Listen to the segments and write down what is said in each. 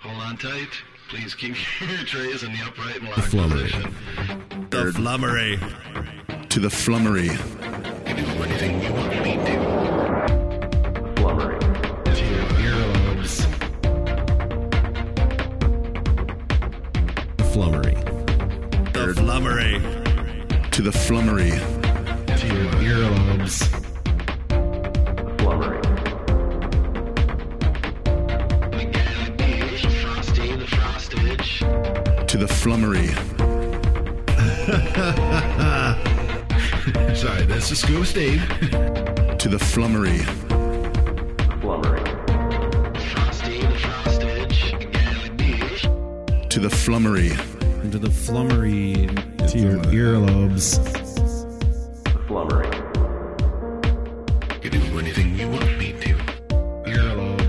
Contite. Please keep your trays in the upright and The locked flummery. position. The flummery. To the flummery. We do anything we want to do. Flummery. To your earlobes. The flummery. The flummery. To the flummery. To your earlobes. Flummery. Frosty, the Frostage. To the flummery. Sorry, this is Scuba Steve. To the flummery. Frosty, the Frostage. Gallopage. To the flummery. Into the flummery, to your earlobes. You do anything you want me to. Earlobes.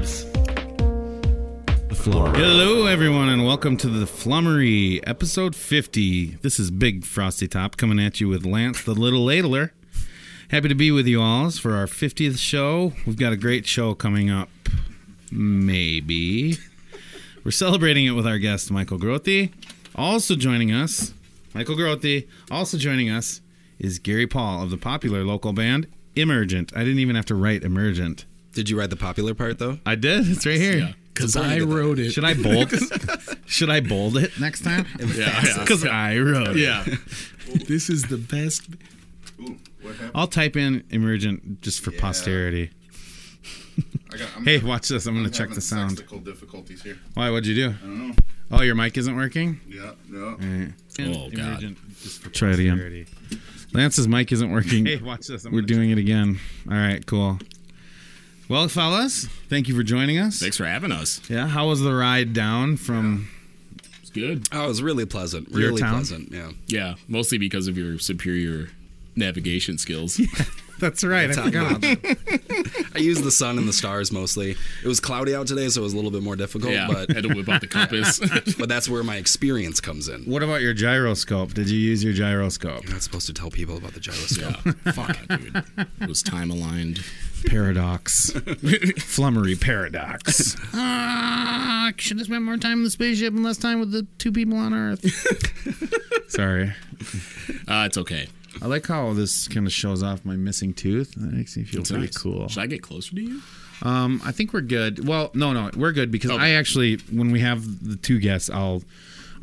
The flummery. Hello, everyone, and welcome to the Flummery, episode 50. This is Big Frosty Top coming at you with Lance the Little Ladler. Happy to be with you all for our 50th show. We've got a great show coming up, maybe. We're celebrating it with our guest, Michael Grothi. Also joining us, Michael Grothi, also joining us is Gary Paul of the popular local band Emergent. I didn't even have to write Emergent. Did you write the popular part though? I did. It's right here. Because I wrote it. Should I bold? should I bold it next time? yeah. Because I wrote. it. yeah. this is the best. I'll type in emergent just for posterity. I got, I'm Hey, watch this. I'm gonna check having the sound. Technical difficulties here. Why? What'd you do? I don't know. Oh, your mic isn't working. Yeah, no. Oh, God. just for Try it again. Lance's mic isn't working. Hey, watch this. We're doing it again. All right, cool. Well, fellas, thank you for joining us. Thanks for having us. Yeah, how was the ride down from? It's good. Oh, it was really pleasant. Your Really town? pleasant. Yeah. Yeah, mostly because of your superior navigation skills. That's right. I forgot. I used the sun and the stars mostly. It was cloudy out today, so it was a little bit more difficult, yeah, but had to whip out the compass. but that's where my experience comes in. What about your gyroscope? Did you use your gyroscope? You're not supposed to tell people about the gyroscope. Fuck, dude. It was time aligned. Paradox. Flummery paradox. Ah, I should have spent more time in the spaceship and less time with the two people on Earth. Sorry. Uh, it's okay. I like how this kind of shows off my missing tooth. That makes me feel It's pretty nice. cool. Should I get closer to you? Um, I think we're good. Well, no, no, we're good because I actually, when we have the two guests, I'll.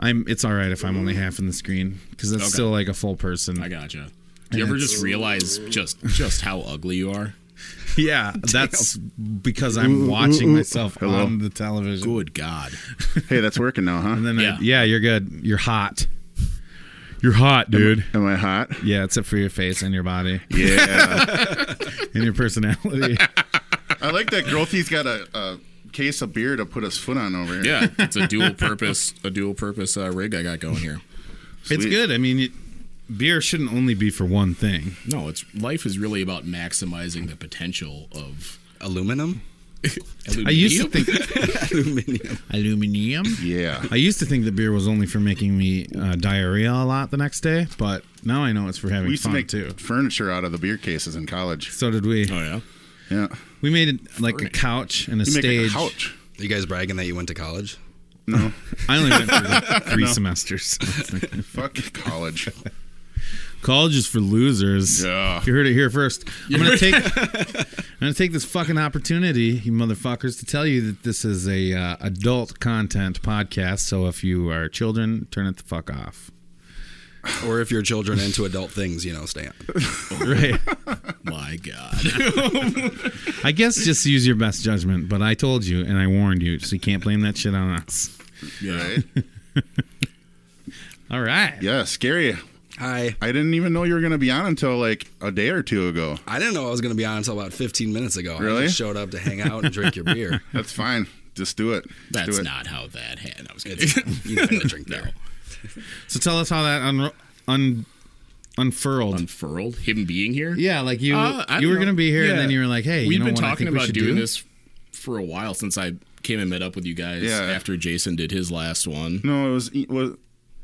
I'm. It's all right if I'm only half in the screen because that's Okay. still like a full person. I gotcha. Do you ever just realize just just how ugly you are? yeah, that's because I'm watching myself Hello. on the television. Good God. Hey, that's working now, huh? And then yeah. Yeah. I, yeah, you're good. You're hot. You're hot, dude. Am I hot? Yeah, except for your face and your body Yeah. and your personality. I like that Growthy's got a, a case of beer to put his foot on over here. Yeah, it's a dual purpose a dual purpose uh, rig I got going here. it's Sweet. good. I mean, it, beer shouldn't only be for one thing. No, it's life is really about maximizing the potential of Aluminum? aluminum. I used to think Aluminum. aluminium. Yeah. I used to think that beer was only for making me uh, diarrhea a lot the next day, but now I know it's for having We used to fun make too. furniture out of the beer cases in college. So did we. Oh yeah. Yeah. We made like a couch and a You make stage. a couch. You guys bragging that you went to college? No. I only went for like, three semesters. Fuck college. College is for losers. Yeah. You heard it here first. I'm gonna take I'm gonna take this fucking opportunity, you motherfuckers, to tell you that this is a uh, adult content podcast. So if you are children, turn it the fuck off. Or if your children into adult things, you know, stay on. Right. My God. I guess just use your best judgment. But I told you and I warned you, so you can't blame that shit on us. Right? All right. Yeah. Scary. Hi. I didn't even know you were going to be on until like a day or two ago. I didn't know I was going to be on until about 15 minutes ago. I Really? just showed up to hang out and drink your beer. That's fine. Just do it. Just That's do it. not how that happened. I was kidding. It's, you're not going to drink beer. So tell us how that un, un- unfurled. Unfurled him being here. yeah, like you Uh, I you don't were know. gonna be here, Yeah. and then you were like, "Hey, we've you know been what I talking think we about should doing do?" this for a while since I came and met up with you guys Yeah. after Jason did his last one. No, it was. It was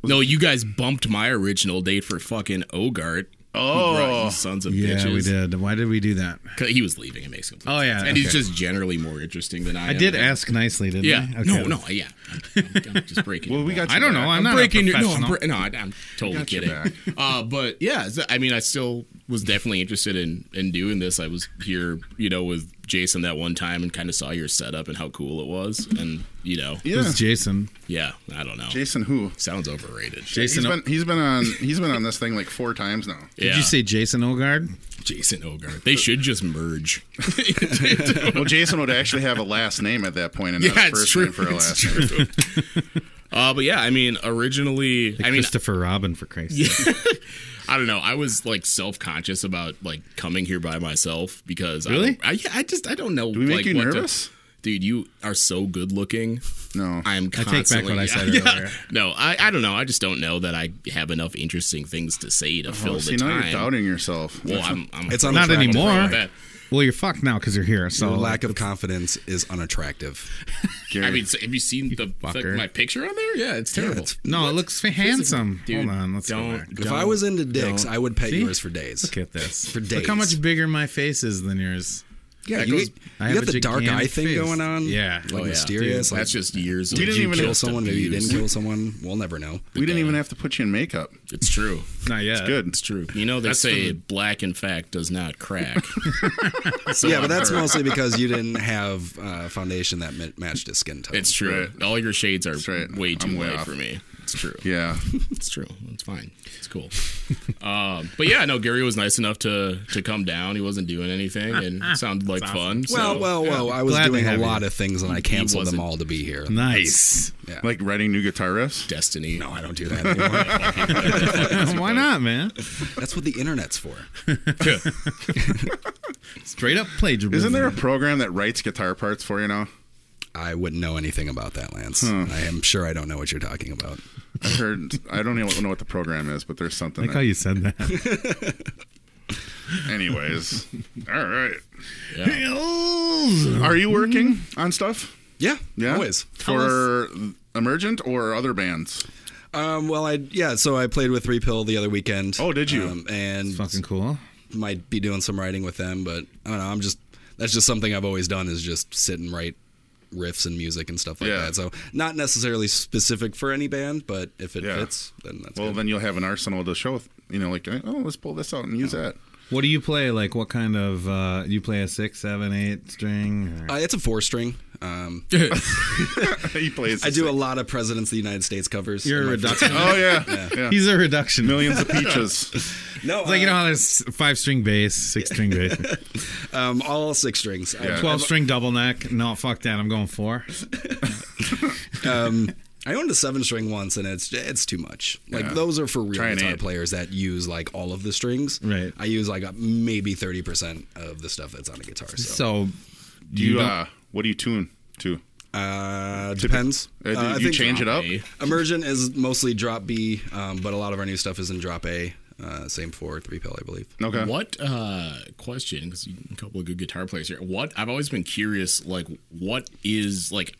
No, you guys bumped my original date for fucking Ogart. Oh, sons of Yeah, bitches. we did. Why did we do that? 'Cause He was leaving. It makes complete Oh, yeah, sense. and he's okay. just generally more interesting than I. I am. did ask nicely, didn't Yeah. I? Okay. No, no, yeah. I'm, I'm just breaking. Well, your we back. got. I don't know. I'm, not breaking a your no, I'm professional. bra- no, I, am totally your kidding. Uh, but yeah, so- I mean, I still was definitely interested in in doing this. I was here, you know, with Jason that one time and kind of saw your setup and how cool it was, and you know, It Yeah. was Jason. yeah, I don't know, Jason who? sounds overrated. Jason. He's been he's been on he's been on this thing like four times now. yeah. Did you say Jason Ogard? Jason Ogard? They should just merge. Well, Jason would actually have a last name at that point, and not Yeah, a it's first true. name for a It's last true. name. uh, but yeah, I mean, originally, I mean, Christopher Robin for Christ's sake. I don't know. I was like self conscious about like coming here by myself because Really? I, don't- I, I just I don't know. Do we make you nervous? Oh. dude, you are so good looking. No. I'm back what I constantly. said earlier. No, I, I don't know. I just don't know that I have enough interesting things to say to fill Oh, the see, now time. you're doubting yourself. Well, I'm, I'm It's I'm Not unattractive. different anymore. with that. Well, you're fucked now because you're here. So Your lack of confidence is unattractive. Gary. I mean, so have you seen the, the fucker. my picture on there? Yeah, it's terrible. it's- no, it looks handsome. Dude, Hold on, let's go don't- back. If I was into dicks, I would pet See? yours for days. Look at this. For Look how days. much bigger my face is than yours. Yeah, That you, goes- I you have got a the dark gigantic eye thing face. going on. Yeah. like Oh, yeah, mysterious. like, That's just years. of You didn't you even kill have just someone. Maybe you abuse. didn't kill someone. We'll never know. we didn't even have to put you in makeup. It's true. Not yet. Good. It's true. You know they say black in fact does not crack. So um, yeah, but I'm that's hurt. mostly because you didn't have uh, foundation that ma- matched his skin tone. It's true. All your shades are right. way too I'm way light off. for me. It's true. Yeah. It's true. It's fine. It's cool. um, but yeah, no, Gary was nice enough to to come down. He wasn't doing anything and it sounded like fun. So. well, well, well. I was Glad they doing a have you. lot of things and I canceled them wasn't- all to be here. Nice. Like writing new guitar riffs. Destiny. No, I don't do that anymore. Why not, man? that's what the internet's for. Straight up plagiarism. Isn't there a program that writes guitar parts for you now? I wouldn't know anything about that, Lance. I am sure I don't know what you're talking about. I heard. I don't even know what the program is, but there's something. I like how that- you said that. anyways, all right. Bills. Are you working on stuff? Yeah, Yeah. always. for emergent or other bands. Um, well, I yeah. So I played with Three Pill the other weekend. Oh, did you? Um, and Fucking cool. might be doing some writing with them, but I don't know. I'm just that's just something I've always done is just sit and write riffs and music and stuff like Yeah. that. So not necessarily specific for any band, but if it Yeah. fits, then that's Well, good. then you'll have an arsenal to show. You know, like oh, let's pull this out and use that. What do you play? Like, what kind of? uh You play a six, seven, eight string? Or... uh, it's a four string. Um, he plays. I do a lot of Presidents of the United States covers. You're a in my- reduction. Oh yeah, yeah. He's a reduction. Millions of peaches. no, It's like you uh, know how there's five string bass, six string bass, um, all six strings. I- Yeah. twelve string double neck. No, fuck that. I'm going four. I owned a seven string once, and it's it's too much. Like those are for real Try an guitar eight. players that use like all of the strings. Right. I use like a, maybe thirty percent of the stuff that's on a guitar. So, So Do you? uh, what do you tune to? uh, depends. Uh, do Uh, I you think change it up? A. Immersion is mostly drop B, um, but a lot of our new stuff is in drop A. Uh, same for three pill, I believe. Okay. What uh question? Because a couple of good guitar players here. What I've always been curious, like what is like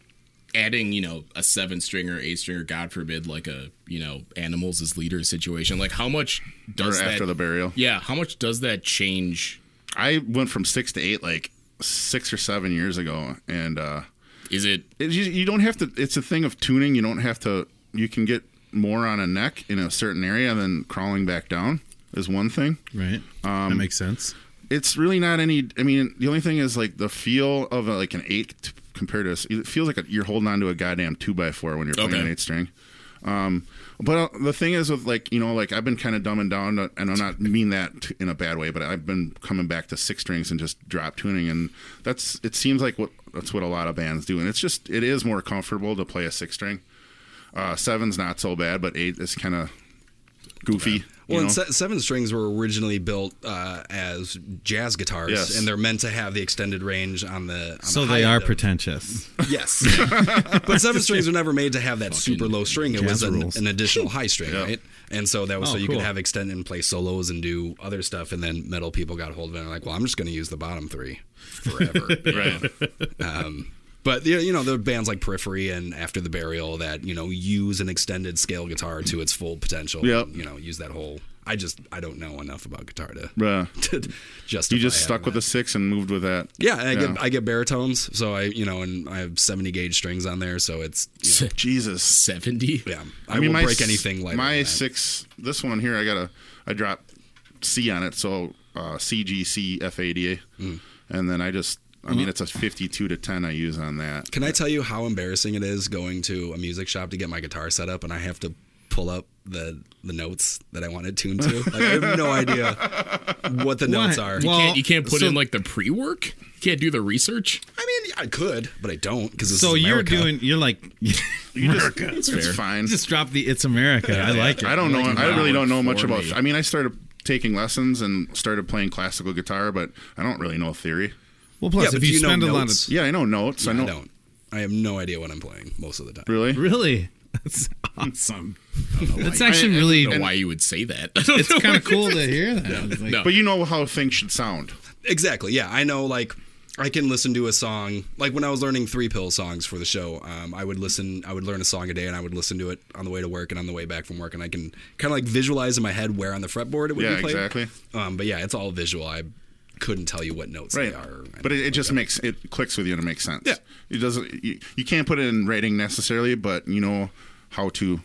adding, you know, a seven stringer, eight stringer, God forbid, like a you know animals as leader situation. Like how much Or does that, after the burial. Yeah, how much does that change? I went from six to eight like six or seven years ago, and uh, Is it it, you, you don't have to. It's a thing of tuning. You don't have to. You can get more on a neck in a certain area than crawling back down is one thing. right, that makes sense. it's really not any. I mean, the only thing is like the feel of uh like an eight t- compared to a s It feels like a, you're holding on to a goddamn two by four when you're playing Okay. an eight string. Um, but uh, the thing is with like you know like I've been kind of dumbing down, uh, and I'm not mean that t- in a bad way, but I've been coming back to six strings and just drop tuning, and that's it seems like what that's what a lot of bands do, and it's just it is more comfortable to play a six string. Uh, seven's not so bad, but eight is kind of goofy. Well, you know? and se- seven strings were originally built uh, as jazz guitars, Yes. and they're meant to have the extended range on the. On the So high they are end of- pretentious. Yes, but seven strings were never made to have that super low string. It was jazz an, rules. an additional high string, right? And so that was Oh, so you cool. could have extend and play solos and do other stuff. And then metal people got hold of it and were like, well, I'm just going to use the bottom three forever. right. But you you know, there are bands like Periphery and After the Burial that you know use an extended scale guitar to its full potential. Yep. You know, use that whole I just I don't know enough about guitar to, Bruh. to justify. You just stuck having with that. the six and moved with that. Yeah, and I get I get baritones, so I you know, and I have seventy gauge strings on there, so it's you know, Jesus. Seventy. yeah. I, mean, my won't break s- anything like my that. six. This one here, I got a. I dropped C on it, so uh, CGCFADA, and then I just. I mean, it's a fifty-two to ten I use on that. Can I tell you how embarrassing it is going to a music shop to get my guitar set up, and I have to pull up the the notes that I want it tuned to? Like, I have no idea what the notes are. Well, Can't, you can't put so- in like the pre-work. You can't do the research. I mean, I could, but I don't because this So is you're America. doing. You're like. you It's, fine. just drop the. It's America. I like it. I don't know. Like, I really don't know for much about. me. I mean, I started taking lessons and started playing classical guitar, but I don't really know theory. Well, Yeah, plus but if do you, you spend know a lot of. notes? Yeah, I know notes. I I know. don't. I have no idea what I'm playing most of the time. Really? Really, that's awesome. That's I- actually I- really. I don't know why you would say that. I don't know It's kind why- of cool to hear that. It's like- No. But you know how things should sound. Exactly. Yeah, I know. Like, I can listen to a song. Like when I was learning three pill songs for the show, um, I would listen. I would learn a song a day, and I would listen to it on the way to work and on the way back from work, and I can kind of like visualize in my head where on the fretboard it would Yeah, be played. exactly. Um, but yeah, it's all visual. I couldn't tell you what notes right they are. but it, it just makes it clicks with you and it makes sense Yeah. it doesn't you, you can't put it in writing necessarily but you know how to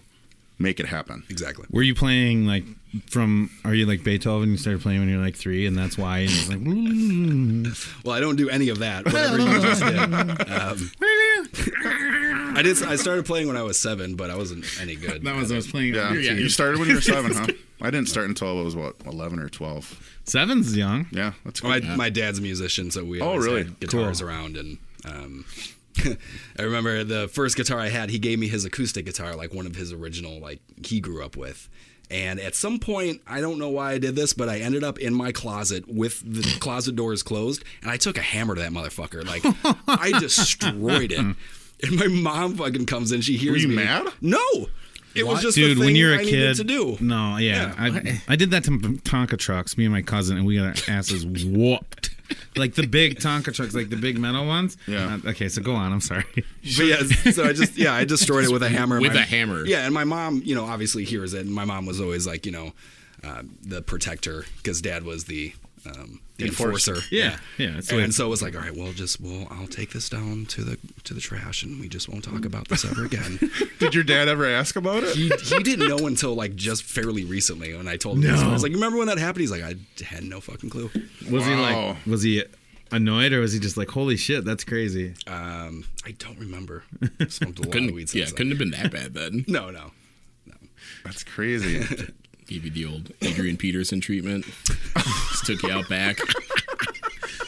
make it happen exactly. Were you playing like from? Are you like Beethoven? You started playing when you're like three, and that's why. And it's like, Well, I don't do any of that. Whatever you just did. Um, I did. I started playing when I was seven, but I wasn't any good. that was I was playing. yeah, you started when you were seven huh i didn't start until i was what 11 or 12 Seven's young. yeah that's cool My, Oh, my dad's a musician, so we Oh, always really? had guitars Cool. around, and um, I remember the first guitar I had. He gave me his acoustic guitar, like one of his original, like he grew up with. And at some point, I don't know why I did this, but I ended up in my closet with the closet doors closed, and I took a hammer to that motherfucker. Like I destroyed it. And my mom fucking comes in. She hears you me. mad? No, it was just Dude, the thing when you're a I kid, needed to do. No, yeah, I, I did that to Tonka trucks. Me and my cousin, and we got our asses whooped. Like the big Tonka trucks, like the big metal ones. Yeah. Uh, okay, so go on. I'm sorry. But yeah, so I just yeah, I destroyed it with a hammer. and with my- a hammer. Yeah, and my mom, you know, obviously hears it. And my mom was always like, you know, uh, the protector because dad was the um, the enforcer. Yeah, yeah. that's the way And it's- so it was like, all right, well, just well, I'll take this down to the to the trash, and we just won't talk about this ever again. did your dad ever ask about it he, he didn't know until like just fairly recently when I told him. this. I was like, you remember when that happened? He's like, I had no fucking clue. was he Wow. like? Was he annoyed, or was he just like, "Holy shit, that's crazy"? Um, I don't remember. Smoked a lot of Couldn't, weed yeah, since then. couldn't have been that bad then. No, no. that's crazy Gave you the old Adrian Peterson treatment. Just took you out back.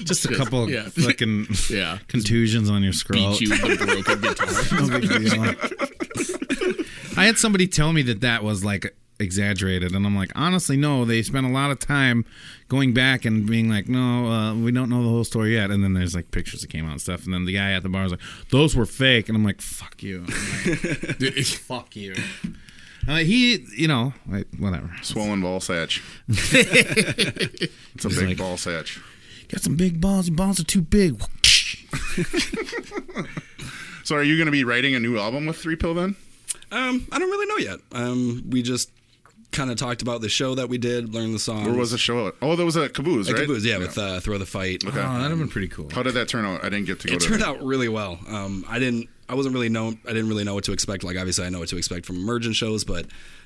Just a couple yeah. fucking Yeah. contusions on your scroll. Beat you with a broken guitar. No big deal. I had somebody tell me that that was like exaggerated, and I'm like, honestly, no. They spent a lot of time going back and being like, no, uh, we don't know the whole story yet. And then there's like pictures that came out and stuff. And then the guy at the bar was like, those were fake, and I'm like, fuck you, I'm like, fuck you. I'm like, he, you know, like, whatever. swollen ball satch it's a big like- ball satch Got some big balls. Your balls are too big. so are you going to be writing a new album with three pill then Um, I don't really know yet. Um, we just kind of talked about the show that we did, learned the song. or was a show at- oh there was a caboose Like right it was, yeah, with uh, throw the fight. Oh, that'd have been pretty cool. how did that turn out i didn't get to go It to turned out really well. Um, I didn't. I wasn't really know. I didn't really know what to expect. Like obviously, I know what to expect from emergent shows, but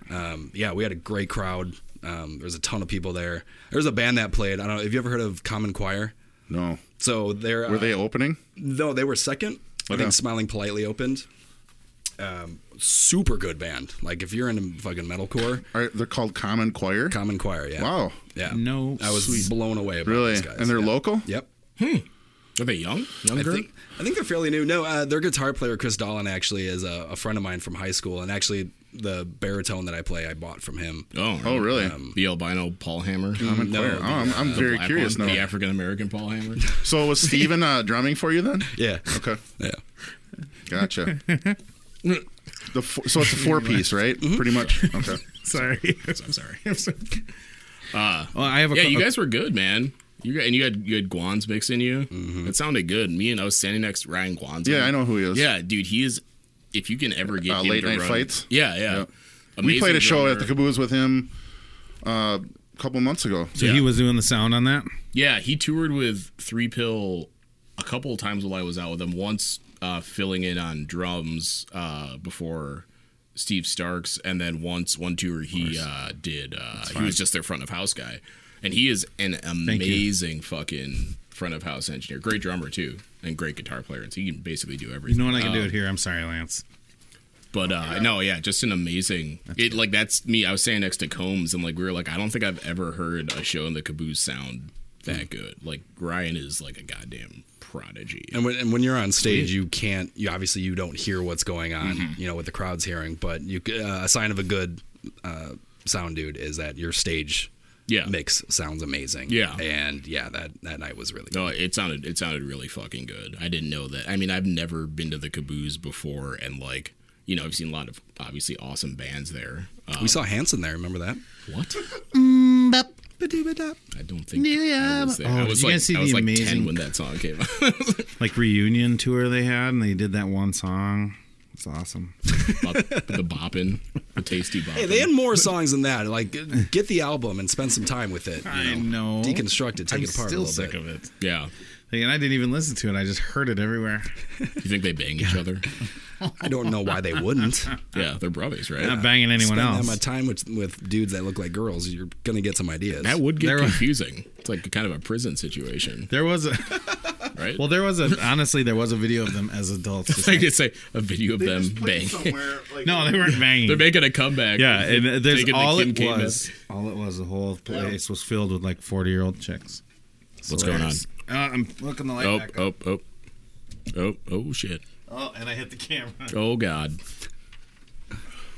um, yeah, we had a great crowd. Um, there was a ton of people there. There was a band that played. I don't know. Have you ever heard of Common Choir? no So they're were uh, they opening No, they were second. I Okay. think Smiling Politely opened. Um, super good band. Like if you're into fucking metalcore, Are, they're called Common Choir. Common Choir. Yeah. Wow, Yeah. No I was sweet. blown away by really? these guys. and they're yeah. local. Yep. Are they young? I Younger? think, I think they're fairly new. No, uh, their guitar player Chris Dolan actually is a, a friend of mine from high school, and actually the baritone that I play I bought from him. oh, Oh, really? the albino Paul Hammer. Common Choir. Oh, I'm, I'm very Black curious one, now. uh, The African American Paul Hammer. So was Steven uh, drumming for you then? Yeah, Okay, yeah, gotcha. The four, so it's a four piece, right? Mm-hmm. Pretty much. Okay. Sorry. I'm sorry. Uh, Well, I have a Yeah, co- you guys were good, man. You got, and you had you had Guan's mix in you. That sounded good. Me and I was standing next to Ryan Guan's. Mm-hmm. Yeah, I know who he is. Yeah, dude, he is. If you can ever get Uh, him late to night run- fights? Yeah, yeah. we played a show drummer. at the Caboose with him. uh, a couple months ago. So he was doing the sound on that. Yeah, he toured with Three Pill a couple of times while I was out with him. Once uh, filling in on drums uh, before Steve Starks, and then once one tour he uh, did. Uh, he was just their front of house guy, and he is an amazing fucking front of house engineer. Great drummer too, and great guitar player. And so he can basically do everything. You know what? I can do it here. I'm sorry, Lance. But uh, no, yeah, just an amazing. it like that's me. I was standing next to Combs, and like we were like, I don't think I've ever heard a show in the Caboose sound that good. Like Ryan is like a goddamn prodigy. And when, and when you're on stage, you can't. You obviously you don't hear what's going on. Mm-hmm. You know what the crowd's hearing, but you c- uh, a sign of a good uh, sound dude is that your stage Yeah. mix sounds amazing. Yeah. and yeah, that that night was really. No, it sounded it sounded really fucking good. I didn't know that. I mean, I've never been to the Caboose before, and like you know, I've seen a lot of obviously awesome bands there. Uh, We saw Hanson there. Remember that? what? Ba-doo-ba-dop. I don't think I was there. Oh, I did was you guys like, see I was the like amazing- ten when that song came out. Like reunion tour they had, and they did that one song. It's awesome. Bop- the bopping, the tasty bopping. Hey, they had more songs than that. Like, g- get the album and spend some time with it. you I know. Deconstruct it, take I'm it apart. a Still little sick bit. of it. yeah. And I didn't even listen to it. I just heard it everywhere. You think they bang each other? I don't know why they wouldn't. Yeah, they're brothers, right? Not banging anyone Spend that else. much time with, with dudes that look like girls. You're gonna get some ideas. That would get They're- confusing. It's like kind of a prison situation, There was a right? well, there was a honestly, there was a video of them as adults. just I like- could say a video of them banging. no, they weren't banging. They're making a comeback. yeah, and there's Taking the all Kim it K was. method. All it was. The whole place was filled with like forty year old chicks. What's going on? Uh, I'm looking the light Oh, back up. oh, oh, oh, oh, shit! Oh, and I hit the camera. Oh God!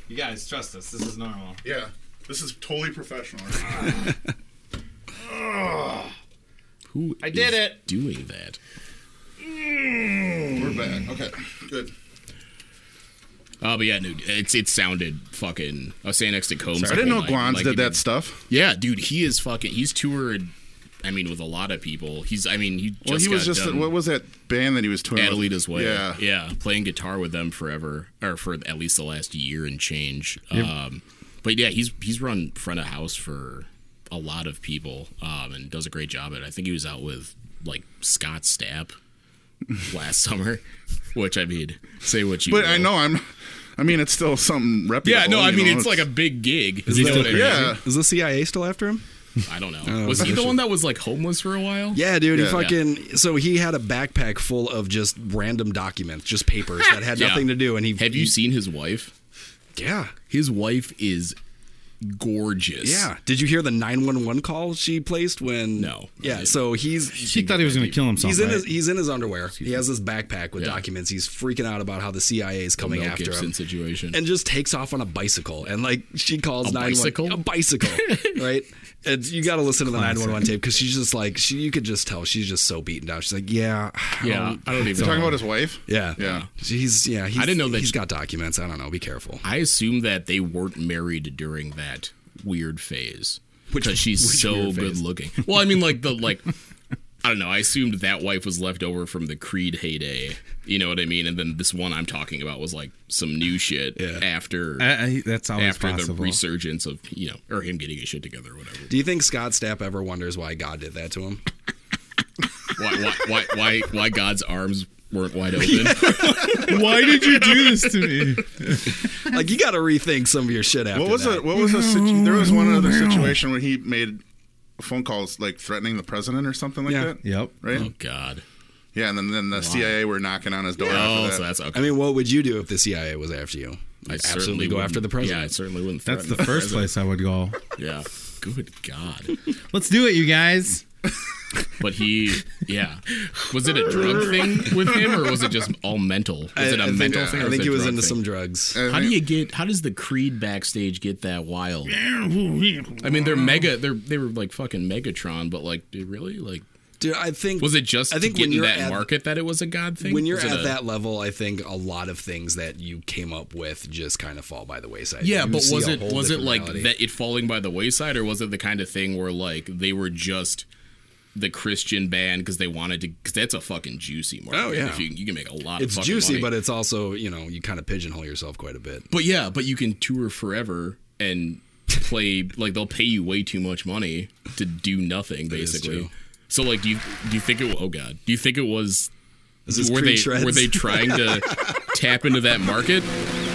You guys, trust us. This is normal. Yeah, this is totally professional. Who I did it. Doing that. We're back. Okay, good. Oh, but yeah, dude, it's it sounded fucking. I was standing next to Combs. I didn't know Guans Guans did that stuff. Yeah, dude, he is fucking. He's toured. I mean, with a lot of people. He's. I mean, he. Just Well, he was got just done- what was that band that he was touring? with? Adelita's Way. Yeah, Uh-huh. yeah, playing guitar with them forever, or for at least the last year and change. Um, but yeah, he's he's run front of house for a lot of people, um, and does a great job at. it. I think he was out with like Scott Stapp last summer, which I mean, say what you. but I will. know I'm. I mean, it's still something reputable. Yeah, no, I you mean know, it's like a big gig. Is Oh, he still crazy? yeah. Is the CIA still after him? I don't know. Was he the one that was like homeless for a while? Yeah, dude. Yeah. he fucking. So he had a backpack full of just random documents, just papers that had Yeah. nothing to do. And he. Have you seen his wife? Yeah. His wife is gorgeous. Yeah. Did you hear the 911 call she placed when? No. Yeah. So he's She thought he was going to kill himself. he's in right? his he's in his underwear. He has this backpack with Yeah. documents. He's freaking out about how the CIA is coming Mel after Gibson him. situation. and just takes off on a bicycle and like she calls A 911 bicycle? a bicycle right and you got to listen to the 911 tape because she's just like she you could just tell she's just so beaten down she's like yeah I yeah, don't- I don't even. You're talking about his wife. yeah Yeah. he's yeah he's, I didn't know that he's she- got documents I don't know be careful I assume that they weren't married during that weird phase because she's which so weird phase? good looking. Well, I mean, like the like. I don't know. I assumed that wife was left over from the Creed heyday. You know what I mean? And then this one I'm talking about was like some new shit after I, I, that's always after the possible. resurgence of you know or him getting his shit together or whatever. do you think Scott Stapp ever wonders why God did that to him why, why, why, why, why God's arms weren't wide open? why did you do this to me? like you got to rethink some of your shit after What was that it? What was a situ- there was one other situation where he made phone calls like threatening the president or something like Yeah. that. Yep. Right. Oh God! Yeah, and then, then the CIA were knocking on his door. Oh, after so that. that's okay. I mean what would you do if the CIA was after you I I certainly absolutely go wouldn't- after the Yeah, I president certainly wouldn't. That's the threaten first place I would go. president. Yeah. Good God! Let's do it, you guys. But he, yeah, was it a drug thing with him, or was it just all mental? Was it a I, I think, mental thing? I or think he it a was drug into thing? Uh, some drugs How do you get? How does the Creed backstage get that wild? I mean, Um, they're mega. They're they were like fucking Megatron, but like, dude, really? Like, dude I think was it just I think to get when in you're that at- market that it was a god thing? when you're Was at it a- that level, I think a lot of things that you came up with just kind of fall by the wayside. Yeah, You but see was a it whole was it different like reality. that it falling by the wayside, or was it the kind of thing where like they were just the Christian band because they wanted to? Because that's a fucking juicy market. Oh, yeah. if you, you can make a lot. It's of fucking juicy, money. but it's also you know you kind of pigeonhole yourself quite a bit. but yeah, but you can tour forever and play like they'll pay you way too much money to do nothing is basically. true. So like do you do you think it oh god. Do you think it was this were they pre-treads? were they trying to tap into that market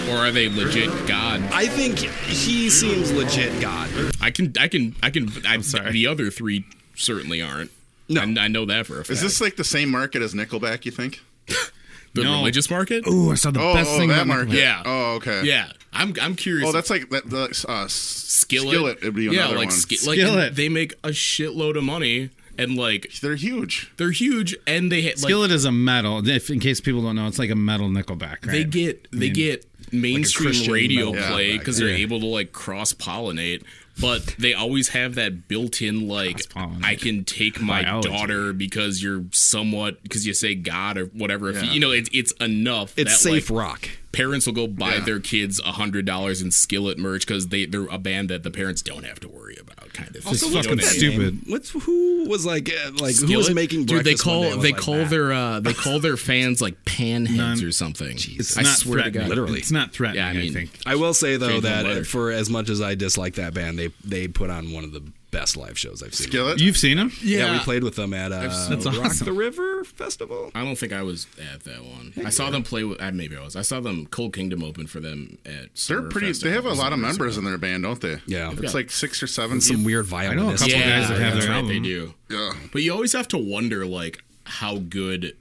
or are they legit god? I think he seems legit God. I can I can I can I, the other 3 certainly aren't. No. I, I know that for a fact. Is this like the same market as Nickelback? You think? the No. religious market? Ooh, I saw the Oh, best oh, thing that about Nickelback. market. Yeah. Oh, okay. Yeah. I'm I'm curious. Oh, that's like that. The, uh, skillet. skillet. Skillet would be yeah, another like, one. ski- like, Skillet. and They make a shitload of money and like They're huge. they're huge and they ha- like, Skillet is a metal. If, in case people don't know, it's like a metal Nickelback. Right? they get they mean, get mainstream Christian radio metal play back because they're then. able to like cross pollinate, but they always have that built-in like Cross-pollinate. I can take my Biology. daughter because you're somewhat because you say God or whatever. If you, you know, it's it's enough. It's that, safe like, rock. Parents will go buy their kids a hundred dollars in skillet merch because they they're a band that the parents don't have to worry about kind of. Just thing, you know fucking what I mean? stupid. What's who was like uh, like who was Skillet? making Dude, breakfast they one call day and was they like, call "Nah." their uh, they call their fans like panheads None. or something. It's I not swear to threatening. God, Literally. it's not threatening. Yeah, I I, mean, think I will say though Faith and that Letter. for as much as I dislike that band, they they put on one of the best live shows I've seen. Skillet. you've seen him. Yeah, we Yeah. played with them at uh, That's Rock awesome. the River Festival. I don't think I was at that one. I saw them play with. Uh, maybe I was. I saw them Cold Kingdom open for them at. They're Summer pretty. Festival They have a or lot of something. members in their band, don't they? Yeah. It's like six or seven. Some weird violin. know a couple Yeah, guys that have that's their right, They album. do. Yeah. But you always have to wonder like how good.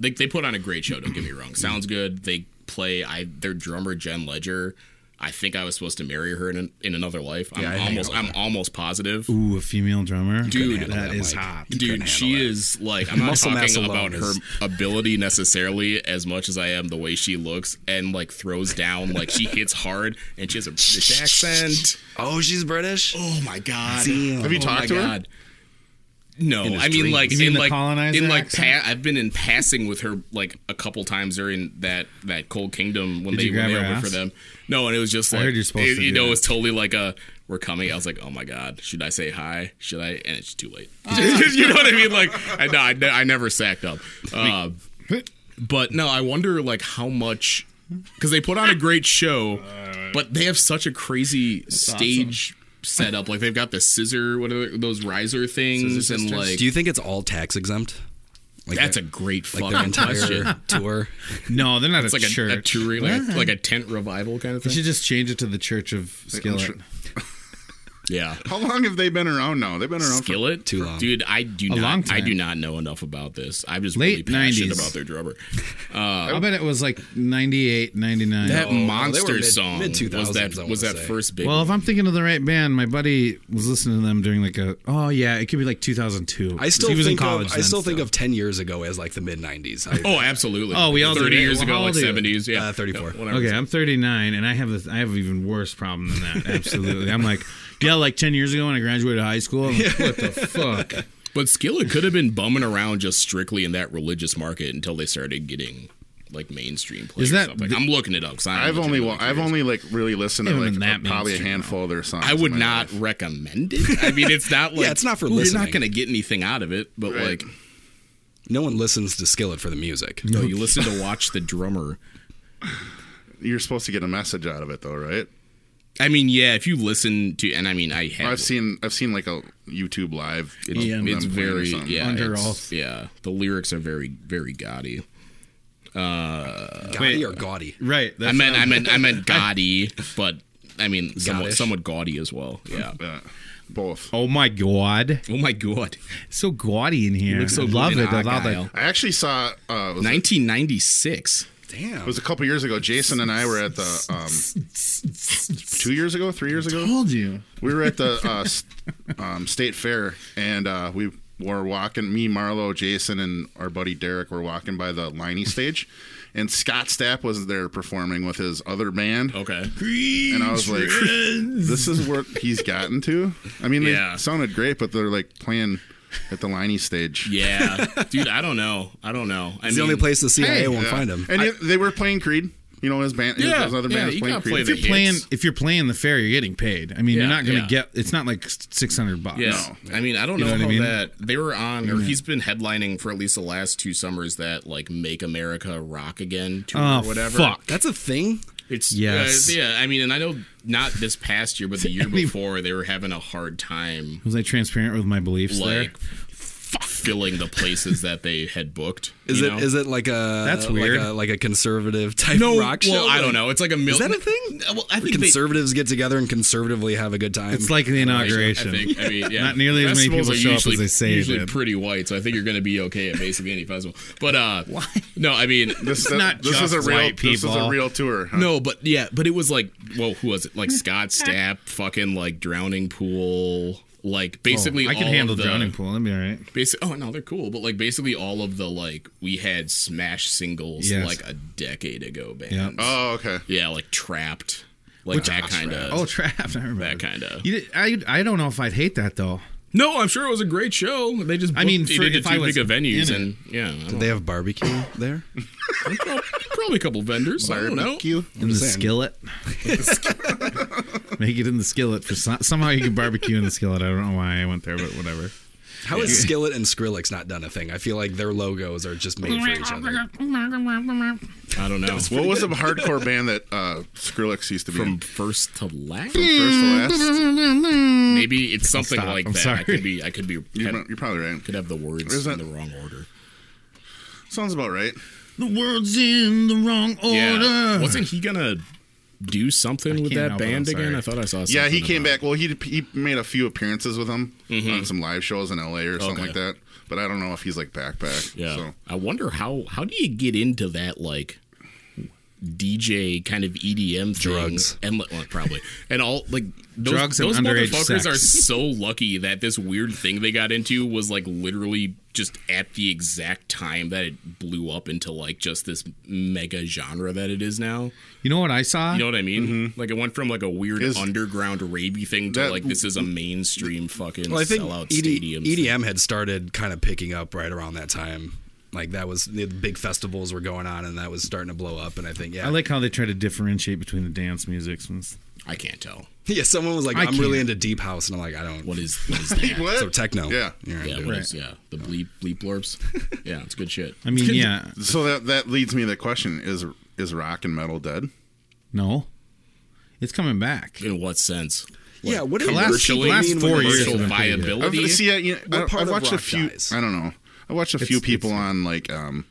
They they put on a great show. Don't get me wrong. Sounds good. They play. I their drummer Jen Ledger. I think I was supposed to marry her in an, in another life. I'm Yeah, I hang almost. out I'm almost positive. Ooh, a female drummer, Dude, that that is mic. hot. Dude, she is like I'm not Muscle mass talking alone about her is- ability necessarily as much as I am the way she looks and like throws down like she hits hard and she has a British accent. Oh, she's British. Oh my god! Damn. Have you Oh talked my to her? God. No, I mean dreams. like You mean in the like colonizer in like pa- accent? I've been in passing with her like a couple times during that that Cold Kingdom when Did you they grab went her over for ass? them. No, and it was just like heard you're supposed it- to you do know that. it was totally like a we're coming. I was like, oh my god, should I say hi? Should I? And it's too late. you know what I mean? Like I no, I, ne- I never sacked up. Uh, but no, I wonder like how much because they put on a great show, but they have such a crazy stage setup. Like they've got the scissor, what are those riser things, and like Do you think it's all tax exempt? Like that's a their- great like fucking their entire question. tour. No, they're not It's a like a, a church. touring, like, a- like a tent revival kind of you thing. should just change it to the Church of Skillet. Yeah. How long have they been around now? They've been around. For, Skillet, Too long. dude. I do A not. long I time. do not know enough about this. I'm just really Late passionate 90s. about their drummer. I bet it was like 98, 99. That they were monster mid- song was mid-2000s, I that wanna was that say. first big. well, one. if I'm thinking of the right band, my buddy was listening to them during like a. Oh yeah, it could be like 2002. I still he was in think college. of, I then still think of ten years ago as like the mid nineties. Oh, absolutely. Oh, we all do thirty that. years Well, ago, how like old are you? seventies. Yeah, Uh, 34. whatever. Okay, I'm 39, and I have a, I have an even worse problem than that. Absolutely, I'm like, yeah, like 10 years ago when I graduated high school. I'm like, what the fuck? But Skillet could have been bumming around just strictly in that religious market until they started getting like mainstream play. Is or that something. the- I'm looking it up. 'cause I'm I've only legitimately well, I've curious. only like really listened to Even like that probably a mainstream, handful of their songs. I would in my not life. recommend it. I mean, it's not like it's not for Ooh, You're listening. not going to get anything out of it, but Right. like no one listens to Skillet for the music. no, you listen to watch the drummer. You're supposed to get a message out of it though, right? I mean, yeah, if you listen to, and I mean, I have. I've seen I've seen like a YouTube live. It's, of it's them playing or very something. yeah. Under it's- oath. yeah, the lyrics are very very gaudy. Gaudy or gaudy? Right. I That's meant I meant I meant gaudy, but I mean somewhat Gaudish. somewhat gaudy as well. Yeah. Yeah. Both. Oh my god! Oh my god. So gaudy in here. Looks so I good love in it. I love Argyle. that. I actually saw uh, was it 1996. Damn. It was a couple years ago. Jason and I were at the um, two years ago, three years ago. Told you. We were at the uh, s- um, state fair, and uh, we were walking. Me, Marlo, Jason, and our buddy Derek were walking by the Liney stage, and Scott Stapp was there performing with his other band. Okay. And I was like, "This is what he's gotten to." I mean, Yeah. they sounded great, but they're like playing at the Liney stage. Yeah, dude. I don't know. I don't know. I It's the mean, only place the CIA won't Yeah. find him. And it- they were playing Creed. You know, his band, Yeah, his other yeah, band was you playing gotta Creed. play the If you're playing, hits. if you're playing the fair, you're getting paid. I mean, Yeah, you're not going yeah. to get. It's not like 600 bucks. Yeah. I mean, I don't You know, know what I how mean? that they were on, or he's been headlining for at least the last two summers that like "Make America Rock Again" tour Oh or whatever. fuck! That's a thing. It's Yes. uh, yeah. I mean, and I know not this past year, but the year before, they were having a hard time Was I transparent with my beliefs there? like filling the places that they had booked. Is you it know? is it like a That's like weird. a, like a conservative type no? rock show? well, I Like, don't know. It's like a mil- Is that a thing? Well, I think they- Conservatives get together and conservatively have a good time. It's like the inauguration. Oh, I think. I mean, yeah, Not nearly as many festivals people are show up as usually- they say Usually they did. pretty white, so I think you're going to be okay at basically any festival. But uh, why? No, I mean This, It's not this is a just real. white This is a people. real tour. Huh? No, but yeah, but it was like, well, who was it? Like Scott Stapp, fucking like Drowning Pool, like basically. Oh, I can all of handle the, drowning pool. That'd be all right. Basic, oh no, they're cool, but like basically all of the like we had smash singles Yes. like a decade ago bands. Yeah. Oh, okay. Yeah, like Trapped, like that kind of. Oh, trapped. I remember that kind of. You did- I I don't know if I'd hate that though. No, I'm sure it was a great show. They just I mean, booked- they for- did if two I was big venues in it. and yeah, I don't they have barbecue there. know, probably a couple vendors. I don't know. Barbecue. In the skillet. Make it in the skillet for some, somehow you can barbecue in the skillet. I don't know why I went there, but whatever. How has Skillet and Skrillex not done a thing? I feel like their logos are just made for each other. I don't know. What was the hardcore band that uh, Skrillex used to be From in? first to last, First to last. maybe it's something Hmm. Stop, like I'm that. I sorry. could be. I could be. You're, you're probably right. could have the words Is in that- the wrong order. Sounds about right. The world's in the wrong order. Wasn't he gonna do something with can't that help it, I'm band again? sorry. I thought I saw. Something Yeah, he came about- back. Well, he he made a few appearances with them on some live shows in L.A. or something Okay. like that. But I don't know if he's like back back. Yeah. So. I wonder how how do you get into that like DJ kind of EDM thing Drugs. and li- well, probably and all like those, Drugs and those underage motherfuckers sex. are so lucky that this weird thing they got into was like literally just at the exact time that it blew up into like just this mega genre that it is now. You know what I saw? You know what I mean? Like it went from like a weird Is- underground ravey thing to That- like this is a mainstream fucking Well, I think E sellout ED, stadium. thing. EDM had started kind of picking up right around that time. Like that was the big festivals were going on, and that was starting to blow up. And I think yeah, I like how they try to differentiate between the dance music. ones. I can't tell yeah. Someone was like, I "I'm really can't. into deep house," and I'm like, "I don't." what is what is that. What? So techno. Yeah. You're into Yeah, it. what is- yeah, the bleep bleep blurbs. yeah, it's good shit. I mean, yeah. So that that leads me to the question: Is is rock and metal dead? No. It's coming back. In what sense? yeah. What did last- commercially last mean when four they years say Commercial have been that? pretty good. I've, viability. see, I, you know, What I- part I've of watched a rock few. dies? I don't know. I watched a few It's- people on like um,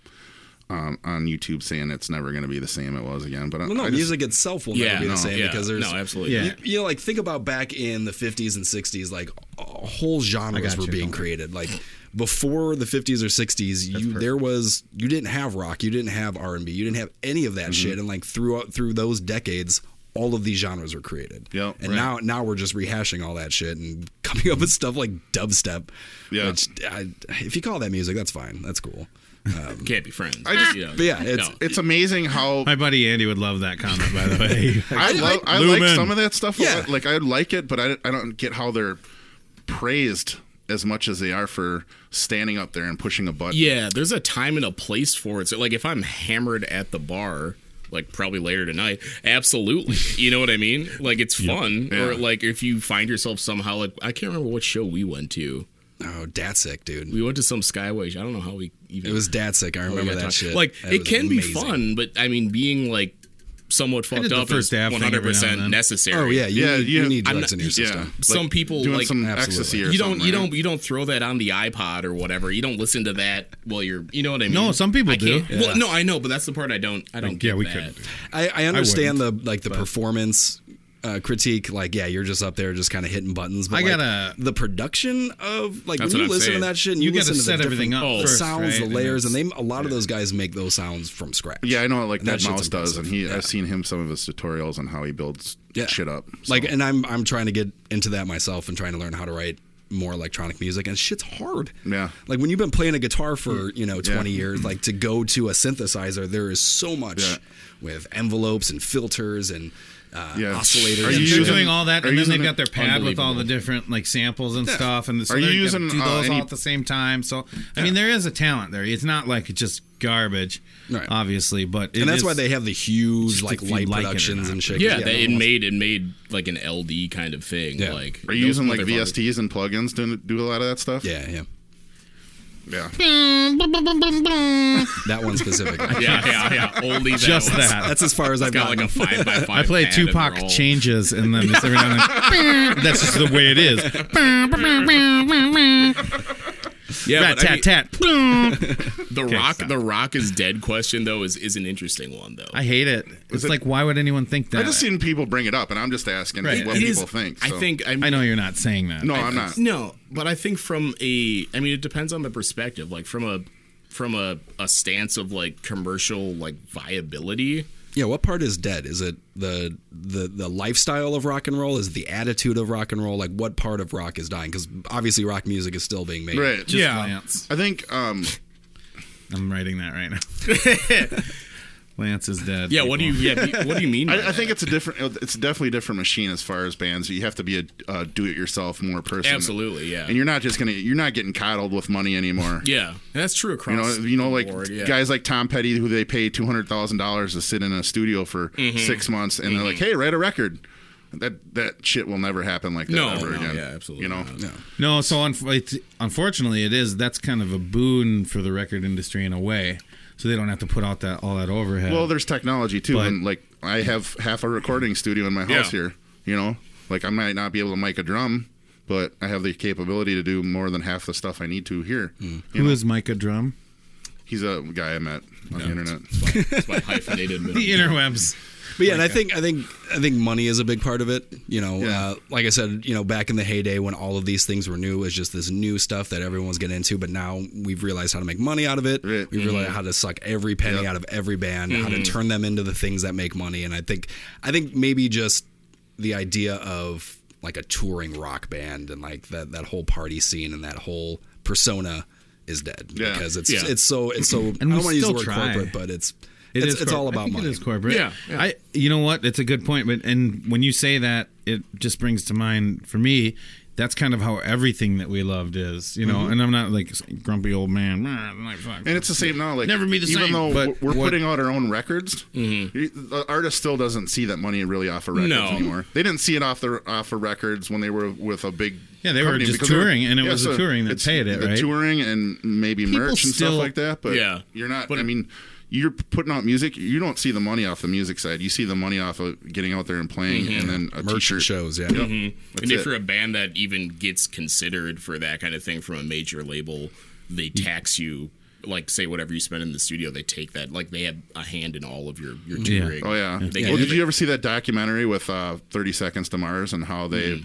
um, on YouTube saying it's never going to be the same it was again. But I, Well, no, I just- music itself will never yeah, be the no, same yeah, because there's no, absolutely. Yeah. You, you know, like think about back in the 50s and 60s, like uh, whole genres were you, being don't worry. created. Like before the 50s or 60s, you there was you didn't have rock, you didn't have R and B, you didn't have any of that shit, and like throughout through those decades. All of these genres were created, Yep, and right. now now we're just rehashing all that shit and coming up with stuff like dubstep. Yeah. which I, if you call that music, that's fine, that's cool. Can't be friends. I just- you know. But yeah, it's No. It's amazing how My buddy Andy would love that comment, by the way. I, love. I like Lumen. some of that stuff. a Yeah. lot. like I like it, but I, I don't get how they're praised as much as they are for standing up there and pushing a button. Yeah, there's a time and a place for it. So, like, if I'm hammered at the bar, like probably later tonight, absolutely. You know what I mean? Like, it's fun. Or like, if you find yourself somehow, like, I can't remember what show we went to. oh Datsik, dude. We went to some Skyway. show. I don't know how we even. It was Datsik. I how we remember got that talk- shit. Like, That it was can be amazing. fun, but I mean, being like somewhat fucked the up first is dab thing every now 100 percent and then. necessary. Oh yeah, you Yeah, need, you- you need I'm drugs in your yeah. system. Like, Some people doing like some Absolutely. ecstasy or you don't something, you right? don't you don't throw that on the iPod or whatever. You don't listen to that while you're you know what I mean. No, some people I do. can't- Well, no, I know, but that's the part I don't I don't get. yeah, we that. couldn't. I, I understand the like the performance uh, critique. Like, yeah, you're just up there just kind of hitting buttons. But I like, gotta- the production of like That's when you what I'm listen saying. to that shit, and You you, gotta listen to set the everything different- up the first, sounds, right? the And layers, and, they a lot of those guys make those sounds from scratch. Yeah, I know. Like And that that shit's Mouse does, impressive. and he Yeah. I've seen him some of his tutorials on how he builds Yeah. shit up. so. Like, and I'm I'm trying to get into that myself and trying to learn how to write more electronic music and shit's hard. Yeah. Mm. Like when you've been playing a guitar for, you know, 20 years, like to go to a synthesizer, there is so much Yeah. with envelopes and filters and uh, Yeah. oscillators. Are and you They're shit. using- doing all that, are and you then they've using got their pad with all Unbelievable. the different like samples and stuff. And so Are you they're gonna using, do uh, those all any- at the same time? So I mean, there is a talent there. It's not like it's just garbage, Right. obviously. But it and that's is- why they have the huge Just like if you light like it or productions not. and shit. Yeah, they, it no, made it made like an LD kind of thing. Yeah. Like are you those using like motherfuckers- VSTs and plugins to do a lot of that stuff? yeah, yeah. Yeah. That one specifically. Yeah, yeah, yeah. Only that Just one. that. That's as far as I've It's got. got like a five by five. I play pad and Tupac they're all- changes, and then just every now and then, that's just the way it is. Yeah, Rat but I tat mean, tat. The rock, stop. the rock is dead question though is is an interesting one though. I hate it. It's it- like, why would anyone think that? I just seen people bring it up, and I'm just asking Right. what It people is- think. I so. think I, I know you're not saying that. No, I'm not. No, but I think from a, I mean, it depends on the perspective. Like from a, from a, a stance of like commercial like viability. Yeah, what part is dead? Is it the the the lifestyle of rock and roll? Is it the attitude of rock and roll? Like what part of rock is dying? Because obviously rock music is still being made. Right. Just Lance. I think um, I'm writing that right now. Lance is dead. Yeah. What do you? people. Yeah. be- What do you mean? By I, I that? think it's a different. It's definitely a different machine as far as bands. You have to be a uh, do-it-yourself more person. absolutely. Yeah. And you're not just gonna. You're not getting coddled with money anymore. yeah. And that's true across. You know, you know, the like board, yeah. guys like Tom Petty, who they pay two hundred thousand dollars to sit in a studio for Mm-hmm. six months, and they're like, "Hey, write a record." That that shit will never happen like that No, ever no, again. yeah, absolutely You know, not. No, so unf it's, unfortunately, it is. That's kind of a boon for the record industry in a way, so they don't have to put out that all that overhead. well, there's technology too, But- and like I have half a recording studio in my house Yeah. here. You know, like I might not be able to mic a drum, but I have the capability to do more than half the stuff I need to here. Mm. who is Micah Drum? He's a guy I met on the internet. That's my hyphenated middle. The interwebs. But yeah, and I think I think I think money is a big part of it. You know, Yeah. uh, like I said, you know, back in the heyday when all of these things were new, it was just this new stuff that everyone was getting into. But now we've realized how to make money out of it. Right. Mm-hmm. We've realized how to suck every penny out of every band, how to turn them into the things that make money. And I think I think maybe just the idea of like a touring rock band and like that that whole party scene and that whole persona is dead Yeah. because it's Yeah. it's so it's so I we don't want to use the still word try. corporate, but it's It it's, is it's corp- all I about think money. It is corporate. Yeah, yeah. I. You know what? It's a good point. But and when you say that, it just brings to mind for me. That's kind of how everything that we loved is. You know, Mm-hmm. and I'm not like grumpy old man. "Nah, I'm like, fuck." And it's the same now. Like Never be the even same, though but we're what- Mm-hmm. putting out our own records, the artist still doesn't see that money really off of records No. anymore. They didn't see it off their off of records when they were with a big. Yeah, they were company just because they were- touring, and it was the touring that it's paid it, The right? touring and maybe merch and still- stuff like that. But Yeah. you're not. But- I mean, you're putting out music. You don't see the money off the music side. You see the money off of getting out there and playing, Mm-hmm. and then a Merch and t-shirt. Mm-hmm. shows, yeah. and if it. you're a band that even gets considered for that kind of thing from a major label, they Mm. tax you. Like say whatever you spend in the studio, they take that. Like they have a hand in all of your your touring. Oh yeah. They Well, get- did you ever see that documentary with uh, Thirty Seconds to Mars and how Mm-hmm. they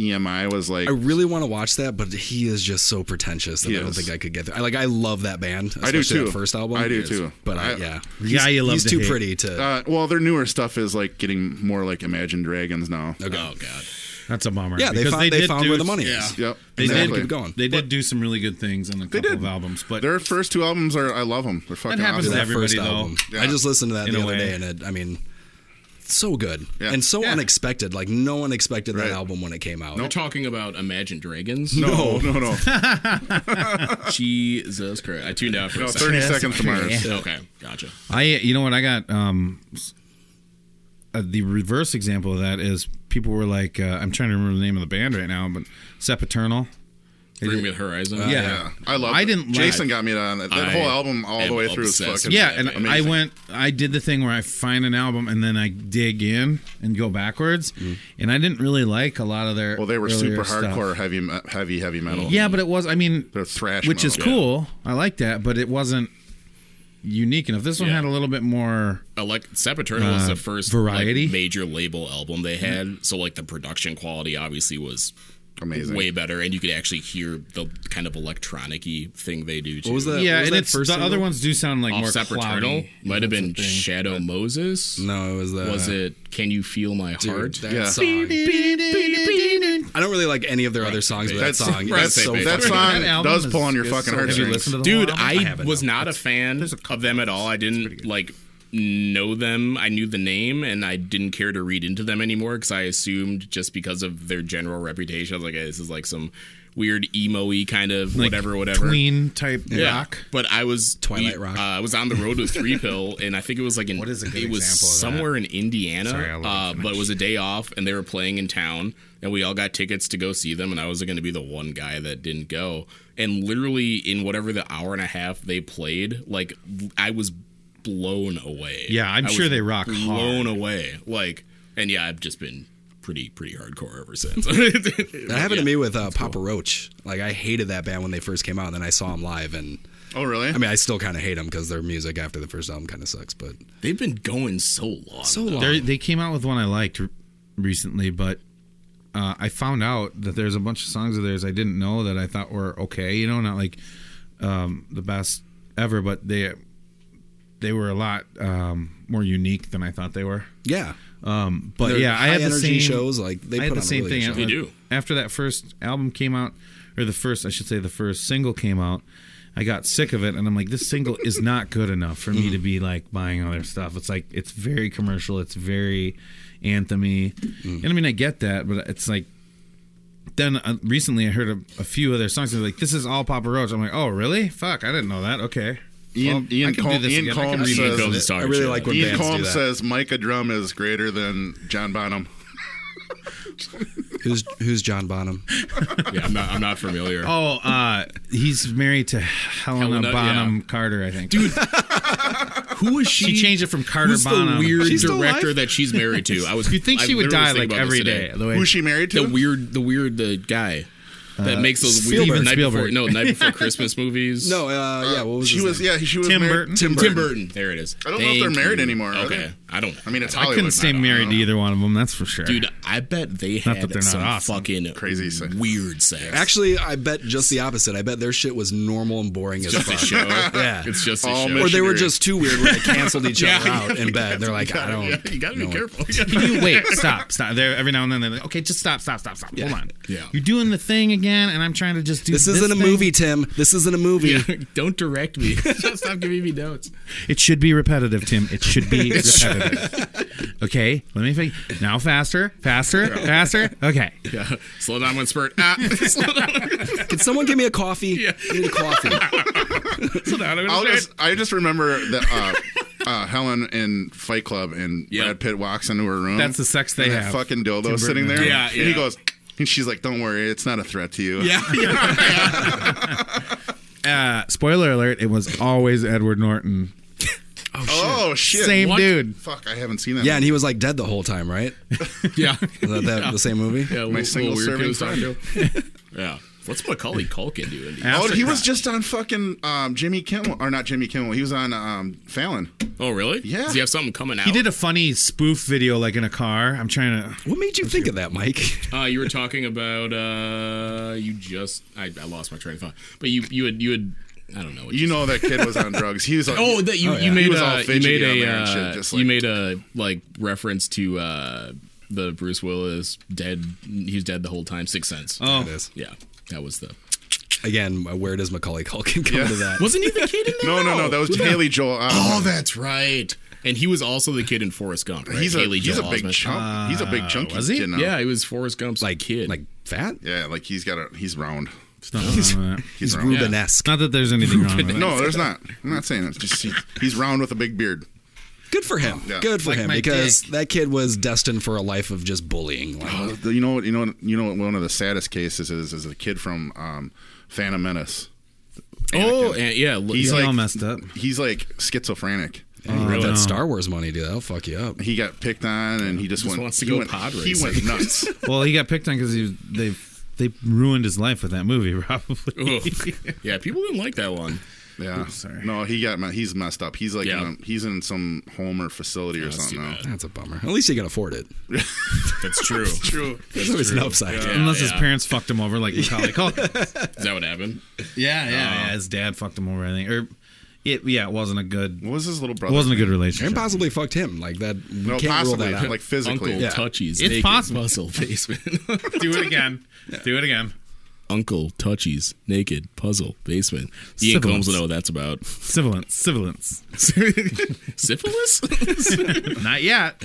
EMI was like? I really want to watch that, but he is just so pretentious that He I don't is. think I could get there. I, like I love that band. Especially I do too. That first album. I do Yes. too. But I, I- yeah, Yeah, you love he's to too hate. pretty to. Uh, well, their newer stuff is like getting more like Imagine Dragons now. okay. Oh god. That's a bummer. yeah, they because found they, did found do- where the money yeah. is. Yep. They Exactly. did Keep going. They did do some really good things on a couple did. of albums, but Their first two albums are I love them. They're fucking happens awesome. to That everybody, first though. album. Yeah. I just listened to that In the a other way. day, and it, I mean, so good Yeah. and so Yeah. unexpected. Like no one expected that Right. album when it came out. We're talking about Imagine Dragons. No, no, no. Jesus Christ! I tuned out for no a Thirty second. Seconds to Mars. Okay, gotcha. I, you know what, I got um, s- uh, the reverse example of that is people were like, uh, I'm trying to remember the name of the band right now, but Sepaternal. Bring Me the Horizon. Yeah. Yeah, I love. I it. didn't like- Jason got me on that. That I whole album all am the way through is obsessed fucking. with Yeah, that and band. I went, I did the thing where I find an album and then I dig in and go backwards, and I didn't really like a lot of their. Mm-hmm. Well, they were earlier super stuff. hardcore, heavy, me- heavy, heavy metal. Yeah, but it was. I mean, They're thrash which is metal. cool. I like that, but it wasn't unique enough. This one Yeah. had a little bit more. Elect Sepultura was Uh, the first Variety? like, major label album they had, so like the production quality obviously was Amazing. way better, and you could actually hear the kind of electronic-y thing they do. Too. What was that? Yeah, what was and that it's the first single? other ones do sound like Off more Sepultura cloudy. might have been That's the thing. Shadow Moses. No, it was the was it Can You Feel My dude, Heart? that Yeah. song. I don't really like any of their other songs, but that That's- song right. is so That That fucking- song That album does is- pull on your is fucking so- Have you listened to the heartstrings. Dude, whole album? I, haven't, was no. not a fan of them at all. I didn't like know them. I knew the name, and I didn't care to read into them anymore because I assumed just because of their general reputation, I was like, hey, this is like some weird emo-y kind of whatever, whatever. tween type rock. But I was Twilight we- rock. Uh, I was on the road with Three Pill, and I think it was like in What is a good it was example of that? somewhere in Indiana, Sorry, I love uh, it so but it much. was a day off, and they were playing in town, and we all got tickets to go see them, and I was going to be the one guy that didn't go, and literally in whatever the hour and a half they played, like I was blown away. Yeah, I'm I sure was they rock Blown away, like, and yeah, I've just been pretty pretty hardcore ever since. that That happened to me with uh, Papa Roach. Like I hated that band when they first came out, and then I saw them live, and Oh, really? I mean, I still kind of hate them because their music after the first album kind of sucks. But They've been going so long. so long, They're, they came out with one I liked r- recently, but uh, I found out that there's a bunch of songs of theirs I didn't know that I thought were okay. You know, not like um, the best ever, but they they were a lot um, more unique than I thought they were. yeah. But They're yeah, I had the same high-energy shows, like, they I had put the on a same really thing. good show. They do. After that first album came out, or the first, I should say, the first single came out. I got sick of it, and I'm like, this single is not good enough for me to be like buying all their stuff. It's like it's very commercial, it's very anthemy, and I mean I get that, but it's like then uh, recently I heard a, a few of their songs. And they're like, this is all Papa Roach. I'm like, oh really? Fuck, I didn't know that. Okay, Ian, Well, I Ian, can Col- do this Ian again. I can Colm do Ian Colm's says, a I really star, like Joe. when Ian bands do Colm that. says Micah Drum is greater than John Bonham. who's who's John Bonham? Yeah, I'm not. I'm not familiar. Oh, uh, he's married to Helena, Helena, Bonham yeah. Carter, I think. Dude, Who is she changed it from Carter Who's Bonham. the weird She's still director alive? that she's married to? I was. You think I she would literally die was thinking like about this every today. day? The way Who's she married to? The weird, the weird, the guy that makes those Uh, Spielberg. weird night Spielberg. before no night before Christmas movies. No, uh, yeah. What was she his was, name? yeah, she was Tim married- Burton. Tim Tim Burton. Burton. There it is. I don't know if they're Thank married you. anymore, are Okay, I don't. know. I mean, it's I Hollywood. couldn't stay don't married to know. either one of them. That's for sure. Dude, I bet they Not had that they're not some awesome. fucking Crazy sex. weird sex. Actually, I bet just the opposite. I bet their shit was normal and boring as it's fuck. just a show. Yeah. it's just a All show. Or they were Missionary. just too weird when they canceled each Yeah, other yeah, out in bed. They're like, I don't. Yeah, you gotta be know. careful. Can you wait? Stop! Stop! There, every now and then they're like, "Okay, just stop! Stop! Stop! Stop! Hold on! Yeah. You're doing the thing again, and I'm trying to just do This isn't a thing. movie, Tim. This isn't a movie. don't direct me. Stop giving me notes. It should be repetitive, Tim. It should be repetitive. okay, let me think. Now faster, faster, faster. Okay. Yeah, slow down one spurt. Ah, slow down. Can someone give me a coffee? I need a coffee. Slow down. I'm gonna I'll say it. just, I just remember that uh, uh, Helen in Fight Club and Yeah. Brad Pitt walks into her room. That's the sex they and that have. Fucking Tim dildo Burton sitting there. and Yeah, and he yeah. goes, and she's like, "Don't worry, it's not a threat to you." Yeah, yeah. Uh, spoiler alert: It was always Edward Norton. Oh shit. Same What? dude. Fuck, I haven't seen that. Yeah, and he was like dead the whole time, right? yeah. Is that, that the same movie? yeah My single serving time. yeah. What's Macaulay Culkin doing? these- Oh, he was just on fucking um, Jimmy Kimmel, or not Jimmy Kimmel. He was on um, Fallon. Oh, really? Yeah. Does he have something coming out? He did a funny spoof video, like in a car. I'm trying to. What made you think of that, Mike? Uh, you were talking about uh, you just I, I lost my train of thought, but you you had you had I don't know. What You know that kid was on drugs. He was. On, Oh, that you, Oh, yeah. you made He was a, all you fidgety made on a there and shit, uh, just you like- made a like reference to uh, the Bruce Willis dead. He's dead the whole time. Sixth Sense. Oh. It is. yeah, that was the. Again, uh, where does Macaulay Culkin come Yeah. into that? Wasn't he the kid in No, no, no. That was Haley Joel. Osment. Oh, that's right. And he was also the kid in Forrest Gump. Right? he's a Haley he's a Joel big Osment. chunk. he's a big chunky was he? kid now. Yeah, he was Forrest Gump's like kid. like fat? yeah. Like he's got a he's round. It's not, wrong with that. He's, round. Rubenesque. Not that there's anything wrong with it. No, there's not. I'm not saying that. Just he, he's round with a big beard. Good for him. Yeah. Good for Like him my because dick. that kid was destined for a life of just bullying. Like, Uh, Oh, the- you know what? You know what? You know what? One of the saddest cases is is a kid from um, Phantom Menace. oh, and, yeah. look- oh, He's They like all messed up. He's like schizophrenic. you let that Star Wars money, dude. That'll fuck you up. He got picked on, and he just, went. wants to he go went, pod He racing. went nuts. Well, he got picked on because he they they ruined his life with that movie, probably. Ugh. yeah, people didn't like that one. Yeah. No, he got me- he's messed up. He's like Yeah. in a, he's in some home or facility or that's something. too now. bad. That's a bummer. At least he can afford it. That's true. True. There's always an upside. Unless his yeah. parents fucked him over, like Macaulay Culkin. Is that what happened? yeah, yeah, yeah. His dad fucked him over, I think. Or it, yeah, it wasn't a good. What was his little It brother? wasn't a good And relationship. possibly fucked him. Like that. We no, can't possibly rule that out. like physically. Uncle Yeah. Touchy's It's naked possible. puzzle basement. Do it again. Do it again. Uncle Touchy's naked puzzle basement. Ian Sibilance. Combs will know what that's about. Sibilance. Sibilance. Syphilis? Not yet.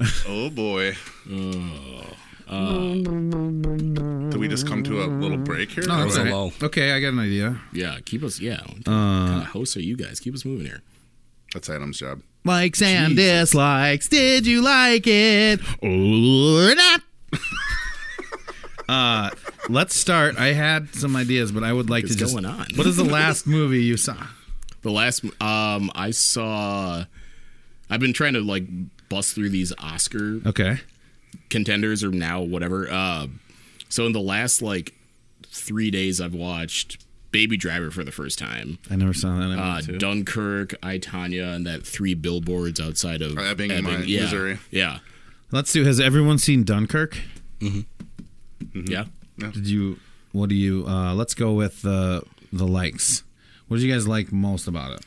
Oh. Oh boy. Did Uh, we just come to a little break here? No, that's was a all right. lull. Okay, I got an idea. Yeah, keep us. Yeah, Uh, what kind of hosts are you guys? Keep us moving here. That's Adam's job. Likes and dislikes. Did you like it or not? uh, let's start. I had some ideas, but I would like What's to just. going on? What is the last movie you saw? The last um, I saw, I've been trying to like bust through these Oscar Okay. contenders or now whatever. Uh, so in the last like three days, I've watched Baby Driver for the first time, I never saw that. I uh, want to. Dunkirk, I Tanya, and that three billboards outside of Ebbing, Mi- yeah, Missouri. Yeah, Let's do. Has everyone seen Dunkirk? yeah. Did you? What do you? Uh, let's go with the the likes. What did you guys like most about it?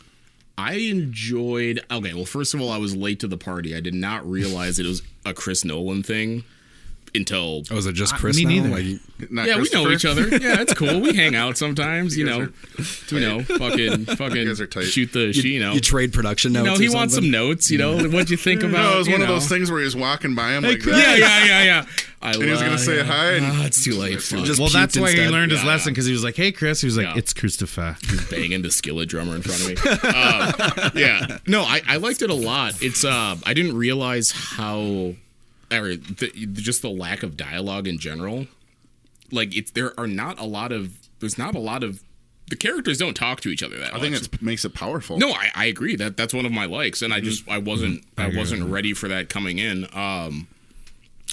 I enjoyed. Okay, well, first of all, I was late to the party. I did not realize it was a Chris Nolan thing until Oh, is it just Chris me now? neither. Like, Not yeah, we know Christopher. each other. Yeah, it's cool. We hang out sometimes, you know. You know, fucking fucking guys are tight. shoot the shit, you know. you trade production notes. no, or he wants some something? notes, you know. What'd you think about No, it was you one of know. those things where he was walking by him like Yeah, that. yeah, yeah, yeah. I And he was love- gonna say hi and Ah, it's too late. Fuck. Just Well, puked that's why he instead. learned his Yeah. lesson because he was like, "Hey, Chris," he was like, Yeah. "It's Christopher." banging the skillet drummer in front of me. Um, yeah, no, I, I liked it a lot. It's uh, I didn't realize how, or the, just the lack of dialogue in general. Like it's there are not a lot of there's not a lot of the characters don't talk to each other that I think much. it makes it powerful. No, I, I agree that that's one of my likes, Mm-hmm. and I just I wasn't I wasn't ready for that coming in. Um,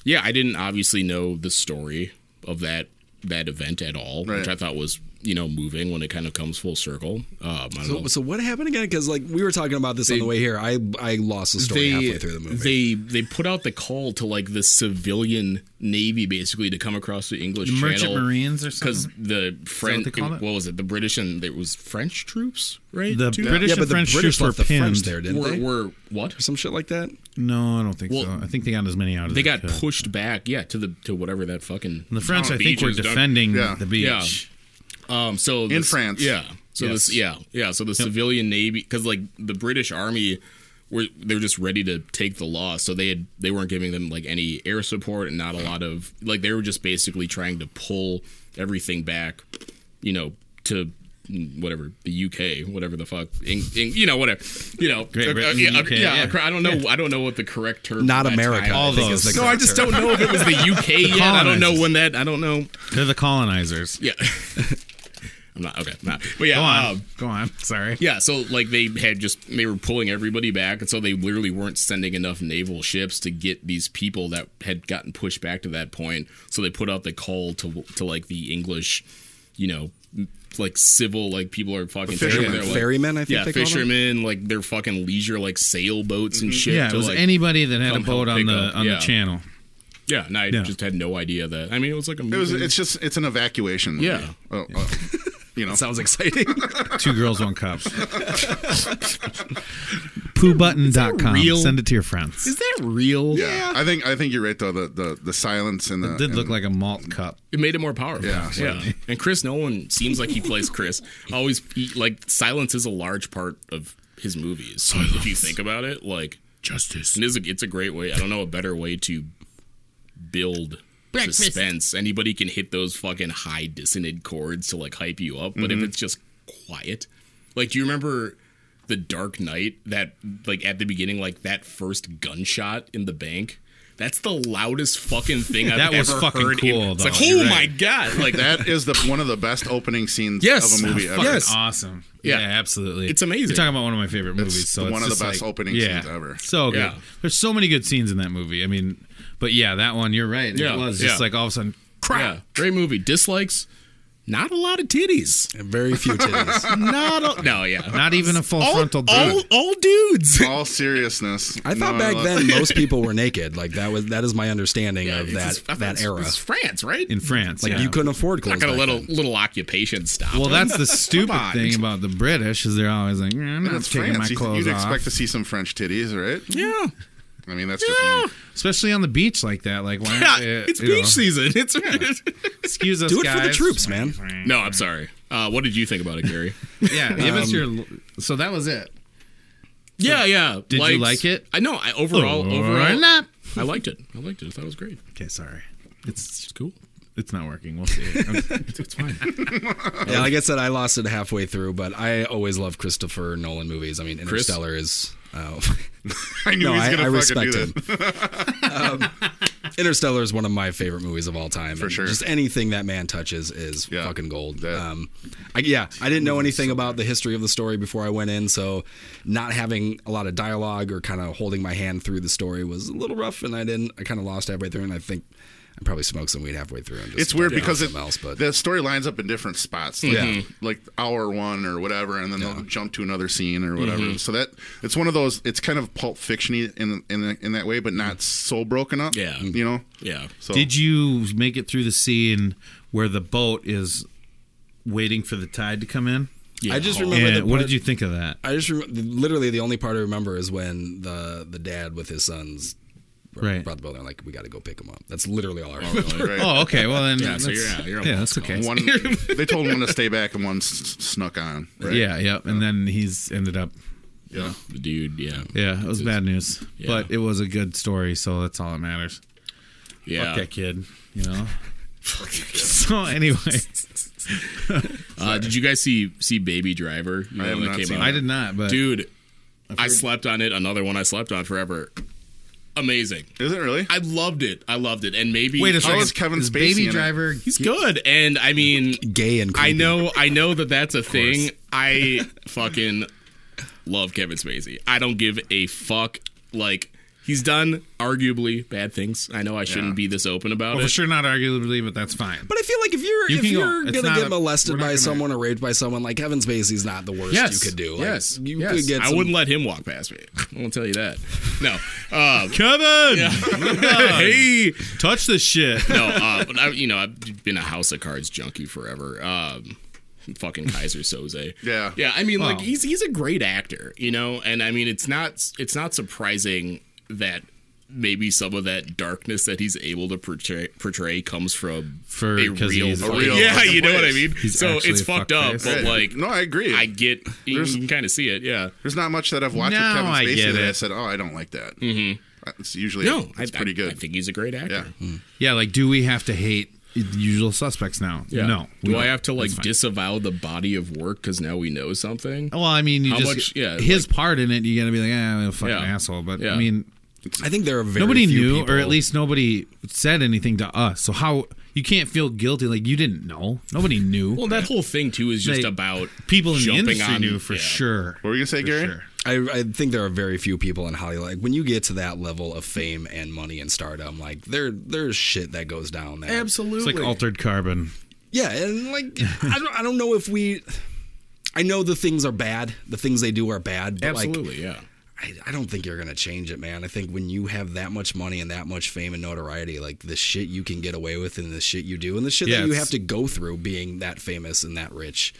yeah, I didn't obviously know the story of that that event at all, which Right. I thought was you know moving when it kind of comes full circle. Um, I don't know. So, so what happened again? Because like we were talking about this on the way here, I I lost the story halfway through the movie. They they put out the call to like the civilian navy basically to come across the English Merchant Channel Marines or because something? the French they what, call it? was it the British and it was French troops right The Two- British yeah, and but the French British troops were left the pinned. French there, didn't were, they? were what or some shit like that. No, I don't think so. Well, I think they got as many out as they got could. pushed back yeah to the to whatever that fucking The French, I think, beach were is done. defending Yeah. the beach. Yeah. Um, so this- France. yeah. So Yes. this, yeah, yeah. So the civilian navy, because like the British army, were they were just ready to take the loss. So they had they weren't giving them like any air support and not a lot of like they were just basically trying to pull everything back, you know, to mm, whatever the UK, whatever the fuck, in, in, you know, whatever, you know, Great uh, Britain, yeah, uh, UK, yeah, yeah. acro- I don't know, I don't know what the correct term. Not for that America. time I think those. is the no, I correct just term. don't know if it was the UK yet. I don't know when that. I don't know. They're the colonizers. Yeah. I'm not okay. I'm not. But yeah, Go on. um, Go on. Sorry. yeah. So like they had just they were pulling everybody back, and so they literally weren't sending enough naval ships to get these people that had gotten pushed back to that point. So they put out the call to to like the English, you know, m- like civil like people are fucking taking fishermen. their, like- Ferrymen, I think yeah, they call them. fishermen like their fucking leisure like sailboats and shit. Yeah, it to, was like- anybody that had a come help boat on pick the up. on Yeah. the channel. Yeah, and I Yeah. just had no idea that. I mean, it was like a It was. movie. It's just. It's an evacuation. Movie. Yeah. Oh, oh, you know. Sounds exciting. Two girls, one cup. Poobutton.com. real- Send it to your friends. is that real? yeah. I think. I think you're right though. The the, the silence and the It did look and- like a malt cup. It made it more powerful. Yeah, certainly. And Chris Nolan seems like he plays Chris. Always he, like silence is a large part of his movies. If you think about it, like justice. It is a, it's a great way. I don't know a better way to build suspense. Anybody can hit those fucking high dissonant chords to like hype you up, but Mm-hmm. if it's just quiet, like do you remember? The Dark Knight, that like at the beginning, like that first gunshot in the bank, that's the loudest fucking thing I've That was ever fucking heard. in- cool, it's though. like, You're oh right. my god, like that is the one of the best opening scenes Yes. of a movie ever. Fucking It's awesome. Yeah. Yeah. absolutely. It's amazing. You're talking about one of my favorite movies. so the- it's one of the just best like- opening yeah, scenes ever. So good. Yeah. There's so many good scenes in that movie. I mean, but yeah, that one. You're right. Yeah, It was just yeah. like all of a sudden. crap. Great movie. Dislikes, not a lot of titties. Very few titties. Not a, no, yeah, Not even a full Oh, frontal all, dude. all dudes. All seriousness. I thought No, back love- then most people were naked. Like that was that is my understanding of It's that just- I thought that it's- era. It's France, right? in France. Like yeah. you couldn't afford Not clothes. gonna back let a then. little occupation stop. Well, them. that's the on. stupid thing about the British is they're always like, "Eh, I'm not That's taking France. my You- clothes You'd off, expect to see some French titties, right? yeah, I mean, that's just. me. especially on the beach like that. Like, why? yeah. Aren't they, It's you know, beach season. It's Excuse us, Do it guys. for the troops, man. no. I'm sorry. Uh, what did you think about it, Gary? Yeah, give us your. So that was it. yeah, yeah. Did you Likes. like it? I know. I overall, Or overall, not. I liked it. I liked it. I thought it was great. Okay, sorry. It's, it's cool. it's not working. We'll see. it's, it's fine. Yeah, like I said, I lost it halfway through, but I always love Christopher Nolan movies. I mean, Chris? Interstellar is. Oh, I knew no, he was I, gonna I fucking respect do him. this. Um, Interstellar is one of my favorite movies of all time. For sure. Just anything that man touches is Yeah, fucking gold. that- Um, I, yeah, I didn't know anything about the history of the story before I went in, so not having a lot of dialogue or kind of holding my hand through the story was a little rough, and I didn't. I kind of lost halfway through, and I think I probably smoked some weed halfway through. And just It's weird did because it, something else, but the story lines up in different spots. Like, Yeah. like hour one or whatever, and then they'll jump to another scene or whatever. So that it's one of those. It's kind of pulp fictiony in in in that way, but not so broken up. Yeah. you know. Yeah. So Did you make it through the scene where the boat is waiting for the tide to come in? yeah. I just Oh, remember. Yeah. the What part- did you think of that? I just remember, literally the only part I remember is when the the dad with his sons brought, Right. brought the building like we got to go pick him up. That's literally all I remember. Right. Oh, okay. Well, then Yeah, so that's- you're out. You're a yeah, that's okay. one, they told one to stay back and one s- snuck on. Right? Yeah, yeah. And then he's ended up. the dude. Yeah. Yeah, it was bad news, Yeah. but it was a good story, so that's all that matters. Yeah. Fuck that kid, you know. so anyway, Uh, did you guys see see Baby Driver? You know, I have when it not came seen out? it. I did not, but Dude, I slept on it. Another one I slept on forever. Amazing. Is it really? I loved it. I loved it. And maybe wait a How second. is Kevin Is Spacey Baby in it? Driver? he's good. And I mean, Gay and creepy. I know, I know that that's a thing. I fucking love Kevin Spacey. I don't give a fuck. Like he's done arguably bad things. I know I shouldn't Yeah. be this open about Well, it. for sure, not arguably, but that's fine. But I feel like if you're You if can go. you're It's gonna not get a- molested we're not by gonna- someone or raped by someone, like Kevin Spacey's not the worst Yes, you could do. Like, yes, you yes. could get. I some- wouldn't let him walk past me. I won't tell you that. No, uh, Kevin, hey, touch this shit. no, uh, but I, you know, I've been a House of Cards junkie forever. Um, fucking Kaiser Soze. Yeah. yeah. I mean, like Wow. he's he's a great actor, you know, and I mean, it's not it's not surprising that maybe some of that darkness that he's able to portray, portray comes from For- a 'cause real, he's a fucking- real yeah, fucking you know what I place. mean. He's so actually it's a fucked up, fuckface. but Yeah. like, no, I agree. I get you There's- can kind of see it, yeah. There's not much that I've watched Now with Kevin I Spacey get that I it. said, "Oh, I don't like that." It's usually No, it's I, pretty I- good. I think he's a great actor. yeah. Yeah, like do we have to hate the usual suspects now? No. we Do I don't. have to That's like fine. disavow the body of work because now we know something? Well, I mean, you How just much- yeah, his part in it. You got to be like, ah, fucking Yeah. asshole. But Yeah. I mean, I think there are very nobody few knew, people- or at least nobody said anything to us. So how you can't feel guilty? Like you didn't know. Nobody knew. Well, that whole thing too is just They- about People in the jumping industry on- knew for yeah. sure. What were you gonna say, For Gary? sure. I, I think there are very few people in Hollywood. Like when you get to that level of fame and money and stardom, like there there's shit that goes down. That It's like altered carbon. Yeah, and like I don't I don't know if we I know the things are bad. The things they do are bad, but like Absolutely, yeah. I, I don't think you're gonna change it, man. I think when you have that much money and that much fame and notoriety, like the shit you can get away with and the shit you do and the shit Yeah, that you it's- have to go through being that famous and that rich.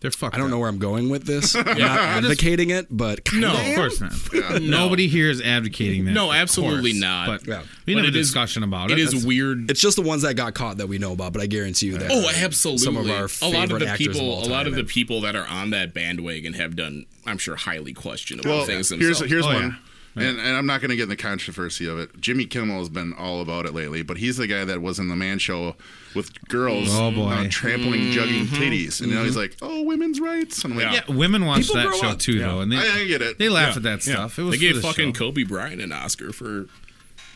They're fucked. I don't up. know where I'm going with this. I'm not advocating it, but kinda No. Of am. course not. Nobody here is advocating that. No, of absolutely course. not. But Yeah. we But didn't have it a is- discussion about it. It is That's- uh, weird. It's just the ones that got caught that we know about, but I guarantee you that oh, absolutely. some of our favorite a lot of the actors of people, all a lot time of the and- people that are on that bandwagon have done, I'm sure, highly questionable Well, things. here's themselves. here's Oh, one, yeah. And, and I'm not going to get in the controversy of it. Jimmy Kimmel has been all about it lately, but he's the guy that was in the man show with girls Oh, boy. Mm-hmm. uh, trampling, jugging titties, and now he's like, "Oh, women's rights." And I'm like, Yeah, women watch People that grow show up. too, though, and they I- I get it. They laugh Yeah, at that yeah. stuff. It was they for gave the fucking show. Kobe Bryant an Oscar for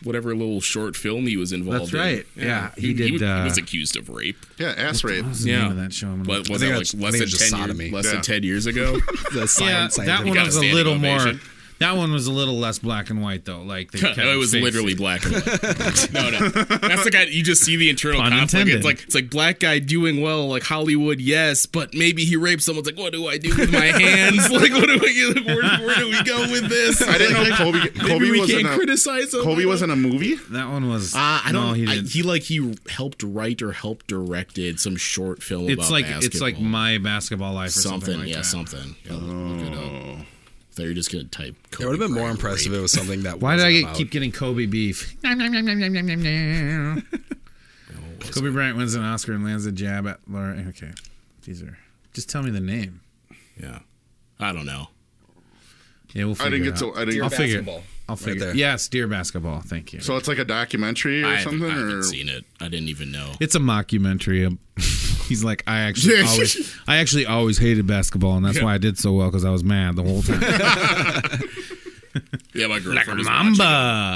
whatever little short film he was That's involved in. right. Yeah, he did, was- uh, was accused of rape. yeah, ass rape. What's the Yeah. name of that show? I'm gonna- But was think that that's- like I less think than it's just ten sodomy. years? Less Yeah. than ten years ago. the yeah, silent that one got was a a standing little more. ovation. That one was a little less black and white, though. Like they kept no, it his was face. literally black and white. no, no, that's the guy. You just see the internal Pun conflict. intended. It's like it's like black guy doing well, like Hollywood, yes, but maybe he raped someone. It's like, what do I do with my hands? like, what do we? Where, where do we go with this? I didn't know Kobe. Maybe Kobe we was in can't a criticize him. Kobe was in a movie. that one was. Uh, I don't. No, I- he he, didn't. like he helped write or helped directed some short film. it's about like it's like basketball. my basketball life or something. something. like yeah, that. Oh. something. Yeah, look it up. So you're just gonna type. Kobe It would have been more Bryant impressed if rape. it was something that. Why did I wasn't get, about- keep getting Kobe beef? Kobe Bryant wins an Oscar and lands a jab at Laura. Okay, these are. Just tell me the name. Yeah, I don't know. Yeah, we'll figure I didn't get it to. out. I didn't. I'll figure. it- basketball. I'll figure. there. Yes, dear basketball. Thank you. So it's like a documentary or I haven't, something, I haven't or seen it. I didn't even know. It's a mockumentary. Um, He's like, I actually always, I actually always hated basketball, and that's why I did so well because I was mad the whole time. Yeah, my girlfriend is Mamba.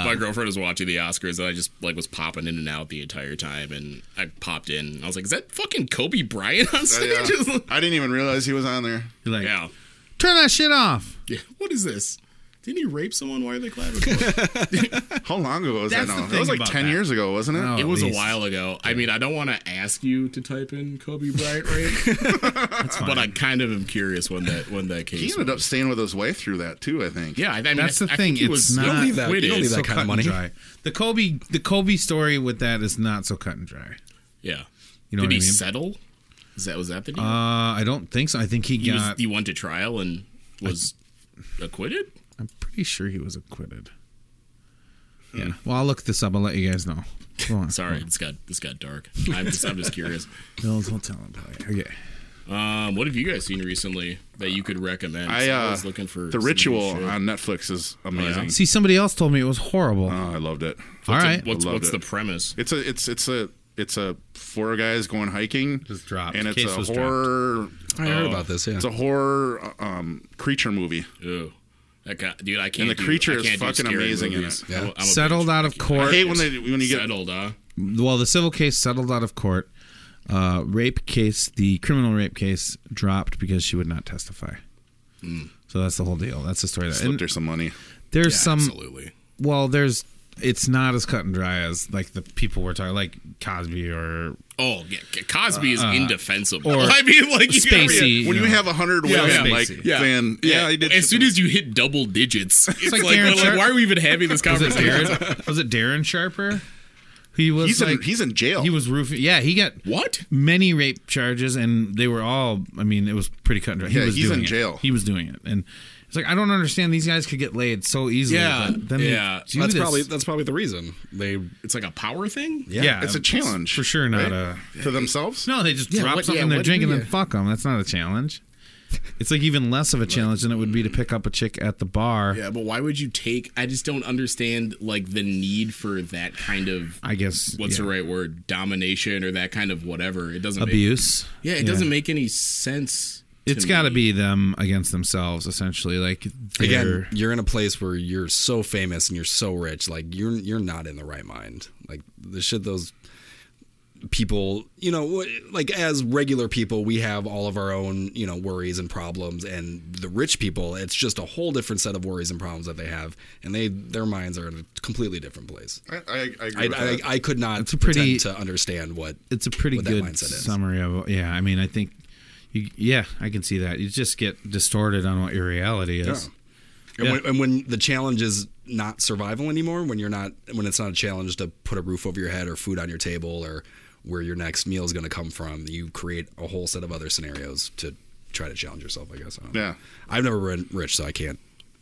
watching. My girlfriend is watching the Oscars, and I just like was popping in and out the entire time, and I popped in. And I was like, "Is that fucking Kobe Bryant on Oh, stage?" yeah. Just like- I didn't even realize he was on there. You're like, yeah. turn that shit off. yeah. What is this? Didn't he rape someone? Why are they clapping? for him? How long ago was That's that? the Now? That thing was like about ten that. years ago, wasn't it? No. it At was a least. while ago. I mean, I don't want to ask you to type in Kobe Bryant rape, but I kind of am curious when that when that case. He ended up was. staying with his wife through that too. I think. Yeah, I, I mean, That's I- the I thing. think he It's was not- You don't leave that- you acquitted. don't leave that so kind of cut and money. dry. The Kobe, the Kobe story with that is not so cut and dry. Yeah. You know what Did he I mean? settle? Is that was that the deal? Uh, I don't think so. I think he, he, was, got. he went to trial and was acquitted. I'm pretty sure he was acquitted. Yeah. Well, I'll look this up. I'll let you guys know. Go on. Sorry, this got this got dark. I'm just, I'm just curious. Bill's Hotel Empire. Okay. Um, what have you guys seen recently that you could recommend? I, uh, was looking for The some new Ritual shit. on Netflix is Oh, amazing. See, somebody else told me it was horrible. Oh, I loved it. All right. What's I loved what's it. the premise? It's a it's it's a it's a four guys going hiking. Just dropped. And it's Case a was horror. I heard about this. Yeah, It's a horror um, creature movie. Ew. That guy, dude, I can't. the do- creature I is can't do fucking scary amazing in movies. it. I'm a- I'm a Settled bitch. out of court. I hate when they when you get settled, uh, huh? Well, the civil case settled out of court. Uh, rape case, the criminal rape case dropped because she would not testify. So that's the whole deal. That's the story. That, slipped and her some money. there's some. Absolutely. Well, there's. It's not as cut and dry as like the people we're talking, like Cosby or Oh yeah, C- Cosby is indefensible. Uh, or I mean, like you gotta be- Spacey. When you know. have a hundred women, yeah. like Spacey. Yeah. then yeah, Yeah, I did. as soon as you hit double digits, it's, like like, we're Darren like, Sharp. why are we even having this Oh, was it conversation? Darren? was it Darren Sharper? He was he's like in he's in jail. he was roofing. Yeah, he got What? many rape charges, and they were all. I mean, it was pretty cut and dry. He Yeah, was he's doing in it. jail. He was doing it, and it's like I don't understand. These guys could get laid so easily. Yeah, but then they yeah. do that's this. probably that's probably the reason they. It's like a power thing. yeah, it's a challenge for sure. Not right? a to themselves. no. They just Yeah, drop what- something yeah, they're what- drinking and yeah. fuck them. That's not a challenge. It's like even less of a challenge than it would be to pick up a chick at the bar. Yeah, but why would you take? I just don't understand like the need for that kind of I guess what's yeah. the right word domination or that kind of whatever. It doesn't abuse. Make, yeah, it doesn't make any sense. to It's got to me. be them against themselves, essentially. Like Again, they're- you're in a place where you're so famous and you're so rich. Like you're you're not in the right mind. Like the shit those people, you know, w- like as regular people, we have all of our own, you know, worries and problems. And the rich people, it's just a whole different set of worries and problems that they have, and they their minds are in a completely different place. I, I, I agree. I, with I, that. I could not a pretty- pretend to understand what it's a pretty what that good mindset is. summary of yeah i mean i think you, yeah i can see that you just get distorted on what your reality is And, Yeah. when, and when the challenge is not survival anymore, when you're not, when it's not a challenge to put a roof over your head or food on your table or where your next meal is going to come from, you create a whole set of other scenarios to try to challenge yourself. I guess. I don't know. yeah, I've never been rich, so I can't.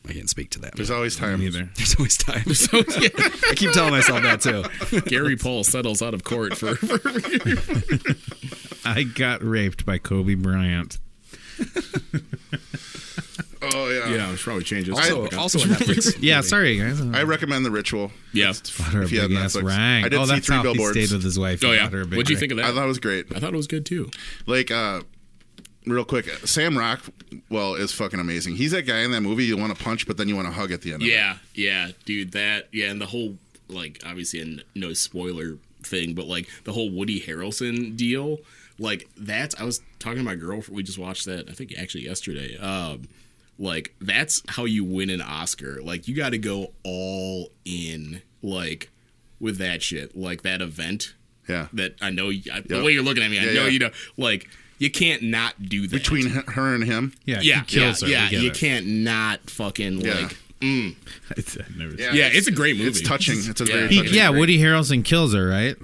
I can't speak to that. there's always time. either There's always time. I keep telling myself that too. Gary Paul settles out of court for. i got raped by kobe bryant Oh yeah. I should probably change this. Also, also on Netflix. yeah sorry guys I recommend the ritual. yeah. Bought her a If you have big ass Netflix. rang. I did oh, see that's three how billboards. he stayed with his wife. Oh He yeah. bought her a big What'd you ring. think of that? I thought it was great. I thought it was good too. Like uh real quick, Sam Rock well is fucking amazing. He's that guy in that movie you want to punch but then you want to hug at the end of it. Yeah, yeah, dude, that yeah, and the whole like obviously and no spoiler thing, but like the whole Woody Harrelson deal, like that's I was talking to my girlfriend. We just watched that I think actually yesterday. Um, like that's how you win an Oscar. Like you got to go all in, like with that shit, like that event. Yeah. That I know you- I, Yeah. the way you're looking at me, I Yeah, know yeah. you know like you can't not do that Between h- her and him. Yeah, Yeah, he kills yeah, her. yeah. We get You it. can't not fucking like. It's- I've never seen Yeah, it's, a great movie. It's touching. It's a Yeah. very it. He- touching. yeah, Woody Harrelson kills her, right?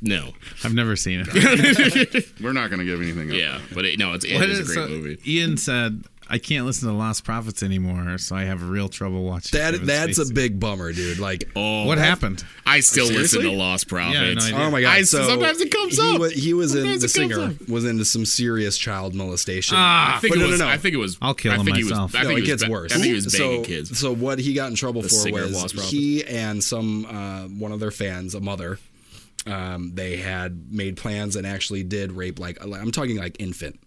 No. I've never seen it. We're not going to give anything up. Yeah, but it, no, it's, it What is a is- great so movie. Ian said I can't listen to Lost Prophets anymore, so I have real trouble watching. That Kevin that's Spacey. a big bummer, dude. Like, Oh, What happened? I still Seriously? listen to Lost Prophets. no, I oh my god! I- so sometimes it comes he up. wa- he was in Sometimes the it comes singer up. was into some serious child molestation. Ah, I think But it no, was. no, no. I think it was. I'll kill I him think he was- myself. I no, think it he was gets ba- worse. I think he was so, banging kids. So what he got in trouble The for singer of was Lost Prophets. he and some uh, one of their fans, a mother, um, they had made plans and actually did rape like I'm talking like infant,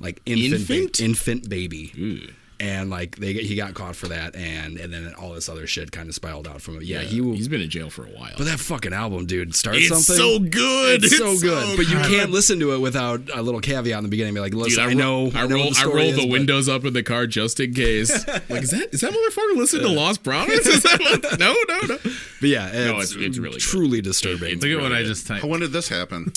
like infant Infant? ba- infant baby. And like they, he got caught for that, and and then all this other shit kind of spiraled out from it. Yeah, he will. He's been in jail for a while. But that fucking album, dude, start it's something. so good. It's, so good, but you good. can't listen to it without a little caveat in the beginning. Be like, listen, Dude, I, I, ro- know, I, know roll, what I story roll is, the but- windows up in the car just in case. like, is that is that motherfucker listening to Lost Prophets? Is that what- no, no, no. But, yeah, it's, it's- it's really good. truly disturbing. Look at what I just typed. When did this happen?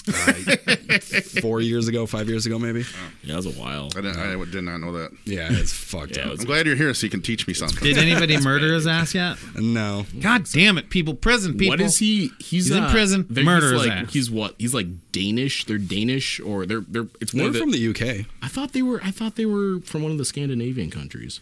Four years ago, five years ago, maybe. Yeah, that was a while. I, didn't, I did not know that. Yeah, it's fucked Yeah, up. it was- I'm glad you're here so you can teach me something. Did anybody murder his ass yet? no, God damn it, people! Prison people. What is he? He's, He's uh, in prison. they're- Murder He's his like ass. he's what? He's like Danish. They're Danish or they're they're. It's one they're of the, from the UK. I thought they were. I thought they were from one of the Scandinavian countries.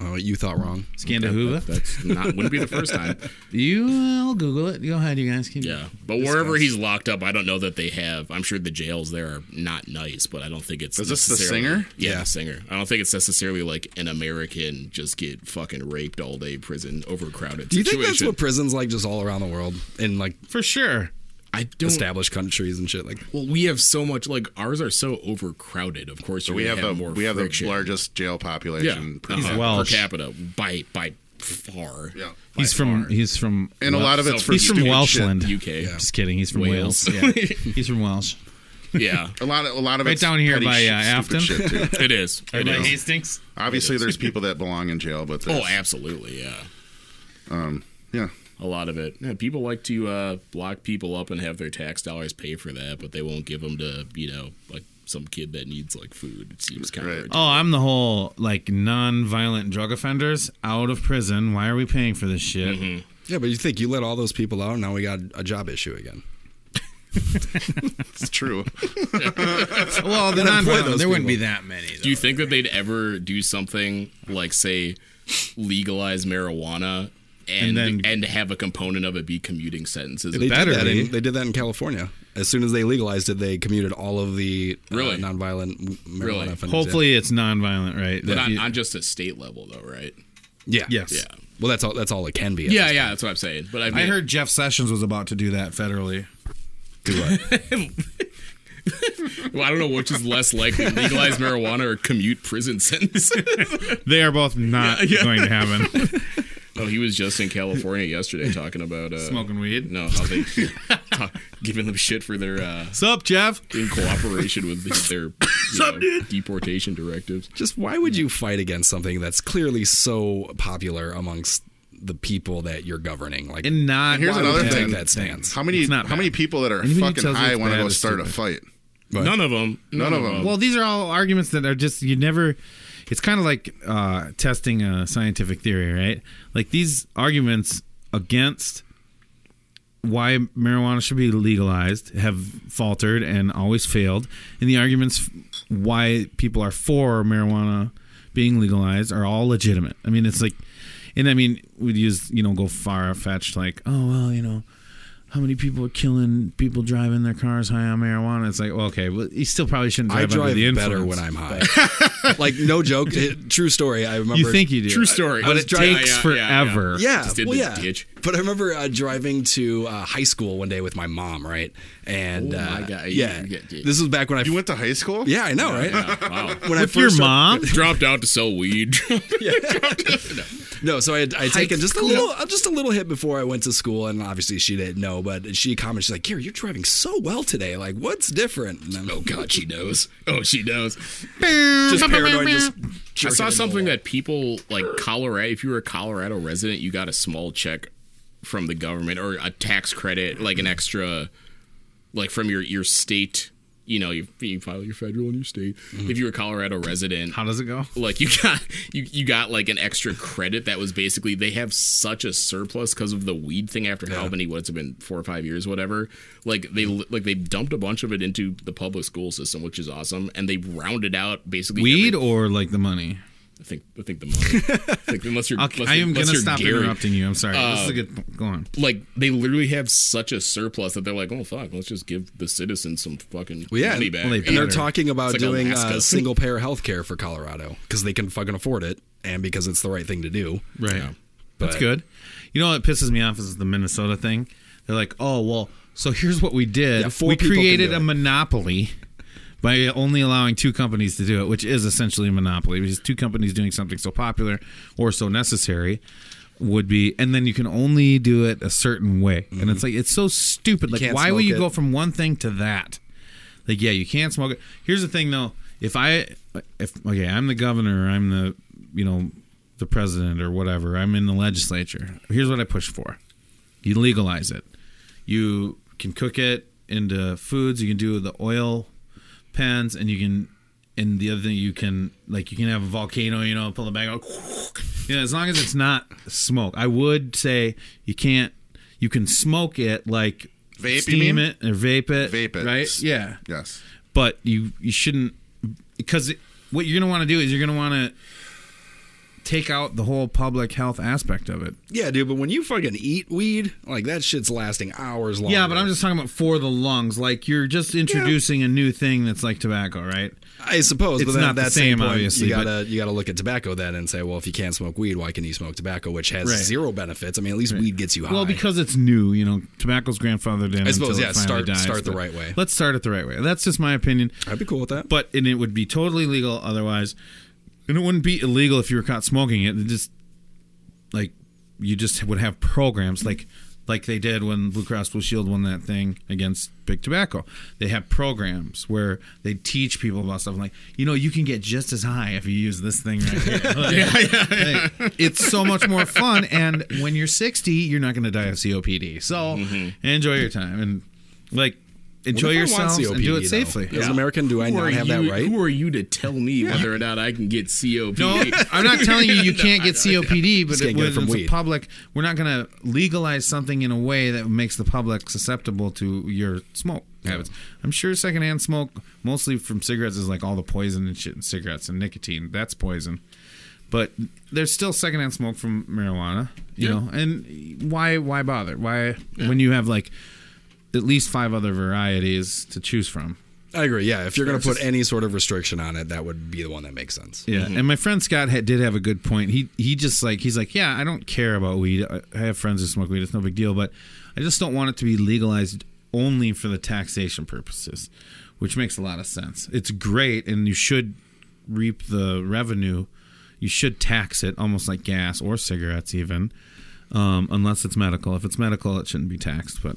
Oh, you thought wrong. Scandahuva. That's not wouldn't be the first time. You, I'll Google it. Go ahead, you guys. Keep Yeah, but wherever he's locked up, I don't know that they have. I'm sure the jails there are not nice, but I don't think it's. Is this the necessarily- singer? Yeah, Yeah. the singer. I don't think it's necessarily like an American just get fucking raped all day prison overcrowded. Do you situation. think that's what prisons like just all around the world in like for sure. I don't. established countries and shit? Like, Well, we have so much. Like ours are so overcrowded. Of course, We have, have the more. we have friction. the largest jail yeah population. per- uh-huh, Welsh. per capita by by far. Yeah. By He's from. far. He's from. And a lot of so it's for He's from stupid Welshland. shit. UK. Yeah. Just kidding. He's from Wales. Wales. Yeah. He's from Welsh. yeah. shit. A lot of a lot of Right it's down here petty by, shit, uh, stupid Afton. shit, too. It is. It is. Hastings. Obviously, there's people that belong in jail, but Oh, there's- absolutely. Yeah. Um, yeah. a lot of it. Yeah, people like to uh, lock people up and have their tax dollars pay for that, but they won't give them to you know like some kid that needs like food. It seems kind Right. of Oh, I'm the whole like non-violent drug offenders out of prison. Why are we paying for this shit? yeah, but you think you let all those people out, now we got a job issue again. It's true. Well, the employ non-violent, there those wouldn't be people. that many. Do you think that they'd ever do something like say legalize marijuana and And and, then- have a component of it be commuting sentences? They Better did that. be. In, they did that in California. As soon as they legalized it, they commuted all of the uh, Really? nonviolent m- marijuana Really? offenders. Hopefully, it's non-violent, right? but If on, you- on just a state level though, right? yeah, yes. Yeah. Well, that's all. That's all it can be. Yeah, yeah, that's what I'm saying. But I, mean, I heard Jeff Sessions was about to do that federally. well, I don't know which is less likely: legalize marijuana or commute prison sentences. They are both not going to happen. Oh, he was just in California yesterday talking about uh, Smoking weed. No, how they giving them shit for their uh, Sup, Jeff? in cooperation with their you know, deportation directives. just why would you fight against something that's clearly so popular amongst the people that you're governing? Like, And not. Here's why would another you thing. take that stance. How many It's not how bad. many people that are Anybody who fucking tells you high it's want to bad go is start a stupid. fight? None of them. None of them. Well, these are all arguments that are just you never. It's kind of like uh, testing a scientific theory, right? Like these arguments against why marijuana should be legalized have faltered and always failed, and the arguments f- why people are for marijuana being legalized are all legitimate. I mean, it's like, and I mean, we'd use you know go far fetched like, oh well, you know how many people are killing people driving their cars high on marijuana? It's like, well, okay, well, you still probably shouldn't drive, I drive under the influence. better when I'm high. like, no joke, it- true story. I remember. You think you do? True story. I but was it dri- takes yeah, yeah, yeah. forever. Yeah, Just in well, the yeah. ditch. But I remember uh, driving to uh, high school one day with my mom, right? And Oh, uh, my God. yeah, You get- this was back when I You went to high school? yeah, I know, right? Wow. When With I your first started- mom, Dropped out to sell weed. No, so I had, I had taken just a little, uh, just a little hit before I went to school, and obviously she didn't know, but she commented, she's like, "Gary, you're driving so well today. Like, what's different?" And I'm, oh God, she knows. oh, she knows. Just paranoid. Just I jerking saw into something the that people like Colorado. If you were a Colorado resident, you got a small check from the government or a tax credit, like an extra, like from your your state. You know, you, you file your federal and your state. If you were a Colorado resident, how does it go? like you got you, you got like an extra credit that was basically they have such a surplus because of the weed thing after how many what's it been four or five years whatever like they like they dumped a bunch of it into the public school system which is awesome and they rounded out basically Weed every- or like the money? I think I think the money. I think unless you're, I'll, unless I you're- am going unless to you're stop Gary. interrupting you. I'm sorry. this is Uh, a good. po- Go on. Like they literally have such a surplus that they're like, oh fuck, let's just give the citizens some fucking Well, yeah, money and- back. well, they And they're better. talking about It's like doing uh, Alaska. single payer health care for Colorado because they can fucking afford it and because it's the right thing to do. Right. That's But- good. You know what pisses me off is the Minnesota thing. They're like, oh well, so here's what we did. Yeah, four we people can created do a it. monopoly by only allowing two companies to do it, which is essentially a monopoly because two companies doing something so popular or so necessary would be and then you can only do it a certain way. And it's like it's so stupid. Like Mm-hmm. can't why will smoke you it. go from one thing to that? Like, yeah, you can't smoke it. Here's the thing, though. If I, if okay, I'm the governor, I'm the, you know, the president or whatever. I'm in the legislature. Here's what I push for: you legalize it. You can cook it into foods. You can do the oil pans, and you can. And the other thing you can like, you can have a volcano. You know, pull the bag out. You know, as long as it's not smoke. I would say you can't. You can smoke it like Vape, you steam mean? it or vape it. Vape it. Right? Yeah Yes. but you you shouldn't because it, what you're gonna want to do is you're gonna want to take out the whole public health aspect of it. Yeah, dude, but when you fucking eat weed, like that shit's lasting hours long. Yeah, but I'm just talking about for the lungs. Like you're just introducing a new thing that's like tobacco, right? I suppose, It's but then not at the that same, same, point, obviously, you but- gotta you gotta look at tobacco then and say, well, if you can't smoke weed, why can you smoke tobacco, which has Right. zero benefits? I mean, at least weed gets you high. Well, because it's new, you know, tobacco's grandfathered in. I until suppose, it yeah, finally start- dies, start the but right way. Let's start it the right way. That's just my opinion. I'd be cool with that. But and it would be totally legal otherwise, and it wouldn't be illegal if you were caught smoking it. It just like you just would have programs like like they did when Blue Cross Blue Shield won that thing against Big Tobacco. They have programs where they teach people about stuff like you know you can get just as high if you use this thing right here. Like, like, it's so much more fun, and when you're 60, you're not going to die of COPD. So enjoy your time and like enjoy Mm-hmm. What if I want yourselves and do COPD, it though? safely. As an American, do I Who not are have that you- right? Who are you to tell me whether or not I can get COPD? No, I'm not telling you you can't get No, I know. COPD, but Just can't it, get it when from it's a weed. public, we're not going to legalize something in a way that makes the public susceptible to your smoke habits. I'm sure secondhand smoke, mostly from cigarettes, is like all the poison and shit in cigarettes and nicotine. That's poison. But there's still secondhand smoke from marijuana, you know. And why why bother? Why when you have like at least five other varieties to choose from? I agree. Yeah, if you're gonna put any sort of restriction on it, that would be the one that makes sense. Yeah, and my friend Scott had, did have a good point. He he just like he's like, yeah, I don't care about weed. I I have friends who smoke weed; it's no big deal. But I just don't want it to be legalized only for the taxation purposes, which makes a lot of sense. It's great, and you should reap the revenue. You should tax it almost like gas or cigarettes, even um, unless it's medical. If it's medical, it shouldn't be taxed. But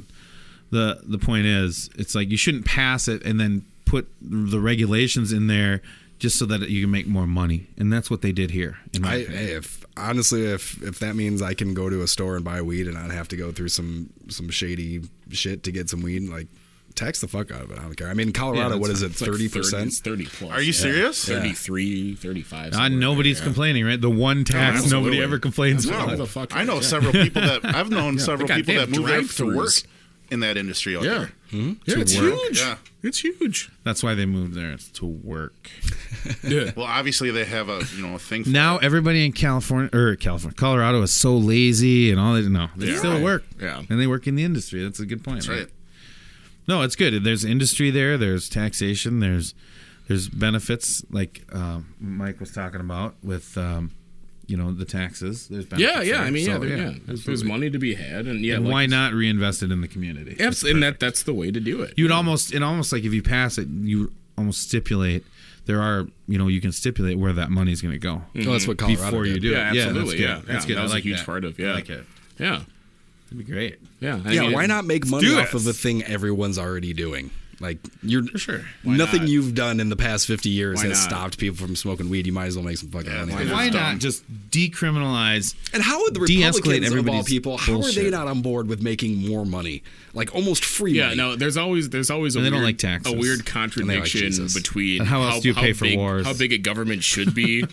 the the point is it's like you shouldn't pass it and then put the regulations in there just so that you can make more money and that's what they did here in my I, opinion. hey, if honestly, if if that means I can go to a store and buy weed and not have to go through some some shady shit to get some weed, like tax the fuck out of it. I don't care. I mean, Colorado, what is it, It's like thirty percent? It's 30 plus. Are you serious? 33, 35. Ah, somewhere nobody's there, yeah. complaining right the one tax nobody absolutely. ever complains That's about what the fuck I is, know yeah. several people that I've known several They got people that damn move there to work drive-thrus. in that industry. Out Yeah. there. Hmm? Yeah, it's work. huge. Yeah. It's huge. that's why they moved there it's to work Yeah. Well, obviously they have a you know a thing. For now everybody in california or california colorado is so lazy and all they no they Yeah. still work Yeah. and they work in the industry that's a good point That's right. No, it's good. There's industry there. There's taxation. There's there's benefits like um, Mike was talking about with um, you know the taxes. There's benefits Yeah, yeah. there. I mean, yeah, So, there- yeah. There's, there's money to be had, and yeah, And like why you not reinvest it in the community? said, abs- and that that's the way to do it. You'd almost it almost like if you pass it, you almost stipulate there are you know you can stipulate where that money's going to go Mm-hmm. Well, that's what Colorado Mm-hmm. before you did. do Yeah, it. absolutely, Yeah, yeah, that's good. That's yeah. good. That I was a like huge that. part of- I yeah. like it. yeah, It'd be great. yeah. I Yeah, mean, why not make money do off this. of a thing everyone's already doing? Like you're sure. nothing not? you've done in the past fifty years Why has not? stopped people from smoking weed. You might as well make some fucking money. why off it. Why not just decriminalize? And how would the De-escalate Republicans of all everybody's people? How are they bullshit. not on board with making more money, like almost free? Yeah, money? no. There's always there's always a And they weird, don't like taxes. a weird contradiction Jesus. between And how else do you pay for big, wars? how big a government should be,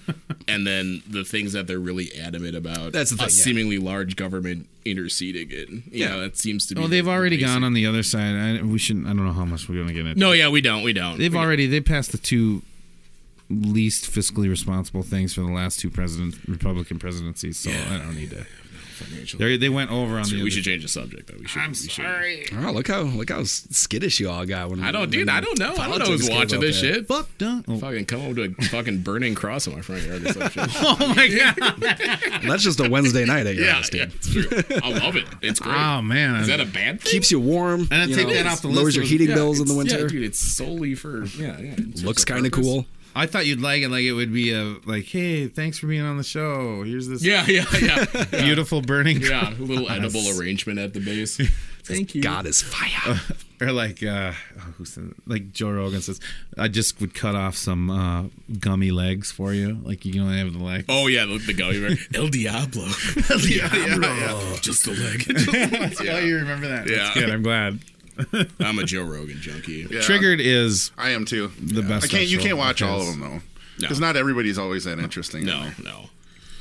and then the things that they're really adamant about. That's the thing, a yeah. seemingly large government interceding in. You Yeah. know, that seems to be. Oh, the- they've the already basic- gone on the other side. I, we shouldn't. I don't know how much we're going to get into. No, yeah, we don't. We don't. They've We- already they passed the two least fiscally responsible things for the last two president Republican presidencies. So I don't need to. They they went over on the. we other- should change the subject though. We should. I'm we should. sorry. Oh, look how look how skittish you all got. When I don't, when dude. I don't know. I don't know politics who's came watching up this here. shit. Fuck done. Oh, Fucking come up to a fucking burning cross in my front yard or some shit. oh my god. That's just a Wednesday night at your house, dude. it's true. I love it. It's great. Oh man. Is that a bad thing? Keeps you warm. And I you take that off the lowers list. your heating Yeah, bills in the it's- winter. Yeah, dude, it's solely for yeah, yeah. it's Looks for kind of purpose. cool. I thought you'd like it. Like it would be a like, hey, thanks for being on the show. Here's this Yeah, yeah, yeah. yeah. beautiful burning. Yeah, a little edible arrangement at the base. Thank you. God is fire. Or like, uh, oh, who said like Joe Rogan says, I just would cut off some uh, gummy legs for you. Like you can only have the leg. Oh yeah, the, the gummy bear. El Diablo. El Diablo. Just the leg. Oh, you remember that? That's Yeah. good. I'm glad. I'm a Joe Rogan junkie. Yeah. Triggered is I am too. the best. I can't. You special can't watch all of because- them though, No. because not everybody's always that interesting. in No, there. no.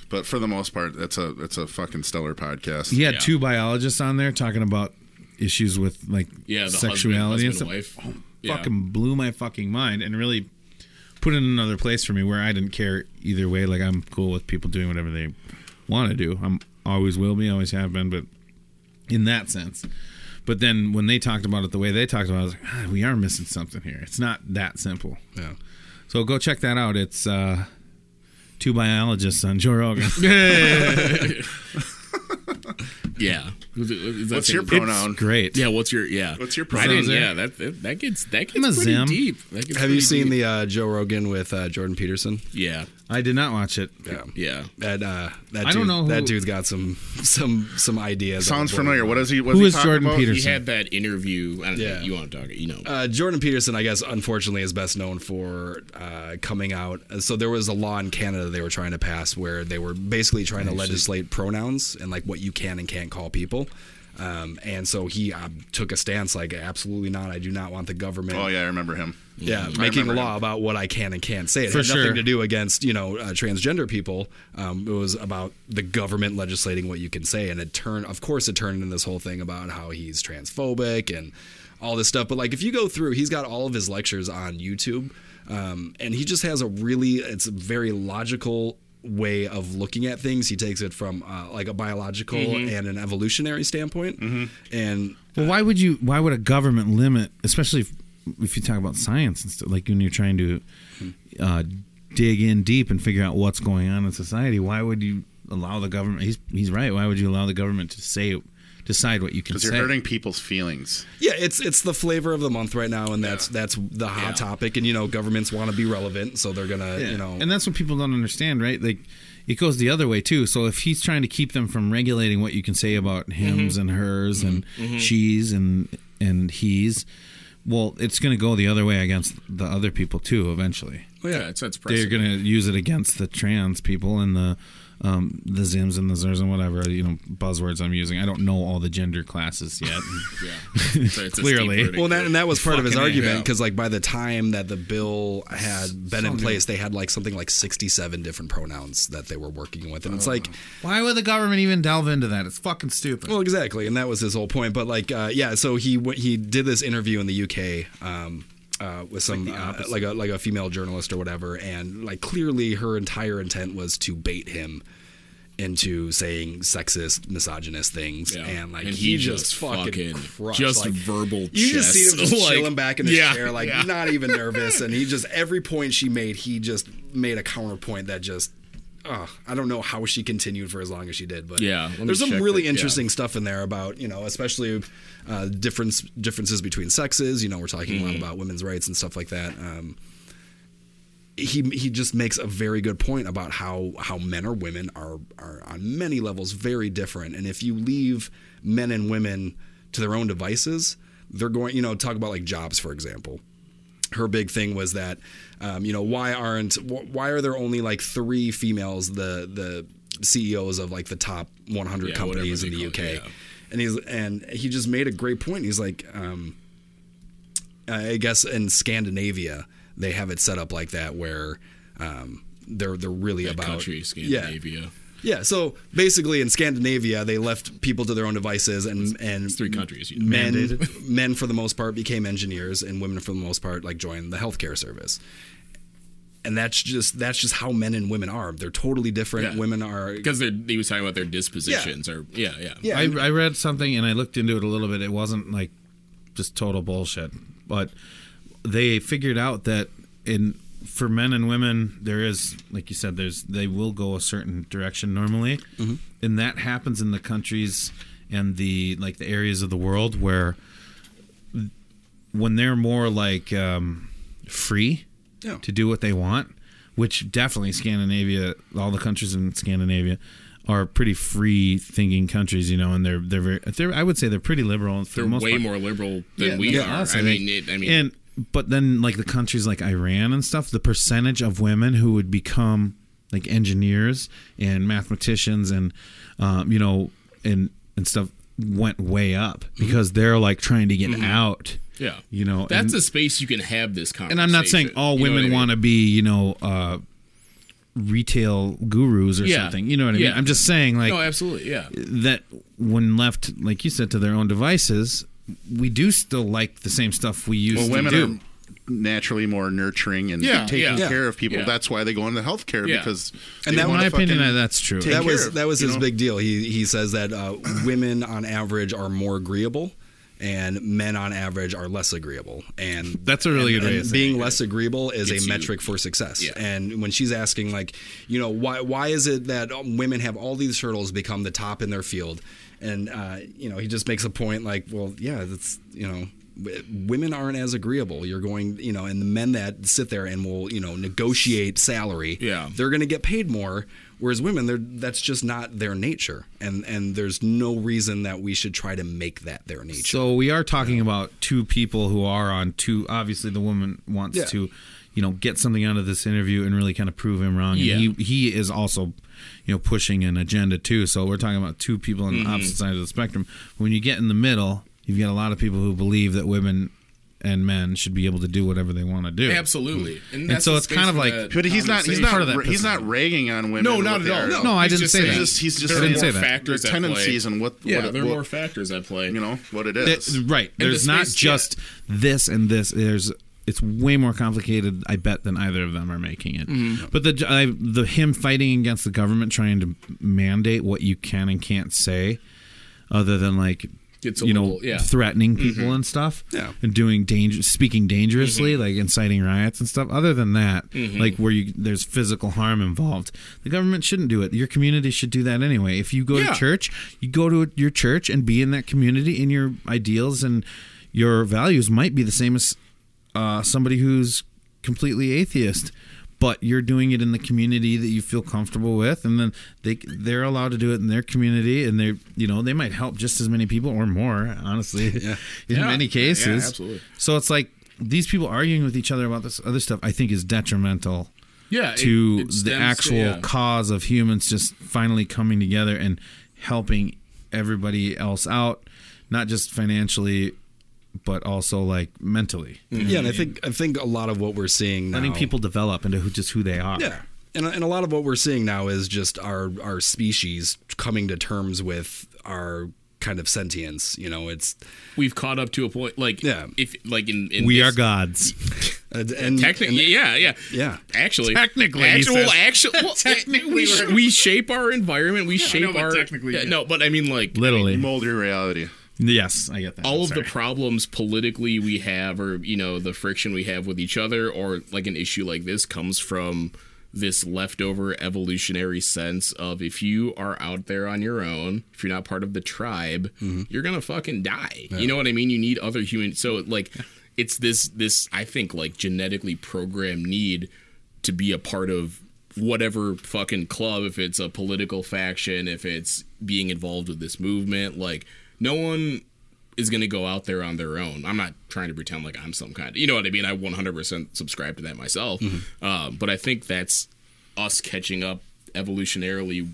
but for the most part, that's a that's a fucking stellar podcast. He had Yeah. two biologists on there talking about issues with like Yeah, the sexuality husband, and husband, stuff. wife. Yeah. Yeah. Fucking blew my fucking mind and really put it in another place for me where I didn't care either way. Like I'm cool with people doing whatever they want to do. I'm always will be, always have been, but in that sense. But then when they talked about it the way they talked about it, I was like, ah, we are missing something here. It's not that simple. Yeah. So go check that out. It's uh, two biologists on Joe Rogan. Yeah. Is- is that What's thing- your pronoun? It's great. Yeah, what's your yeah? What's your I pronoun? didn't, yeah, that, that that gets that gets I'm a pretty Zim. deep. That gets Have you pretty seen deep. the uh, Joe Rogan with uh, Jordan Peterson? Yeah, I did not watch it. Yeah. yeah. That uh, that I dude, don't know who- that dude's got some some some ideas. on Sounds the board. familiar. What is he? What Who he is talking Jordan about? Peterson? He had that interview. I don't Yeah. know. You want to talk? You know. Uh, Jordan Peterson, I guess, unfortunately, is best known for uh, coming out. So there was a law in Canada they were trying to pass where they were basically trying to legislate pronouns and like what you can and can't call people. Um, and so he uh, took a stance like, absolutely not. I do not want the government. Oh yeah, I remember him. Yeah, I Mm-hmm. making a remember law him. about what I can and can't say. It For had nothing sure. to do against you know uh, transgender people. Um, it was about the government legislating what you can say, and it turned. Of course, it turned into this whole thing about how he's transphobic and all this stuff. But like, if you go through, he's got all of his lectures on YouTube, um, and he just has a really, it's a very logical way of looking at things. He takes it from uh, like a biological and an evolutionary standpoint, and Well, why would you? Why would a government limit, especially if, if you talk about science and stuff, like when you're trying to uh, dig in deep and figure out what's going on in society? Why would you allow the government? He's he's right. Why would you allow the government to say decide what you can Because say? you're hurting people's feelings. Yeah, it's it's the flavor of the month right now, and that's that's the hot topic. And you know, governments want to be relevant, so they're gonna Yeah. you know. and that's what people don't understand, right? Like it goes the other way too. So if he's trying to keep them from regulating what you can say about hims and hers and she's and and he's, well, it's going to go the other way against the other people too eventually. oh, Well, yeah, it's that's they're precedent. going to use it against the trans people and the um, the zims and the zers and whatever you know buzzwords I'm using. I don't know all the gender classes yet. yeah. It's a- it's a Clearly. steep learning well, that, curve. and that was part of his Fucking A. argument Yeah. because, like, by the time that the bill had been in place, they had like something like sixty-seven different pronouns that they were working with, and Oh, it's like, Why would the government even delve into that? It's fucking stupid. Well, exactly, and that was his whole point. But like, uh, yeah, so he w- he did this interview in the UK um, uh, with some like, uh, like a like a female journalist or whatever, and like clearly her entire intent was to bait him into saying sexist, misogynist things, Yeah. and like And he, he just, just fucking fucking crushed, just like, verbal You just see him chess. just Like, chilling back in his yeah, chair, like not even nervous, and he just every point she made, he just made a counterpoint that just. Uh, I don't know how she continued for as long as she did, but Yeah, let me there's some check really that, yeah. interesting stuff in there about you know especially uh, difference differences between sexes. You know, we're talking Mm-hmm. a lot about women's rights and stuff like that. Um, he he just makes a very good point about how how men or women are are on many levels very different, and if you leave men and women to their own devices, they're going you know talk about like jobs for example her big thing was that um, you know why aren't wh- why are there only like three females the the CEOs of like the top 100 Yeah, companies whatever in they the UK call it, yeah. and he's and he just made a great point he's like um, I guess in Scandinavia they have it set up like that where um, they're they're really about country yeah. Scandinavia. Yeah, so basically in Scandinavia, they left people to their own devices, and and three countries, you know. Men, men for the most part became engineers, and women for the most part like joined the healthcare service. and that's just that's just how men and women are. They're totally different. Yeah. Women are because they're he was talking about their dispositions or yeah yeah I, I read something and I looked into it a little bit. It wasn't like just total bullshit, but they figured out that in for men and women there is like you said there's they will go a certain direction normally and that happens in the countries and the like the areas of the world where when they're more like um, free Yeah. to do what they want, which definitely Scandinavia, all the countries in Scandinavia are pretty free thinking countries, you know, and they're they're very, they're I would say they're pretty liberal for they're the most way part. more liberal than we Yeah, are. us, I think. mean it, I mean and but then like the countries like Iran and stuff, the percentage of women who would become like engineers and mathematicians and um, you know and and stuff went way up because they're like trying to get out. Mm-hmm. yeah You know, that's and- a space you can have this and conversation. I'm not saying all women want to. to be, you know, uh, retail gurus or Yeah. something. You know what I mean? Yeah. I'm just saying, like, No, absolutely, yeah. that when left, like you said, to their own devices, we do still like the same stuff we used Well, to women do. are naturally more nurturing and Yeah, taking yeah. care of people. Yeah. That's why they go into healthcare Yeah. because And they that- In wanna my opinion, fucking- I- that's true. take- that was care of, that was you his know? big deal. He he says that uh, women on average are more agreeable and men on average are less agreeable. And That's a really and- good way and of saying being less agreeable is Gets a you- metric for success. Yeah. And when she's asking like, you know, why why is it that women have all these hurdles become the top in their field? And uh, you know, he just makes a point like, well, yeah, that's you know, w- women aren't as agreeable. You're going, you know, and the men that sit there and will, you know, negotiate salary, Yeah. they're going to get paid more. Whereas women, they're, that's just not their nature, and and there's no reason that we should try to make that their nature. So we are talking about two people who are on two. Obviously, the woman wants Yeah. to, you know, get something out of this interview and really kind of prove him wrong. Yeah. And he he is also, you know, pushing an agenda too. So we're talking about two people on Mm-hmm. the opposite sides of the spectrum. When you get in the middle, you've got a lot of people who believe that women and men should be able to do whatever they want to do. Absolutely, Hmm. And that's so the it's space kind of for like- that But he's not. He's conversation. not. Part of that he's not ragging on women. No, and not what at they all. are. No, I he's didn't just say saying- that. He's just. He's just. I there are didn't more say that. factors at Tendencies play. and what. Yeah, what, there are what- more factors at play. You know what it Th- is. right. the There's not space- just this and this. There's it's way more complicated, I bet, than either of them are making it. Mm-hmm. But the I, the him fighting against the government trying to mandate what you can and can't say, other than like It's a you know little- yeah. Mm-hmm. threatening people and stuff, Yeah. and doing danger, speaking dangerously, like inciting riots and stuff. Other than that, like where you there's physical harm involved, the government shouldn't do it. Your community should do that anyway. If you go Yeah. to church church, you go to your church and be in that community, and your ideals and your values might be the same as uh, somebody who's completely atheist. But you're doing it in the community that you feel comfortable with, and then they they're allowed to do it in their community, and they you know they might help just as many people or more, honestly, in Yeah. many Yeah, cases. absolutely. So it's like these people arguing with each other about this other stuff. I think is detrimental Yeah, it- to it the stems- actual yeah. cause of humans just finally coming together and helping everybody else out, not just financially, but also like mentally, Yeah, and I think I think a lot of what we're seeing now, letting people develop into who, just who they are. yeah, and and a lot of what we're seeing now is just our our species coming to terms with our kind of sentience. You know, it's we've caught up to a point. Like Yeah. if like in, in We this- are gods. and, and Technically, yeah, yeah, Yeah. Actually, Technically, he actual, says. actual. Well, technically, we, sh- we shape our environment. We shape know, but our technically, Yeah, yeah. No, but I mean, like Literally. Mold your reality. Yes, I get that. all of Sorry. the problems politically we have or you know the friction we have with each other or like an issue like this comes from this leftover evolutionary sense of if you are out there on your own if you're not part of the tribe Mm-hmm. you're gonna fucking die you know what i mean you need other human so like it's this this i think like genetically programmed need to be a part of whatever fucking club if it's a political faction if it's being involved with this movement like no one is going to go out there on their own. I'm not trying to pretend like I'm some kind. Of, you know what I mean? I 100% subscribe to that myself. Mm-hmm. Um, but I think that's us catching up evolutionarily.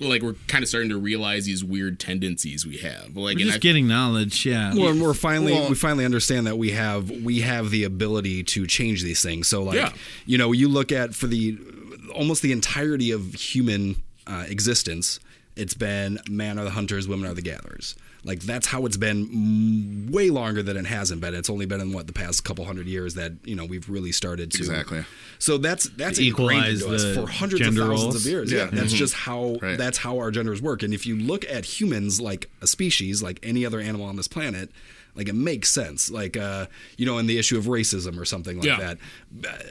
Like we're kind of starting to realize these weird tendencies we have. Like, We're and just I- getting knowledge. Yeah. Well, and we're finally Well- we finally understand that we have we have the ability to change these things. So like Yeah. you know, you look at for the almost the entirety of human uh, existence It's been men are the hunters, women are the gatherers. Like that's how it's been mm, way longer than it hasn't been. It's only been in what the past couple hundred years that you know we've really started to Exactly. So that's that's Equalize ingrained into us the for hundreds of gender thousands roles. of years. Yeah, Yeah. Mm-hmm. that's just how Right. that's how our genders work. And if you look at humans like a species, like any other animal on this planet. Like it makes sense, like uh, you know, in the issue of racism or something like Yeah. that. Uh,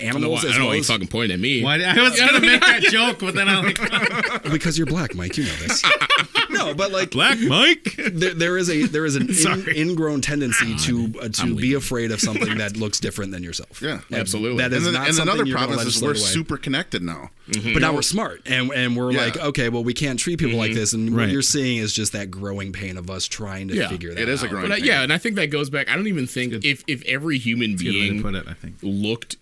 I don't know animals, why- I as don't know well why you as- fucking point at me. Why, I was gonna make that joke, but then I'm like, because you're black, Mike. You know this. no, but like Black Mike. there, there is a there is an in, Sorry. ingrown Ah, tendency to uh, to be afraid of something that looks different than yourself. Yeah, Like, absolutely. That is and then, not and something another you're gonna problem is we're legislate away. super connected now. But now we're smart, and and we're Mm-hmm. Yeah. Mm-hmm. like, okay, well, we can't treat people like this. And what Right. you're seeing is just that growing pain of us trying to Yeah, figure that. It is a out. growing. But I, pain. yeah, and I think that goes back. I don't even think if if every human Good way to being put it, I think. looked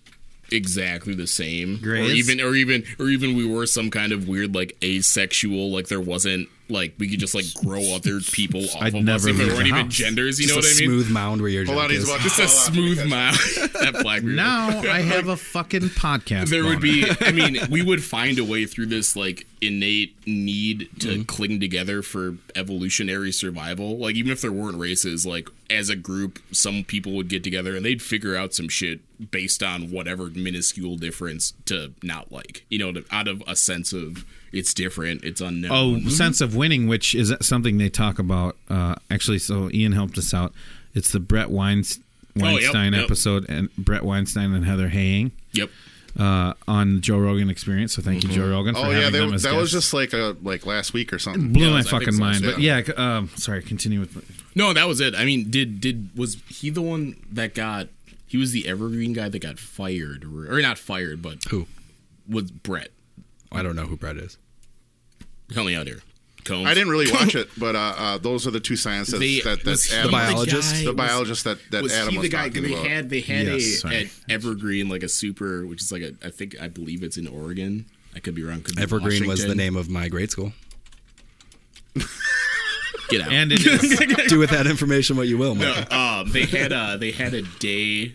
exactly the same Grays? or even or even or even we were some kind of weird like asexual like there wasn't like we could just like grow other people off I'd of us never if there leave weren't the even house. genders you Just know a what i mean smoold mound where you're Hold on, he's about to just a fall out smooth because- mile that black people- Now I have a fucking podcast. there would boner. be i mean we would find a way through this like innate need to Mm-hmm. cling together for evolutionary survival like even if there weren't races like as a group some people would get together and they'd figure out some shit based on whatever minuscule difference to not like you know to, out of a sense of it's different it's unknown Oh, sense of winning, which is something they talk about. Uh, actually, so Ian helped us out. It's the Brett Weinst- Oh, yep, Weinstein yep. episode and Brett Weinstein and Heather Haying yep uh, on Joe Rogan Experience. So thank you, Mm-hmm. Joe Rogan. For Oh having yeah, them they, as that was guests. just like a like last week or something. blew Yeah, my I think fucking so, mind. But yeah, c- um, sorry. Continue with. no that was it i mean did did was he the one that got he was the evergreen guy that got fired or, or not fired but Who? was brett I don't know who Brett is. help me out here Combs. I didn't really watch it, but uh, uh, those are the two scientists The- that, was that he Adam, The biologist? guy- the was- biologist that that was Adam he was the guy? talking They about. had they had Yes, a sorry. at Evergreen like a super, which is like a I think I believe it's in Oregon. I could be wrong. Could be Evergreen was the Washington. name of my grade school. Get out. And it is Do with that information what you will. Mike. um, they had a they had a day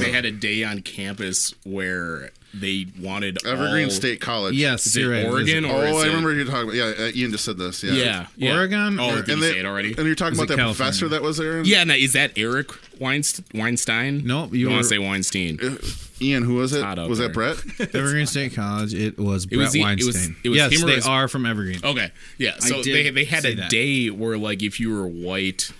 they had a day on campus where they wanted Evergreen all- State College. yes, Is you're right. it It is- Oregon or is Oh, I it- remember you talking about. Yeah, uh, Ian just said this. Yeah. Yeah, yeah. Oregon Oh, or- did you they- say it already? And you're Was talking about it that California? professor that was there. yeah, now is that Eric Weinst- Weinstein? No, you want were- to say Weinstein? Uh, Ian, who was it? Hot out Was there. that Brett? Evergreen State College. It was Brett was the- it was- Weinstein. it was yes, him or they his- are from Evergreen. Okay. Yeah. So did they they had see a that. day where like if you were white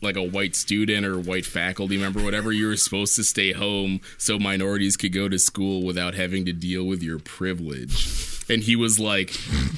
like a white student or white faculty member, whatever, you were supposed to stay home so minorities could go to school without having to deal with your privilege. And he was like,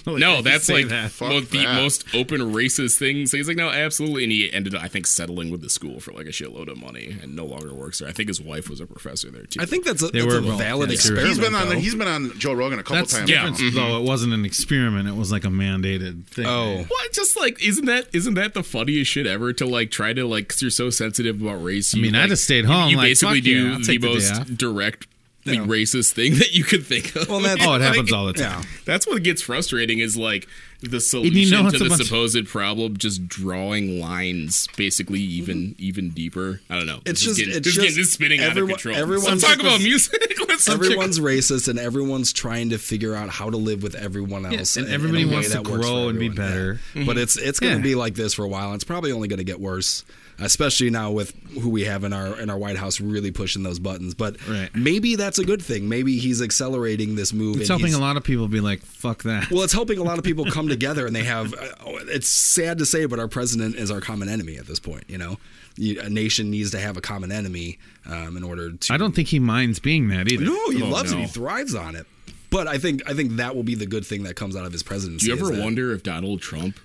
"No, that's say like that. one of the Fuck that. most open racist thing." So he's like, "No, absolutely." And he ended, up, I think, settling with the school for like a shitload of money, and no longer works there. I think his wife was a professor there too. I think that's a, They that's were a wrong. valid That's true. experiment. He's been on. though. He's been on Joe Rogan a couple That's times. Yeah. different, though. It wasn't an experiment. It was like a mandated thing. Oh. Well, it's just like isn't that isn't that the funniest shit ever to like try to like because you're so sensitive about race. You, mean, I like- just stayed you- home, You like, basically fuck yeah, do I'll the take the day off. most direct like, racist thing that you could think of. Well, that's- Oh, it Like, happens all the time. That's what gets frustrating is like the solution it's to a the bunch- supposed problem, just drawing lines, basically even even deeper. I don't know. Mm-hmm. It's just- This is getting, it's this is getting- just this is spinning everyone- out of control. everyone's- Let's talk about music. Let's talk- everyone's racist and everyone's trying to figure out how to live with everyone else. and in- in everybody a way wants to that works grow for and be everyone, better. Mm-hmm. yeah. But it's it's going to Yeah. be like this for a while. and It's probably only going to get worse, especially now with who we have in our in our White House really pushing those buttons. But Right. maybe that's a good thing. Maybe he's accelerating this move. It's and helping he's- a lot of people be like, fuck that. Well, it's helping a lot of people come together, and they have. Uh, it's sad to say, but our president is our common enemy at this point. You know, you, a nation needs to have a common enemy um, in order to. I don't think he minds being that either. No, he Oh, loves it. no. He thrives on it. But I think I think that will be the good thing that comes out of his presidency. Do you is ever that- wonder if Donald Trump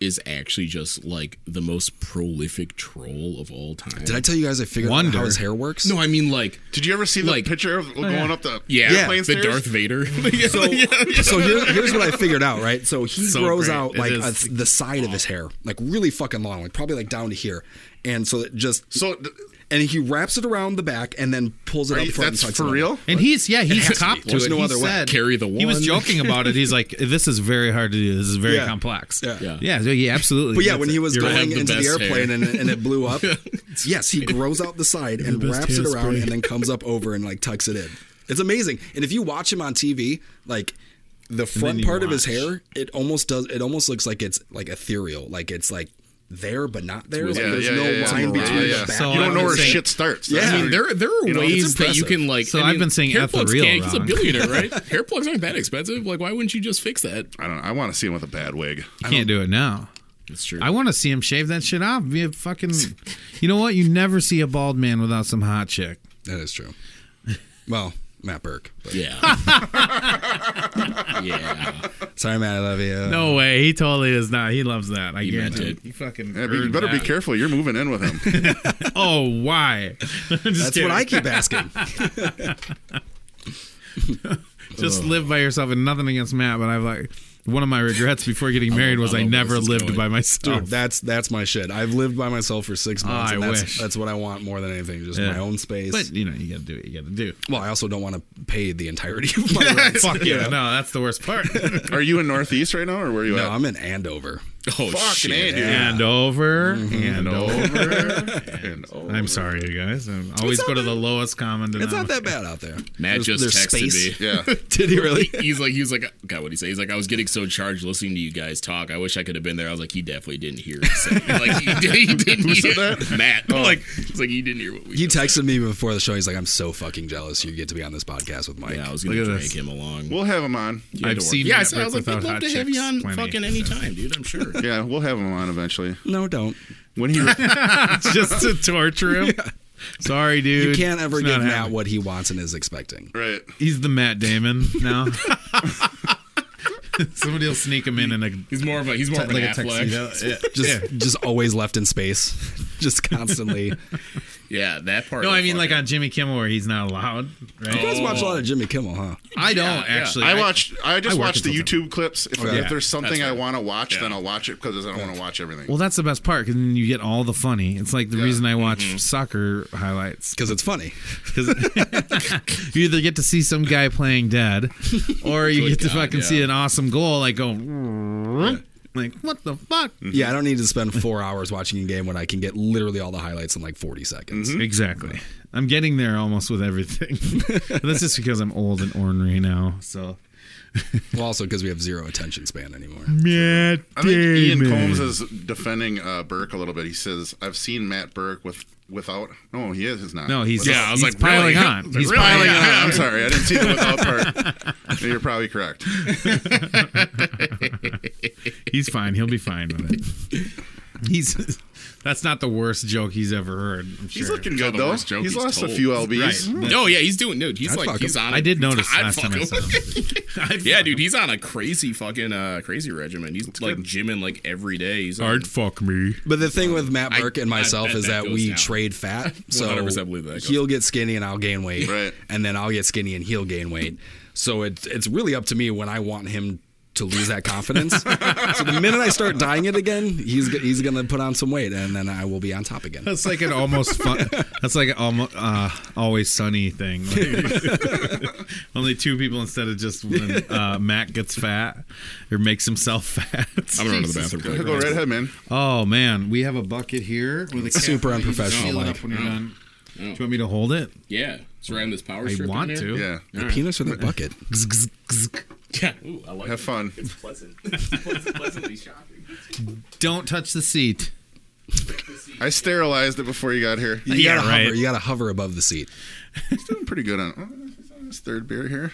is actually just like the most prolific troll of all time? Did I tell you guys I figured out Wonder. how his hair works? No, I mean like Did you ever see the Like- oh, picture of going up the yeah, plane the stairs? Darth Vader. So, so here, here's what I figured out. Right. So he So grows great. out It like is- a, the side of his hair, like really fucking long, like probably like down to here, and so it just So th- and he wraps it around the back and then pulls it are up you- front. and that's tucks for it under. real. And he's yeah, he's has to copped to be. There's it. no He other way. said- Carry the He was one. joking about it. He's like, this is very hard to do. This is very Yeah. complex. Yeah. yeah, Yeah. yeah, absolutely. But yeah, That's when it. he was You're right. going Have the into the best airplane hair. and, and it blew up, yes, he grows out the side and wraps it around and then comes up over and like tucks it in. It's amazing. And if you watch him on TV, like the front part of his hair, it almost does. It almost looks like it's like ethereal, like it's like there but not there. Like, Yeah, there's yeah, no yeah, yeah. line Yeah, between yeah. the back. So you don't I know would where say- shit starts. Yeah. That's I mean, weird. there there are You know, it's ways that you impressive. can like. So I I've mean, been saying hair F the plugs real can't- He's a wrong. billionaire, right? hair plugs aren't that expensive. Like, why wouldn't you just fix that? I don't know. I want to see him with a bad wig. Can't do it now. That's true. I want to see him shave that shit off. Be a fucking. You know what? You never see a bald man without some hot chick. That is true. Well, Matt Burke. But. yeah. yeah. Sorry, Matt. I love you. No way. He totally is not. He loves that. I meant guarantee. it. He fucking. Yeah, but you earned better be that. careful. You're moving in with him. Oh, why? Just that's kidding. what I keep asking. Oh. Just live by yourself and nothing against Matt, but I've like one of my regrets before getting married was I I love where never this is lived going. by myself. Dude, that's that's my shit. I've lived by myself for six months, Oh. I and that's wish. that's what I want more than anything, just my Yeah. own space. but you know, you gotta do what you gotta do. well, I also don't want to pay the entirety of my rent. Fuck you yeah, know? no, that's the worst part. Are you in Northeast right now, or where are you No, at? I'm in Andover. Oh Fucking shit. A, dude. and over, Mm-hmm. and over. And- oh. I'm sorry, you guys. I always not go to that- the lowest common denominator. It's not that bad out there. There's- Matt just there's texted space. me. Yeah. Did he really? He's like, he's like, God, what would he say? He's like, I was getting so charged listening to you guys talk. I wish I could have been there. I was like, he definitely didn't hear. It. So, like, he, did, he didn't hear that. Matt. Oh. Like, it's like he didn't hear what we. He said. texted me before the show. He's like, "I'm so fucking jealous. You get to be on this podcast with Mike." Yeah, I was gonna Look at drag this. him along. We'll have him on. He had I've to work. seen Yeah, I Matt said- I was work like, we'd without love hot to have you chicks on plenty. fucking anytime, dude. I'm sure. Yeah, we'll have him on eventually. No, don't. When he re- Just to torture him. Sorry, dude. You can't ever It's give not Matt happening. what he wants and is expecting. right. He's the Matt Damon now. Somebody will sneak him in in a He's more of a he's more of an like a Affleck. tuxedo. Yeah. Just, just always left in space, just constantly. you Yeah, that part. No, of I mean like fucking- on Jimmy Kimmel where he's not allowed. Right? guys watch a lot Oh. of Jimmy Kimmel, huh? I don't Yeah, yeah. actually. I watched. I just I work watched the until YouTube clips. If, Okay. if there's something That's I right. want to watch, Yeah. then I'll watch it because I don't want to watch everything. Well, that's the best part because then you get all the funny. It's like the reason I watch soccer highlights Because it's funny. because you either get to see some guy playing dead, or you Good get to God, fucking yeah. see an awesome goal like go, like what the fuck? Yeah, Mm-hmm. I don't need to spend four hours watching a game when I can get literally all the highlights in like 40 seconds. Exactly. I'm getting there almost with everything. But that's just because I'm old and ornery now. So Mm-hmm. Well, also because we have zero attention span anymore. Matt I think Ian Combs is defending uh, Burke a little bit. He says, "I've seen Matt Burke with without." No, he is not. No, he's Without- Yeah, I was he's like, piling really? on. He's Really? piling Yeah, on. I'm sorry, I didn't see the without part. You're probably correct. He's fine. He'll be fine with it. He's that's not the worst joke he's ever heard. I'm sure. He's looking Not good the though. worst joke He's he's lost a told. few lbs. Hmm. No, yeah, he's doing dude. He's I'd fuck like he's him. on. I did notice I'd last fuck time I him. saw him. I'd Yeah, fuck dude, him. he's on a crazy fucking uh crazy regimen. He's like gymming like every day. He's on, I'd fuck me. But the thing with Matt I- Burke and I myself bet is that that, goes we down. trade fat. So 100% believe that goes he'll get skinny and I'll gain weight. Right. And then I'll get skinny and he'll gain weight. So it's it's really up to me when I want him to lose that confidence. so the minute I start dying it again, he's go- he's going to put on some weight and then I will be on top again. That's like an almost fun. That's like an almost uh, always sunny thing. Like, only two people instead of just when uh, Matt gets fat or makes himself fat. I'm gonna run to the bathroom. really Go quick. right ahead, man. Oh man, we have a bucket here with a cap Super on it. You just unprofessional, seal it Mike. up when you're done. Do you want me to hold it? Yeah, surround this power. I strip in want there. to. Yeah, The penis or the bucket? Yeah, Ooh, I like. have it. fun. It's pleasant. It's pleasant- pleasantly shocking. Don't touch the seat. I sterilized it before you got here. You Yeah, gotta right. hover. You gotta hover above the seat. I'm pretty good on. Oh, this third beer here.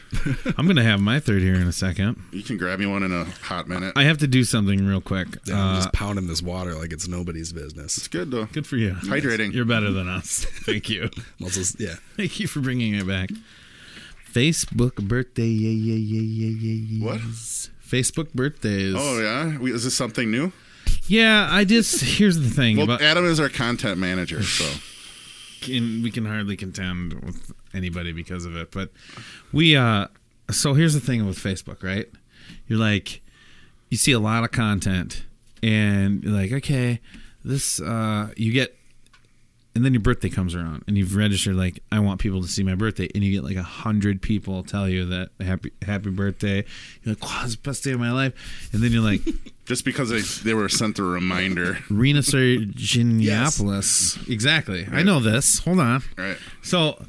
I'm gonna have my third here in a second. You can grab me one in a hot minute. I have to do something real quick. Yeah, Uh, I'm just pounding this water like it's nobody's business. It's good though. good for you. Hydrating. You're better than us. Thank you. Muscles, yeah. Thank you for bringing it back. Facebook birthday. Yeah, yeah, yeah, yeah, yeah. What? Facebook birthdays. Oh yeah, we, is this something new? yeah. I just here's the thing. Well, about, Adam is our content manager, so and we can hardly contend with anybody because of it. But we uh so here's the thing with Facebook, right? You're like you see a lot of content and you're like, okay, this uh you get and then your birthday comes around and you've registered like I want people to see my birthday and you get like a hundred people tell you that happy happy birthday. You're like, wow, it's the best day of my life. And then you're like just because they they were sent a reminder, Rena Serginiopoulos. Exactly. I know this. Hold on. right? So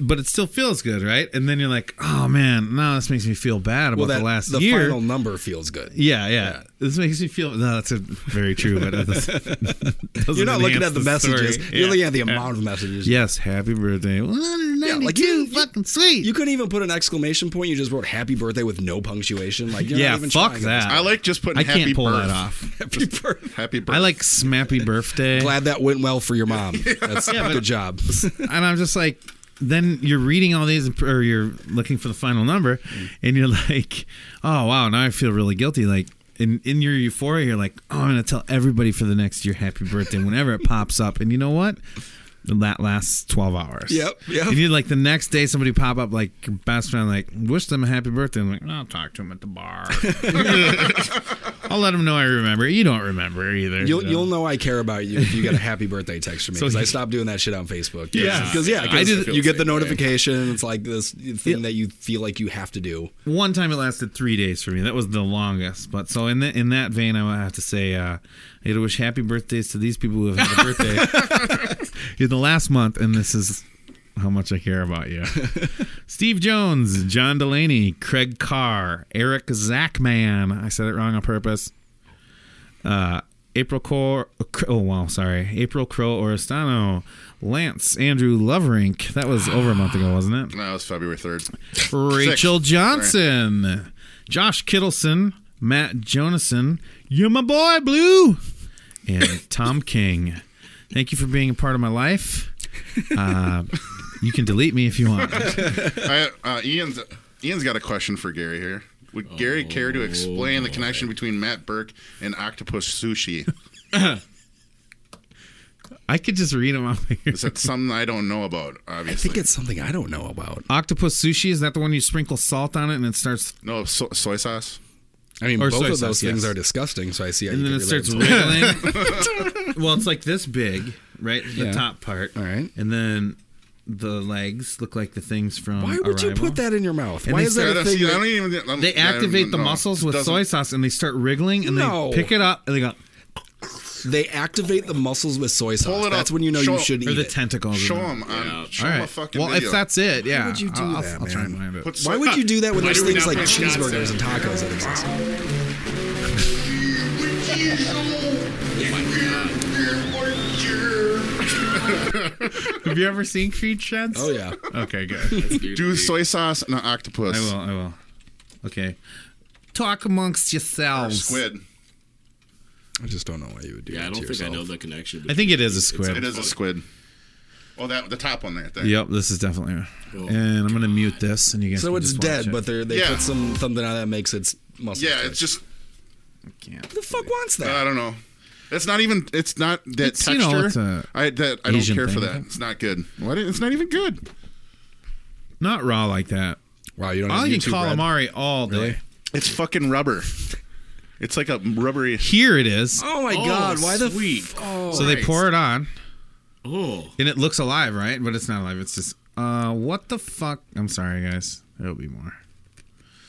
but it still feels good, right? And then you're like, oh man, no, this makes me feel bad about Well, that the last the year. final number feels good. yeah, yeah, This makes me feel. No, that's a, very true. But that's, You're not looking at the, messages. You're looking at the amount of messages. Yes, happy birthday. 192, Yeah, like you- fucking sweet. You couldn't even put an exclamation point. You just wrote "Happy Birthday" with no punctuation. Like you're yeah, not even fuck trying. that. I like just putting I happy can't pull birth. that off. Happy birthday. Happy birth. I like smappy birthday. Glad that went well for your mom. That's Yeah, but- good job. and I'm just like, then you're reading all these, or you're looking for the final number, Mm. and you're like, oh wow, now I feel really guilty. Like in in your euphoria, you're like, oh, I'm gonna tell everybody for the next year happy birthday whenever it pops up. And you know what? That lasts twelve hours. Yep, yep. And you're like the next day, somebody pop up like your best friend, like wish them a happy birthday. I'm like, I'll talk to him at the bar. I'll let him know I remember. You don't remember either. You'll, so. you'll know I care about you if you get a happy birthday text from me because I stopped doing that shit on Facebook. Yeah. because yeah, 'cause I did- you get the notification. It's like this thing that you feel like you have to do. one time it lasted three days for me. That was the longest. But so in that in that vein, I would have to say, uh, I to wish happy birthdays to these people who have had a birthday in the last month, and this is how much I care about you. Steve Jones, John Delaney, Craig Carr, Eric Zachman. I said it wrong on purpose. Uh, April Cor. Oh wow, sorry. April Crow Oristano, Lance Andrew Loverink. That was over a month ago, wasn't it? No, it's February third. Rachel Six. Johnson, Josh Kittleson, Matt Jonason, you're my boy, Blue, and Tom King. Thank you for being a part of my life. Uh, you can delete me if you want. I, uh, Ian's Ian's got a question for Gary here. Would Gary care to explain the connection between Matt Burke and octopus sushi? I could just read them off here. Is that something I don't know about? Obviously, I think it's something I don't know about. Octopus sushi is that the one you sprinkle salt on it and it starts no so- soy sauce. I mean, Or both soy of sauce, those things yes. are disgusting. So I see. How and you then it can relate starts them to it. wriggling. well, it's like this big, right? The Yeah. top part. All right. And then the legs look like the things from. Why would you Arrival. put that in your mouth? And Why they is that I a don't- thing? see, I that- don't even- I don't- They I don't activate even the know. muscles with Doesn't- soy sauce and they start wriggling and No. they pick it up and they go They activate the muscles with soy sauce. Pull it That's up. when you know Show you it. should or eat the it. tentacles. Show in it. them. On, show All 'em right. a fucking well, video. if that's it, yeah. would you do I'll, that, I'll, I'll try and man? find it. Put Why soy- would you do that when Why there's do we things not like put Wisconsin? cheeseburgers and tacos that exist? Have you ever seen Creed Sheds? Oh yeah. Okay, good. do soy sauce and an octopus? I will. I will. Okay. Talk amongst yourselves. Squid. I just don't know why you would do Yeah, that I don't to think yourself. I know the connection. I think it is a It squid. is a squid. Oh, that the top one there. there. Yep, this is definitely. And I'm gonna mute this, and you guys. So can it's just dead, watch it. but they they Yeah. put some something on that makes its muscles. Yeah, twitch. it's just Can't. Who the fuck wants I Uh, that. don't know. It's not even. It's not that It's, you texture. know, it's a I that I don't Asian care for thing. that. It's not good. What? It's not even good. Not raw like that. Wow, you don't. I'll have eat YouTube Red? calamari all day. Really? It's fucking rubber. It's like a rubbery. Here it is. Oh my god! Why the sweet? so they pour it on. Oh, And it looks alive, right? But it's not alive. It's just, uh, what the fuck? I'm sorry, guys. There'll be more.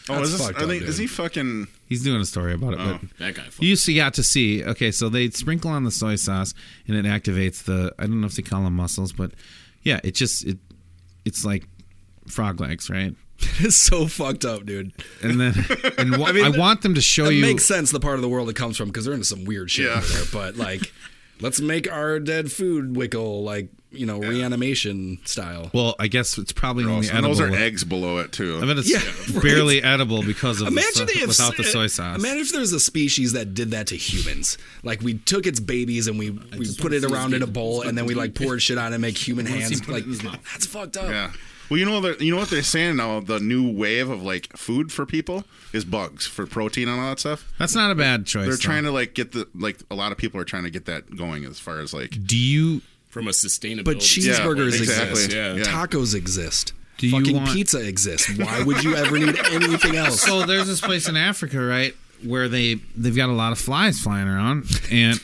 Oh, is, this, fucked are up, they, dude. is he fucking? He's doing a story about it, but that guy. Fucked. you see, got to see. Okay, so they sprinkle on the soy sauce, and it activates the. I don't know if they call them muscles, but yeah, it just it, it's like frog legs, right? It's so fucked up, dude. And then, and wha- I, mean, want them to show It Oh, you. makes sense the part of the world it comes from because they're into some weird shit Yeah. over there. But like, let's make our dead food wickle like you know reanimation style. Well, I guess it's probably only and edible. those are with- eggs below it too. I mean, it's Yeah, right. barely edible because of the Imagine so- if without the soy sauce. Imagine if there's a species that did that to humans. Like we took its babies and we, we put it around in a bowl and then we like poured shit on it and make human hands. Like that's fucked up. yeah. Well, you know, the, you know what they're saying now. The new wave of like food for people is bugs for protein and all that stuff. That's not a bad choice. They're though. trying to like get the like a lot of people are trying to get that going as far as like Do you From a sustainability. But cheeseburgers Yeah, exactly. exist. Yeah. Yeah. Tacos exist. Do you Fucking want- pizza exists. Why would you ever need anything else? so there's this place in Africa, right, where they they've got a lot of flies flying around, and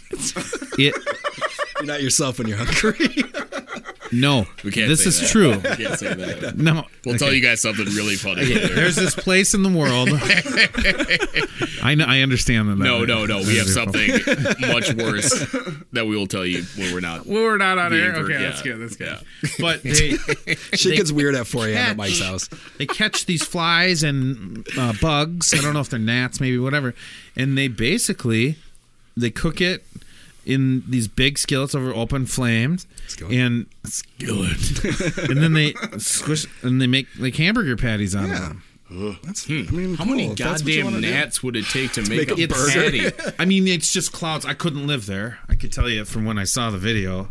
it You're not yourself when you're hungry. No, We can't this say is that. true. I can't say that. No, We'll tell you guys something really funny. later. There's this place in the world. I know. I understand that. No, no, no. We have something much worse that we will tell you when we're not. Well, we're not on being air. ver- Okay, yeah, that's good. That's good. yeah. But they Shit They gets weird at 4 a.m. at catch- Mike's house. They catch these flies and uh, bugs. I don't know if they're gnats, maybe whatever. And they basically they cook it in these big skillets over open flames Skillet. and skillet, and then they squish and they make like hamburger patties out of them. That's Hmm. I mean, How many cool. If that's what you goddamn wanna do. gnats would it take to make, make a, a It's burger? I mean, it's just clouds. I couldn't live there. I could tell you from when I saw the video.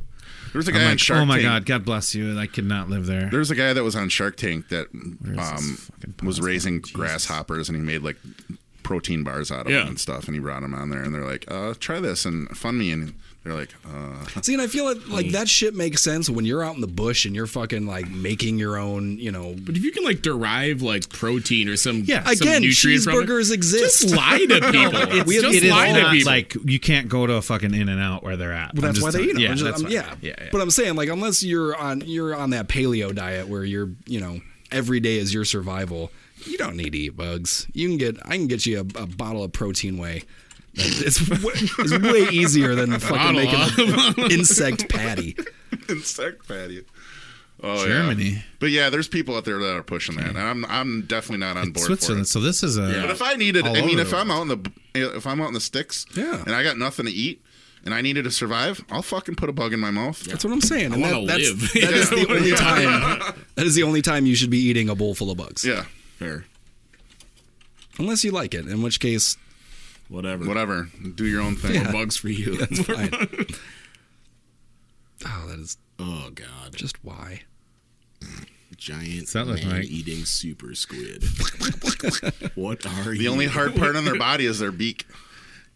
There's a I'm guy on like, Shark oh my Tank. god, God bless you. I could not live there. There's a guy that was on Shark Tank that this um, fucking was podcast? raising grasshoppers and he made like protein bars out of Yeah. them and stuff. And he brought them on there and they're like, uh, try this and fund me. And they're like, uh, See, and I feel it, like that shit makes sense when you're out in the bush and you're fucking like making your own, you know. But if you can like derive like protein or some Yeah. some Again, nutrient from it, cheeseburgers exist. Just lie to people. It's, we just it is lie to not people. like you can't go to a fucking In and Out where they're at. Well, I'm that's just why they telling- eat them. Yeah, I'm that's just- I'm- why- yeah. yeah, yeah. But I'm saying, like, unless you're on you're on that paleo diet where you're, you know, every day is your survival. You don't need to eat bugs. You can get I can get you a, a bottle of protein whey. It's, w- it's way easier than fucking making an insect patty. insect patty. Oh, yeah. Germany. But yeah, there's people out there that are pushing that. And I'm, I'm definitely not on board for Switzerland. it. So this is a But if I needed, All I mean, over if the I'm out in the, if I'm out in the sticks Yeah. and I got nothing to eat and I needed to survive, I'll fucking put a bug in my mouth. That's what I'm saying. And I that, wanna that's, live. that is the only Yeah. time. That is the only time you should be eating a bowl full of bugs. Yeah. Fair. Unless you like it, in which case, Whatever. Whatever. Do your own thing. More bugs for you. fine. oh, that is oh god. just why. Giant that look like? man eating super squid. what are you? The only hard part on their body is their beak.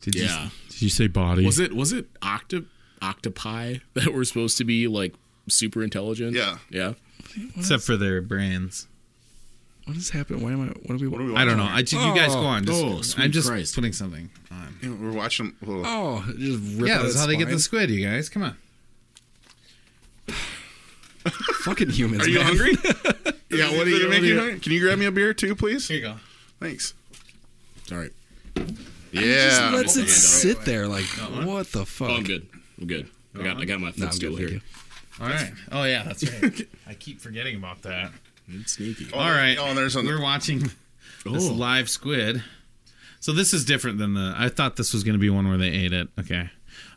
Did Yeah. You, did you say body? was it was it octo octopi that were supposed to be like super intelligent? Yeah. Yeah. Except for their brains. What has happened? Why am I? What are we? What are we I don't know. I just, you guys go on. Just, Oh, sweet I'm just Christ. putting something on. We're watching. well, Oh, just rip Yeah, out that's its how they get the spine. squid. You guys, come on. fucking humans. Are you man. hungry? yeah. What are you what making? do you- hungry? Can you grab me a beer too, please? you go. Thanks. Sorry. Just Yeah. lets it sit there like what the fuck. Oh, I'm good. I'm good. I got I got my No, I'm footstool good, thank here. you. All right. Oh yeah, that's right. I keep forgetting about that. It's sneaky. All right. Oh, there's a. We're watching this Oh. live squid. So this is different than the. I thought this was going to be one where they ate it. Okay.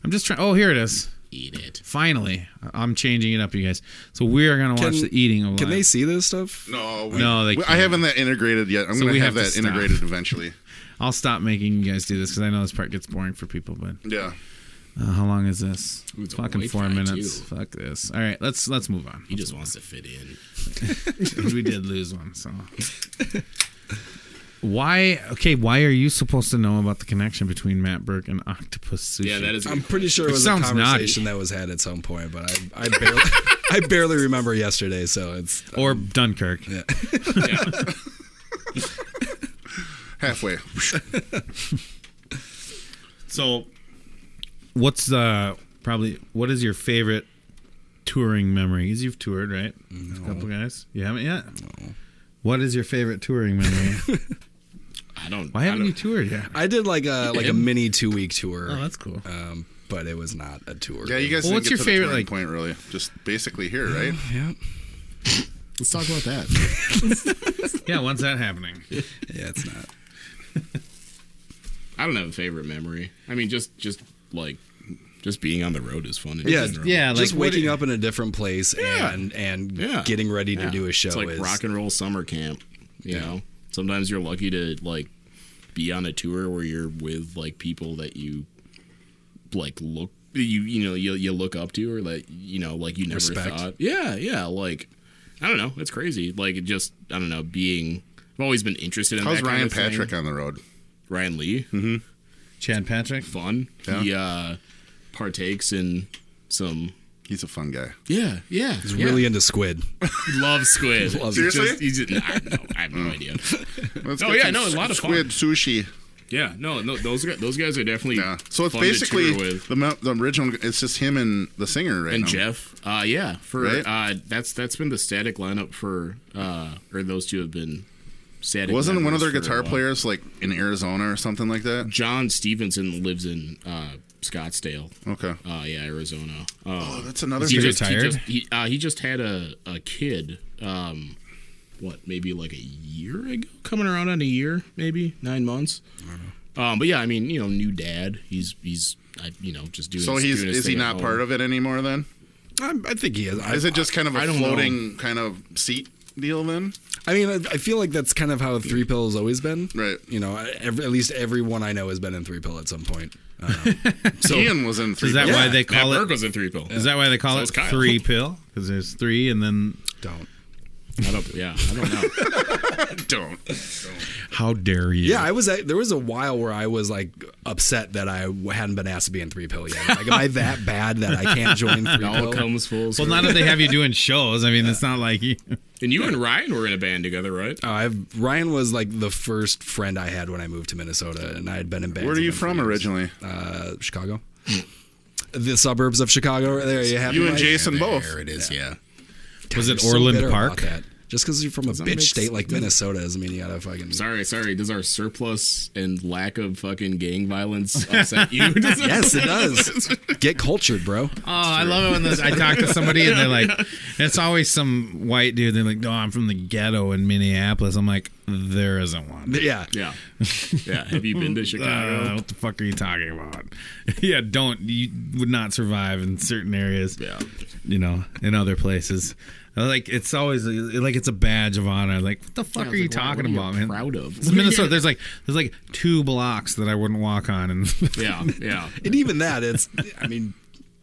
I'm just trying. Oh, here it is. Eat it. Finally, I'm changing it up, you guys. So we are going to watch Can- the eating of. Can live- they see this stuff? No. We, No, they we- I can't. haven't that integrated yet. I'm So gonna we have, have to that stop. integrated eventually. I'll stop making you guys do this because I know this part gets boring for people. But Yeah. uh, how long is this? Ooh, it's a Fucking white four guy, minutes. too. Fuck this. All right, let's let's move on. He just wants to fit in. we did lose one, so. Why? Okay, why are you supposed to know about the connection between Matt Burke and octopus sushi? Yeah, that is. I'm pretty sure it was a sounds conversation that was had at some point, but I, I barely, I barely remember yesterday. So it's Or Dunkirk. Halfway. So, what's the probably what is your favorite touring memory? Because you've toured, right? A couple guys. You haven't yet. What is your favorite touring memory? I don't. Why I haven't don't- you toured yet? I did like a like a mini two week tour, Oh, that's cool. um, but it was not a tour. Yeah. You guys. Well, didn't what's get your to favorite, the turning like- point? Really? Just basically here, right? yeah, Let's talk about that. yeah, when's that happening? yeah, it's not. I don't have a favorite memory. I mean, just just like just being on the road is fun. in Yeah, general. Yeah, like Just waking what, up in a different place Yeah. and and Yeah. getting ready to Yeah. do a show It's like is rock and roll summer camp. You know, sometimes you're lucky to like be on a tour where you're with like people that you like look you you know you you look up to or that you know like you never Respect. thought. Yeah, yeah. Like I don't know, it's crazy. Like it just I don't know being. I've always been interested in How's that Ryan kind of thing. Patrick on the road? Ryan Lee. Chad Patrick. fun. Yeah. He uh, partakes in some. He's a fun guy. Yeah, yeah. He's really into squid. loves squid. Loves He it. Oh. just- he's just- I, don't know, I have no idea. Let's Oh, get yeah, some no, a lot of squid sushi. Yeah, no, no, those guys, those guys are definitely Yeah. So it's fun to basically tour with. the mo- the original. It's just him and the singer right and now. Jeff. Uh, yeah, for Right? uh, that's that's been the static lineup for uh, or those two have been static. Wasn't one of members their for a guitar while. players like in Arizona or something like that? John Stevenson lives in uh, Scottsdale. Okay. Uh, yeah, Arizona. Uh, Oh, that's another. he thing. just, he retired? just he, uh, he just had a a kid. Um, what maybe like a year ago, coming around on a year, maybe nine months. Uh-huh. Um, but yeah, I mean, you know, new dad. He's he's I, you know just doing. So his- he's doing his is he thing at not home. part of it anymore? Then I, I think he is. I, is it just kind of I a don't floating kind of seat deal? Then I mean, I, I feel like that's kind of how Three Pill has always been. Right. You know, I- every, at least everyone I know has been in Three Pill at some point. Ian was in three. Is that Billboards. why they Matt call Burke it? was in three pill. Is that why they call So it is Kyle. three pill? Because there's three, and then Don't. I don't, yeah, I don't know. don't? how dare you? Yeah, I was. There was a while where I was like upset that I hadn't been asked to be in Three Pill yet. Like, am I that bad that I can't join Three It all Pill? comes full well, circle. not if they have you doing shows. I mean, it's not like you. and you and Ryan were in a band together, right? Oh, I've, Ryan was like the first friend I had when I moved to Minnesota, and I had been in bands. Where are with you him for from years. originally? Uh, Chicago. the suburbs of Chicago. There you have You me, and Mike. Jason There both. it is. Yeah. Was You're it so Orland bitter about Park? that. Just because you're from a bitch state like Minnesota doesn't mean you gotta fucking. Sorry, sorry. Does our surplus and lack of fucking gang violence upset you? Does it- Yes, it does. Get cultured, bro. Oh, I love it when those, I talk to somebody and they're like, it's always some white dude. They're like, no, I'm from the ghetto in Minneapolis. I'm like, there isn't one. Yeah. Yeah, yeah. Have you been to Chicago? Uh, what the fuck are you talking about? yeah, don't you would not survive in certain areas. Yeah. you know, in other places. Like it's always like it's a badge of honor. Like what the fuck I are was you like, wow, talking what are you about, man? proud of? It's Minnesota. There's like there's like two blocks that I wouldn't walk on, and Yeah, yeah. And even that, it's. I mean,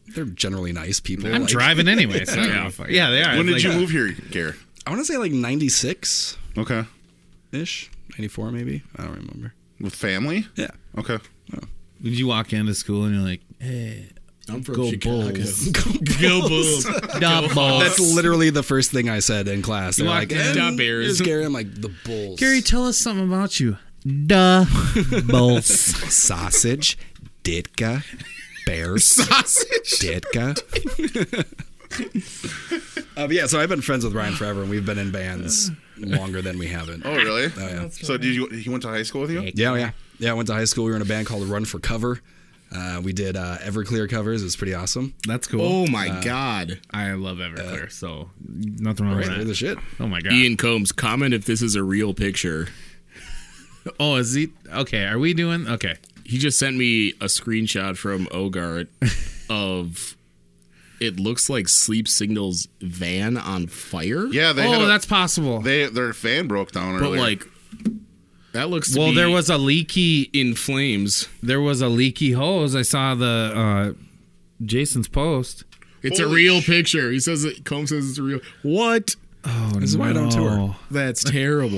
they're generally nice people. I'm like- driving anyway. So yeah. Yeah. yeah, they are. When did Like, you move here, Gare? I want to say like 96 Okay, ish, 94 maybe. I don't remember. with family. Yeah. Okay. Did you walk into school and you're like, hey, I'm from go Chicago. Bulls, go Bulls, da Bulls. That's literally the first thing I said in class. They're like, walked "And in, "Da is Bears." Gary, I'm like, the Bulls. Gary, tell us something about you. Duh, Bulls. sausage, Ditka, Bears, Ditka. uh, but yeah, so I've been friends with Ryan forever, and we've been in bands longer than we haven't. Oh, really? So did you? He went to high school with you? Yeah, oh, yeah, yeah. I went to high school. We were in a band called Run for Cover. Uh, we did uh, Everclear covers. It was pretty awesome. That's cool. Oh my God! I love Everclear, so nothing wrong They're with the that. shit. Oh my god. Ian Combs, comment if this is a real picture. Oh, is he okay? Are we doing okay? He just sent me a screenshot from Ogart of it looks like Sleep Signal's van on fire. Yeah. They had oh, a- that's possible. they their fan broke down but earlier. like that looks. to well, be there was a leaky. in flames. There was a leaky hose. I saw the uh, Jason's post. It's a Holy real picture. He says it. Combs says it's real. What? Oh, This is why I don't tour. That's terrible.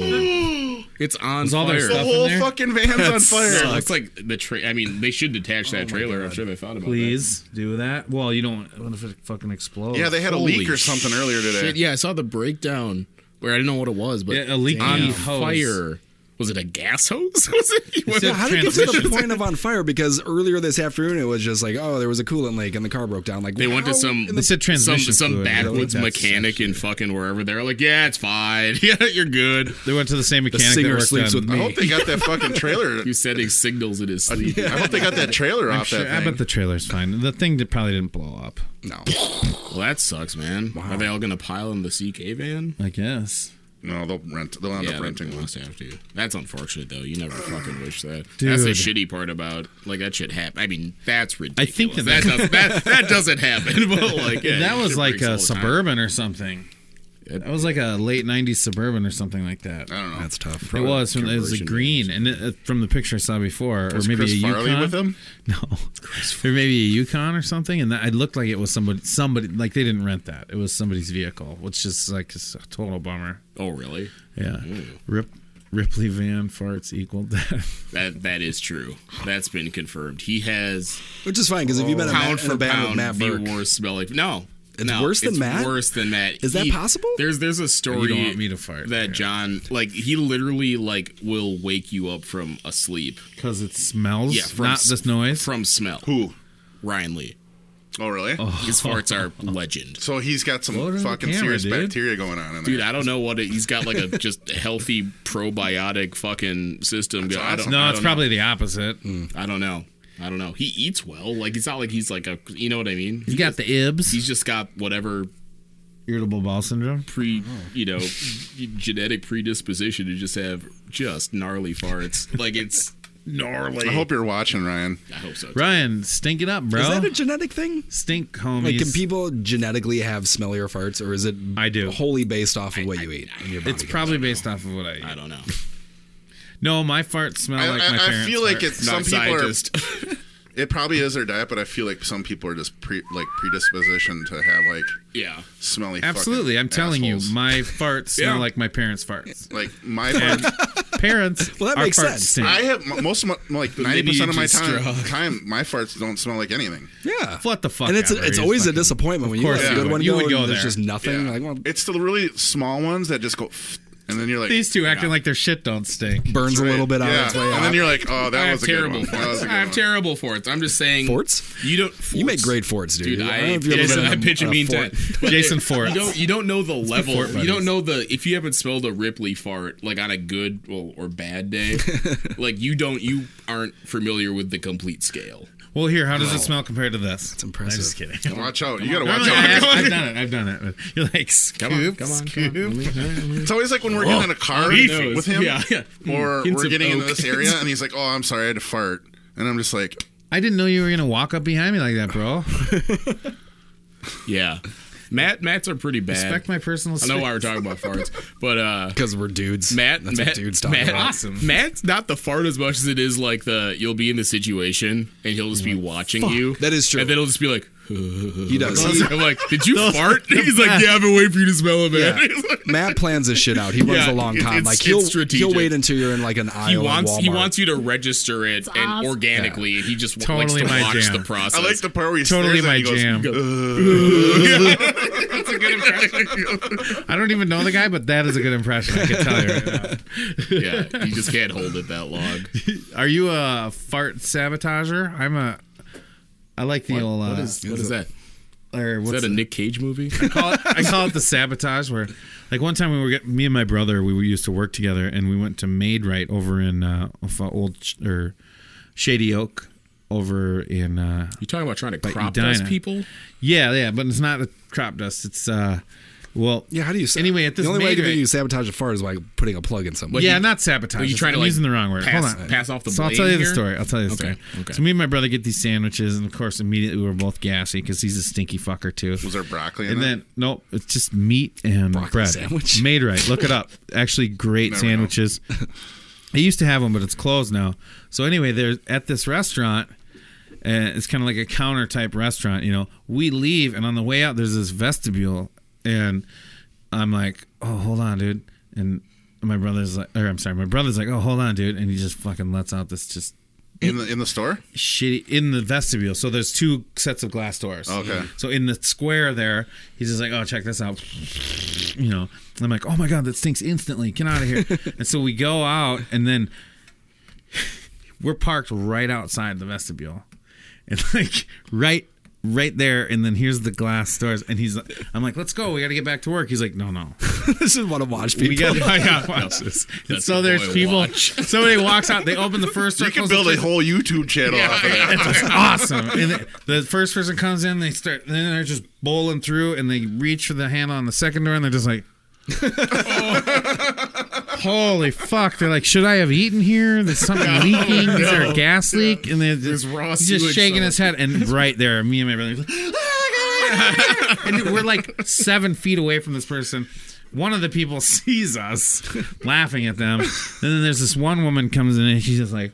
it's on all fire. their the stuff whole in there? fucking van's on fire. Oh, Yeah, it looks like the tra- I mean, they should detach that trailer. I'm sure they thought about Oh Please do that. Well, you don't. What if it fucking explodes? Yeah, they that. had a Holy leak or something earlier today. shit. Yeah, I saw the breakdown where I didn't know what it was, but Yeah, a leaky on hose. fire. Was it a gas hose? was it? It's Well, a how did you get to the transition. point of on fire? Because earlier this afternoon it was just like, oh, there was a coolant leak and the car broke down. Like They went to some It's a some transmission some fluid. I don't backwoods think that's mechanic in fucking wherever. They're like, yeah, it's fine. Yeah, you're good. They went to the same mechanic. singer that worked sleeps on- with I me. hope they got that fucking trailer. He's sending signals in his sleep. I hope they got that trailer I'm off sure- Oh, I that bet thing. the trailer's fine. The thing that probably didn't blow up. no. Well, that sucks, man. Are they all gonna pile in the CK van? I guess. no, they'll rent. They'll end Yeah, up they renting one. must have to. That's unfortunate, though. You never fucking wish that. Dude. That's the shitty part about like that shit happen. I mean, that's ridiculous. I think that- that does, that, that doesn't happen. But like, yeah, that was shit like breaks all a the time. suburban or something. That was like a late '90s suburban or something like that. I don't know. That's tough. It was from it was a conversion green, and it, uh, from the picture I saw before, or Was maybe Chris a Farley Yukon with them? No, or maybe a Yukon or something, and that, it looked like it was somebody. Somebody like they didn't rent that; it was somebody's vehicle, which is like is a total bummer. Oh, really? Yeah, Rip, Ripley Van farts equal death. That that is true. That's been confirmed. He has Which is fine because if you've been a, ma- pound in for a band with pound Matt the Burke, worst smelling. No, It's worse than it's that? Worse than that. Is that possible? There's there's a story You don't want me to fart. that Yeah. John like he literally like will wake you up from a sleep. because it smells. Yeah, from not s- this noise. from smell. Who? Ryan Lee. Oh, really? His farts are legend. So he's got some Blow it in the fucking camera, serious dude. bacteria going on in there. Dude, I don't know what it, he's got like a just healthy probiotic fucking system. go- I don't, awesome. I no, it's don't Mm. probably the opposite. know. I don't know. I don't know. He eats well. Like it's not like he's like a you know what I mean. You got the ibs, He's just got whatever irritable bowel syndrome. pre you know genetic predisposition to just have just gnarly farts. Like it's I hope you're watching, Ryan. I hope so. Ryan, stink it up, bro. Is that a genetic thing? stink, homies? Like, can people genetically have smellier farts, or is it I do. wholly based off of what Oh, you eat? and your it's body probably based off of what I eat. I don't know. No, my farts smell I, like my I, parents. I feel like fart. it's some Not people scientist. are. It probably is their diet, but I feel like some people are just pre like predisposition to have like yeah. smelly. fucking Absolutely, I'm telling assholes. you, my farts smell Yeah. like my parents' farts. like my farts- Parents, Well, that our makes farts sense. stink. I have m- most of my like ninety percent of my lineage is time, strong. time my farts don't smell like anything. Yeah. What the fuck? And it's ever. it's You're always a fucking- disappointment when you course let a you good would. one You go, would go and there's there. just nothing. Like, well, It's the really small ones that just go, and then you're like These two acting like their shit don't stink. burns a little bit on yeah. its way and out. then you're like, oh, that I was have a good terrible one. That was farts. I a good have one. terrible farts. I'm just saying Forts? You don't. You make forts. great forts, dude. Dude, I I, don't know if you ever Jason, been I in a- picture a mean fort. to Jason You Forts. don't you don't know the level. fort you buddies. don't know the if you haven't smelled a Ripley fart like on a good well, or bad day, like you don't you aren't familiar with the complete scale. Well, here, how does it smell compared to this? It's impressive. I'm just kidding. Watch out! You gotta watch Normally I out. ask- I've done it. I've done it. You're like, scoop, Come on, come on, scoop. It's always like when we're getting in a car beefy. with him, Oh, Yeah, yeah. or Hints we're of getting into oak. this area, and he's like, "Oh, I'm sorry, I had to fart," and I'm just like, I didn't know you were gonna walk up behind me like that, bro. Yeah, Matt Matt's are pretty bad. Respect my personal. I know space. why we're talking about farts, but uh, Because we're dudes. Matt, That's Matt, what dudes talk Matt, about. Awesome. Matt's not the fart as much as it is like the you'll be in the situation and he'll just be watching you. That is true. And then he'll just be like, He does. He- I'm like, did you fart? He's like, yeah, I've been waiting for you to smell it, man. He's like- Matt plans his shit out. He runs Yeah, a long it- time. it's- like it's he'll, strategic. he'll wait until you're in like an aisle. he in wants he Walmart. wants you to register it and organically. He just w- Totally likes my to watch jam. the process. "I like the part where he Totally stares at my it, he goes, jam. That's a good impression. I don't even know the guy, but that is a good impression. I can tell you right now. yeah, you just can't hold it that long. Are you a fart sabotager? I'm a. I like the old. Uh, What is, what is that? or what's Is that a the- Nick Cage movie? call it- I call it the sabotage. Where, like one time we were get, me and my brother, we were used to work together, and we went to Maid Right over in uh, off, uh, old Sh- or Shady Oak over in uh, You talking about trying to crop Edina. dust people? yeah yeah, but it's not the crop dust. It's uh, well Yeah, how do you say? anyway at this the only way I Maid can Rite- think you sabotage a fart is by putting a plug in somewhere. yeah, not sabotage. Are you It's- trying to, I'm like, using the wrong word. pass- Hold on. pass off the So I'll blame tell you the here? story. I'll tell you the story. Okay, okay. So me and my brother get these sandwiches, and of course, immediately we're both gassy because he's a stinky fucker too. "Was there broccoli?" in and that?" then nope, it's just meat and bread sandwich? Made right. Look it up. Actually, great sandwiches. I used to have them, but it's closed now. So anyway, there's at this restaurant. Uh, it's kind of like a counter type restaurant, you know. We leave, and on the way out, there's this vestibule, and I'm like, "Oh, hold on, dude." And my brother's like, or I'm sorry, my brother's like, "Oh, hold on, dude," and he just fucking lets out this just in the in the store. shitty in the vestibule. So there's two sets of glass doors. Okay. So in the square there, he's just like, "Oh, check this out," you know. And I'm like, "Oh my god, that stinks instantly! Get out of here!" and so we go out, and then we're parked right outside the vestibule, and like right. Right there, and then here's the glass doors, and he's. like- I'm like, let's go. We got to get back to work. He's like, no, no, this is what I watch we people. got to watch this. And That's so the there's boy people. watch. Somebody walks out. They open the first door. You can close the build a third- whole YouTube channel off of that. it's awesome. And the, the first person comes in, they start, then they're just bowling through, and they reach for the handle on the second door, and they're just like, "Holy fuck!" They're like, "Should I have eaten here? There's something leaking. Is there a gas leak?" And they're just, raw he's just sewage shaking his head, and right there, me and my brother, "Ah, and we're like seven feet away from this person. One of the people sees us laughing at them, and then there's this one woman comes in, and she's just like.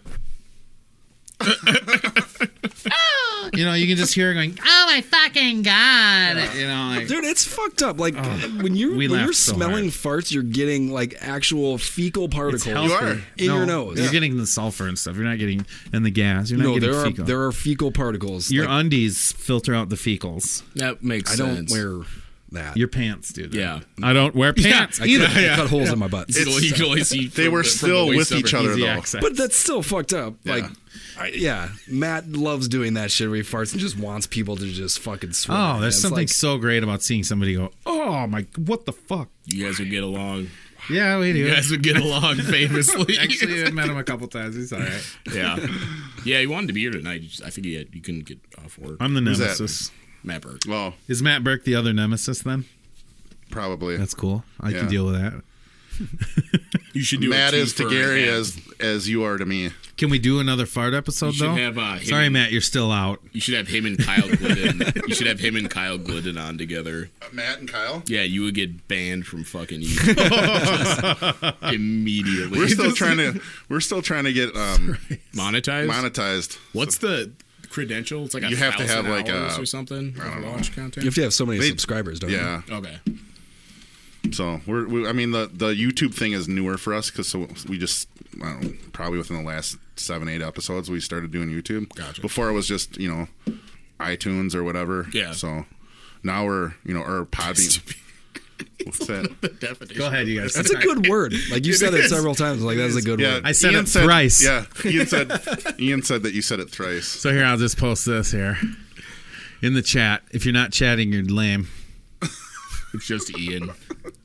You know, you can just hear her going, "Oh my fucking god!" you know, like, Dude, it's fucked up. Like when you're we when you're laughed so smelling farts, you're getting like actual fecal it's particles. healthy. are. In your nose. You're Yeah. getting the sulfur and stuff. You're not getting and the gas. You're not no, getting there are fecal. there are fecal particles. your Like, undies filter out the fecals. That makes I don't sense. wear that. Your pants do. That. Yeah. I don't wear pants I either. cut, I cut holes in my butt. It's, you can only see They from were the- from still the waist with up. each other Easy though. access. But that's still fucked up. Like, I, yeah, Matt loves doing that shit where he farts and just wants people to just fucking swear. oh, there's It's something like- so great about seeing somebody go, "Oh my, what the fuck." You guys would get along. Yeah, we do. You guys would get along famously. Actually, I met him a couple times. He's all right. yeah, yeah. He wanted to be here tonight. He just- I think he had, you couldn't get off work. I'm the that? nemesis. Matt Burke. Well, Is Matt Burke the other nemesis then? probably. That's cool. I Yeah. can deal with that. You should do. Matt a is to twofer Gary and- as as you are to me. Can we do another fart episode You should though? have, uh, him Sorry, and- Matt, you're still out. You should have him and Kyle Glidden. you should have him and Kyle Glidden on together. Matt and Kyle. Yeah, you would get banned from fucking YouTube Just immediately. We're still trying to we're still trying to get um, monetize. monetized. What's the credential? It's like a You have to have, 1,000 like, hours a- or something. I don't launch content. You have to have so many They- subscribers, don't you? Yeah. okay. So we're we, I mean the the YouTube thing is newer for us because so we just I don't know, probably within the last seven eight episodes we started doing YouTube. Gotcha. Before it was just you know iTunes or whatever. Yeah. So now we're you know or Podbean. What's that? Definition. Go ahead, you guys. That's a good word. Like you said it several times. Like that's a good Yeah, word. I said Ian it thrice. Yeah, Ian said Ian said that you said it thrice. So here, I'll just post this here in the chat. If you're not chatting, you're lame. It's just Ian.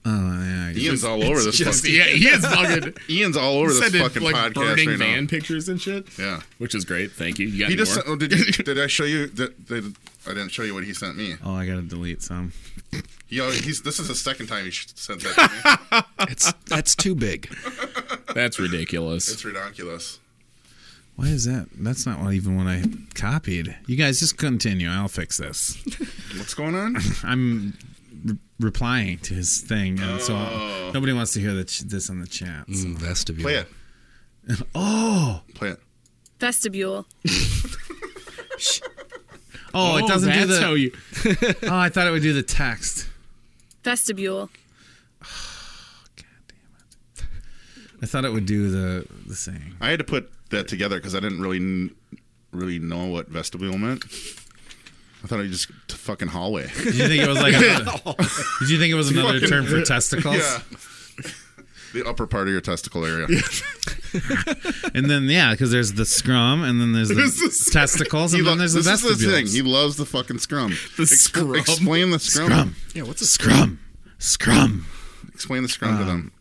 Ian's all over this. Just, Fucking, yeah, Ian's fucking. Ian's all over this sending, fucking like, podcast burning right van now. pictures and shit. Yeah. which is great. Thank you. You got He any just more? sent, oh, did, you, did I show you that did, I didn't show you what he sent me. Oh, I gotta delete some. Yo, he's this is the second time he sh- sent that. to me. It's that's too big. That's ridiculous. It's ridiculous. Why is that? That's not what, even what I copied. You guys just continue. I'll fix this. What's going on? I'm re- replying to his thing, and so Oh. nobody wants to hear the ch- this on the chat. so- Mm, Vestibule. Play it. oh, play it. Vestibule. Oh, it doesn't do that's the. how you. oh, I thought it would do the text. Vestibule. I thought it would do the the saying. I had to put that together because I didn't really kn- really know what vestibule meant. I thought I just t- fucking hallway. Did you think it was like? another, did you think it was another Fucking- term for testicles? the upper part of your testicle area. And then yeah, because there's the scrum, and then there's the There's the scrum. testicles, He and lo- then there's the this is the thing. vestibules. He loves the fucking scrum. The scrum. Explain the scrum. Scrum, Yeah, what's a scrum, scrum. Explain the scrum to them.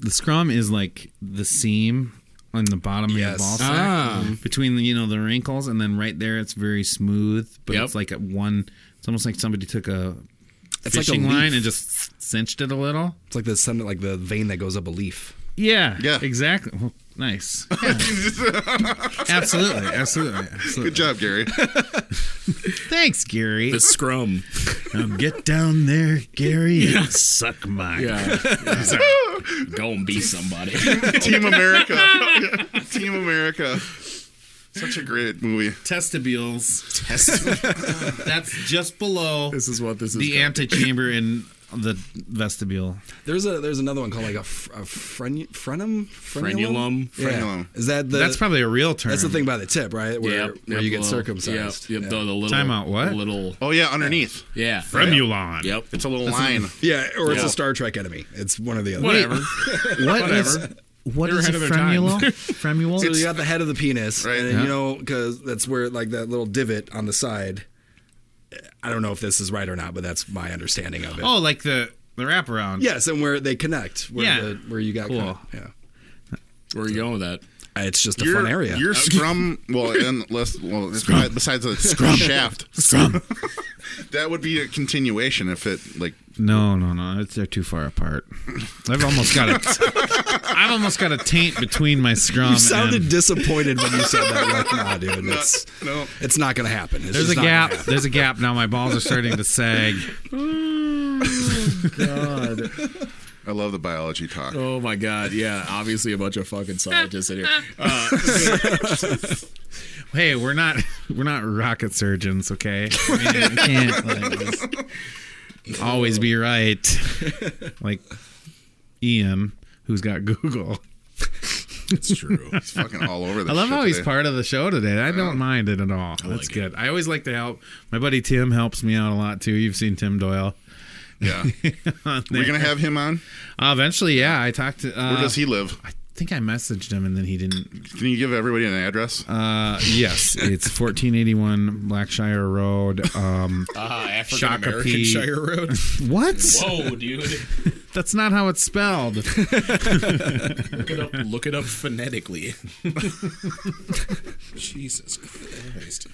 The scrum is like the seam on the bottom of Yes. Ah. your ball sack Mm-hmm. between the, you know the wrinkles, and then right there it's very smooth, but Yep. it's like a one. It's almost like somebody took a It's like a fishing line leaf. and just cinched it a little. It's like the sun, like the vein that goes up a leaf. Yeah. Yeah. Exactly. Well, nice. Yeah. absolutely. Absolutely. Absolutely. Good job, Gary. Thanks, Gary. The scrum. Um, get down there, Gary, and suck my. Yeah. Go and be somebody. Team America. Team America. Such a great movie. Testibules. That's just below this is what this is. the antechamber in the vestibule. There's a there's another one called like a, fr- a frenu- frenum Frenulum. Yeah. Frenulum. Is that Uh, the That's probably a real term. that's the thing by the tip, right? Where, Yep, where yep, you get little- circumcised. Yep, yep, The, the little Time out, what? the Little Oh yeah, underneath. yeah. Fremulon. Yep. It's a little line. Yeah, or it's Yeah. a Star Trek enemy. It's one or the other. Whatever. What is Whatever. what They were is a ahead of their time. fremulum? Fremulum. So you got the head of the penis, Right. and you know, because that's where like that little divot on the side. I don't know if this is right or not, but that's my understanding of it. oh, like the the wraparound. yes, and where they connect, where Yeah. the, where you got, Cool. connect- yeah, Where are you going with that? Uh, it's just a Your, fun area. your scrum, well, unless, well, it's probably- besides the shaft, Scrum. that would be a continuation if it, like, No, no, no. It's, they're too far apart. I've almost got a. I've almost got a taint between my scrum. you sounded Um, and disappointed when you said that. Like, nah, dude, it's no. it's not gonna happen. It's there's a just not gonna gap. happen. There's a gap now. My balls are starting to sag. I love the biology talk. Oh my god. Yeah. Obviously a bunch of fucking scientists in here. Hey, we're not. we're not rocket surgeons, okay? I mean, we can't like, just always be right, like Ian, who's got Google. It's true. He's fucking all over the I love shit how he's today. part of the show today. I don't mind it at all. That's like it. good. I always like to help. My buddy Tim helps me out a lot too. You've seen Tim Doyle. Yeah. on We're there. going to have him on? Uh, eventually, yeah. I talked to. Uh, Where does he live? I think I messaged him and then he didn't. Can you give everybody an address? Uh, yes, it's 1481 Blackshire Road. Um, Ah, African Shakopee. American Shire Road. what? Whoa, dude. That's not how it's spelled. Look it up, look it up phonetically. Jesus Christ.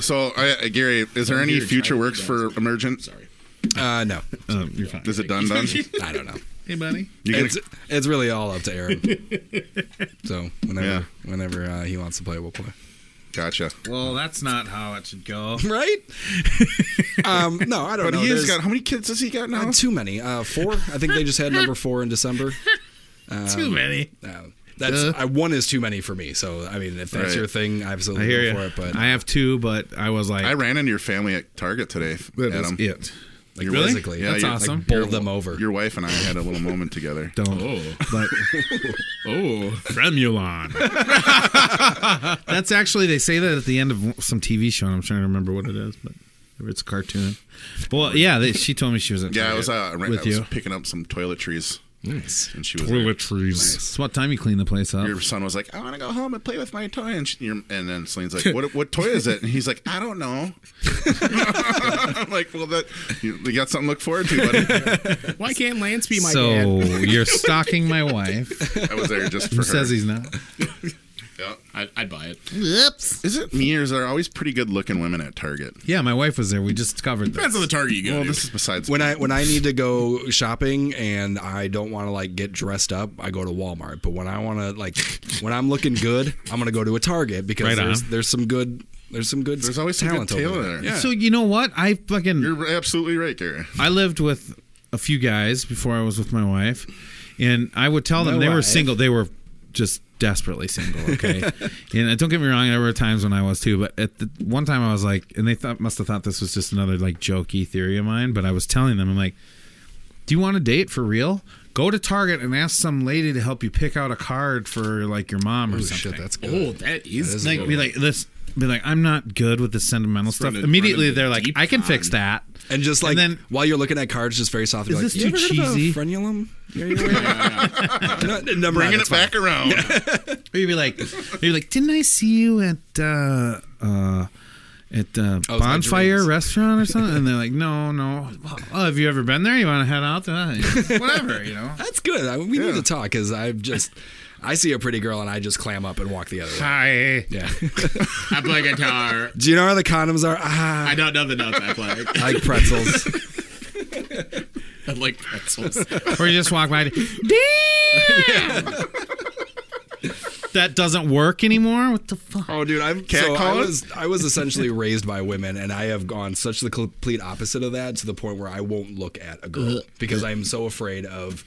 so, I, uh, Gary, is there any here, future try- works for Emergent? Sorry. Uh, no, Um, you're fine. Is it done, done? I don't know. Hey, buddy. You gonna- It's it's really all up to Aaron. So whenever Yeah. whenever uh, he wants to play, we'll play. gotcha. Well, that's not how it should go. Right? um, no, I don't But know. he There's- has got, how many kids has he got now? Not too many. Uh, four. I think they just had number four in December. Too many. Uh, that's Duh. I, one is too many for me. So I mean, if that's Right. your thing, I absolutely I hear go you. for it. But I have two, but I was like, I ran into your family at Target today, that Adam. is it. like, You're- physically, Yeah, That's you're- awesome. bowl them over. Your wife and I had a little moment together. Don't. Oh. But Oh. Fremulon. That's actually they say that at the end of some TV show. and I'm trying to remember what it is, but it's a cartoon. Well, yeah, they, she told me she was at Yeah, I Target was uh, ran, with I was you. picking up some toiletries, Nice. and she was. It's what time you clean the place up? Your son was like, "I want to go home and play with my toy," and, she, your, and then Celine's like, "What? What toy is it?" And he's like, "I don't know." I'm like, "Well, that you, you got something to look forward to, buddy." Why can't Lance be my so dad? you're stalking my wife. I was there just Who for her. says he's not? Yeah. I, I'd buy it. Oops. Is it me or is there always pretty good looking women at Target? Yeah, my wife was there. We just covered Depends on this. the target you go Well, to. this is besides when I when I need to go shopping and I don't want to like get dressed up, I go to Walmart. But when I want to like when I'm looking good, I'm gonna go to a Target because Right on. there's there's some good there's some good There's always some good talent over talent there. there. So you know what? I fucking You're absolutely right, Gary. I lived with a few guys before I was with my wife, and I would tell them My they were wife. single. They were just desperately single. Okay, and uh, don't get me wrong, there were times when I was too. But at the one time, I was like, and they thought must have thought this was just another like jokey theory of mine. But I was telling them, I'm like, do you want to date for real? Go to Target and ask some lady to help you pick out a card for like your mom or Ooh, something. shit, that's good. oh, that is, is like good. be like this. Be like, I'm not good with the sentimental stuff. running- Immediately, running they're like, deep I can fix on- that. And just like then- while you're looking at cards, just very Is softly, like, this "You too ever heard about cheesy?" frenulum? Yeah, yeah, yeah. no, number nine, Bringing it it's back fine. around. Or you'd be like, or you'd be like, didn't I see you at uh, uh, at Oh, uh, my Bonfire dreams. Restaurant or something? And they're like, no, no. Oh, have you ever been there? You want to head out? there? Whatever, you know. That's good. I, we need to talk because I've just I see a pretty girl and I just clam up and walk the other way. Hi. Yeah. I play guitar. Do you know where the condoms are? Ah, I don't know the notes I play. I like pretzels. I like pretzels. Or you just walk by. Damn. that doesn't work anymore. What the fuck? Oh, dude, I'm Cat so I calling? was I was essentially raised by women, and I have gone such the complete opposite of that to the point where I won't look at a girl because I'm so afraid of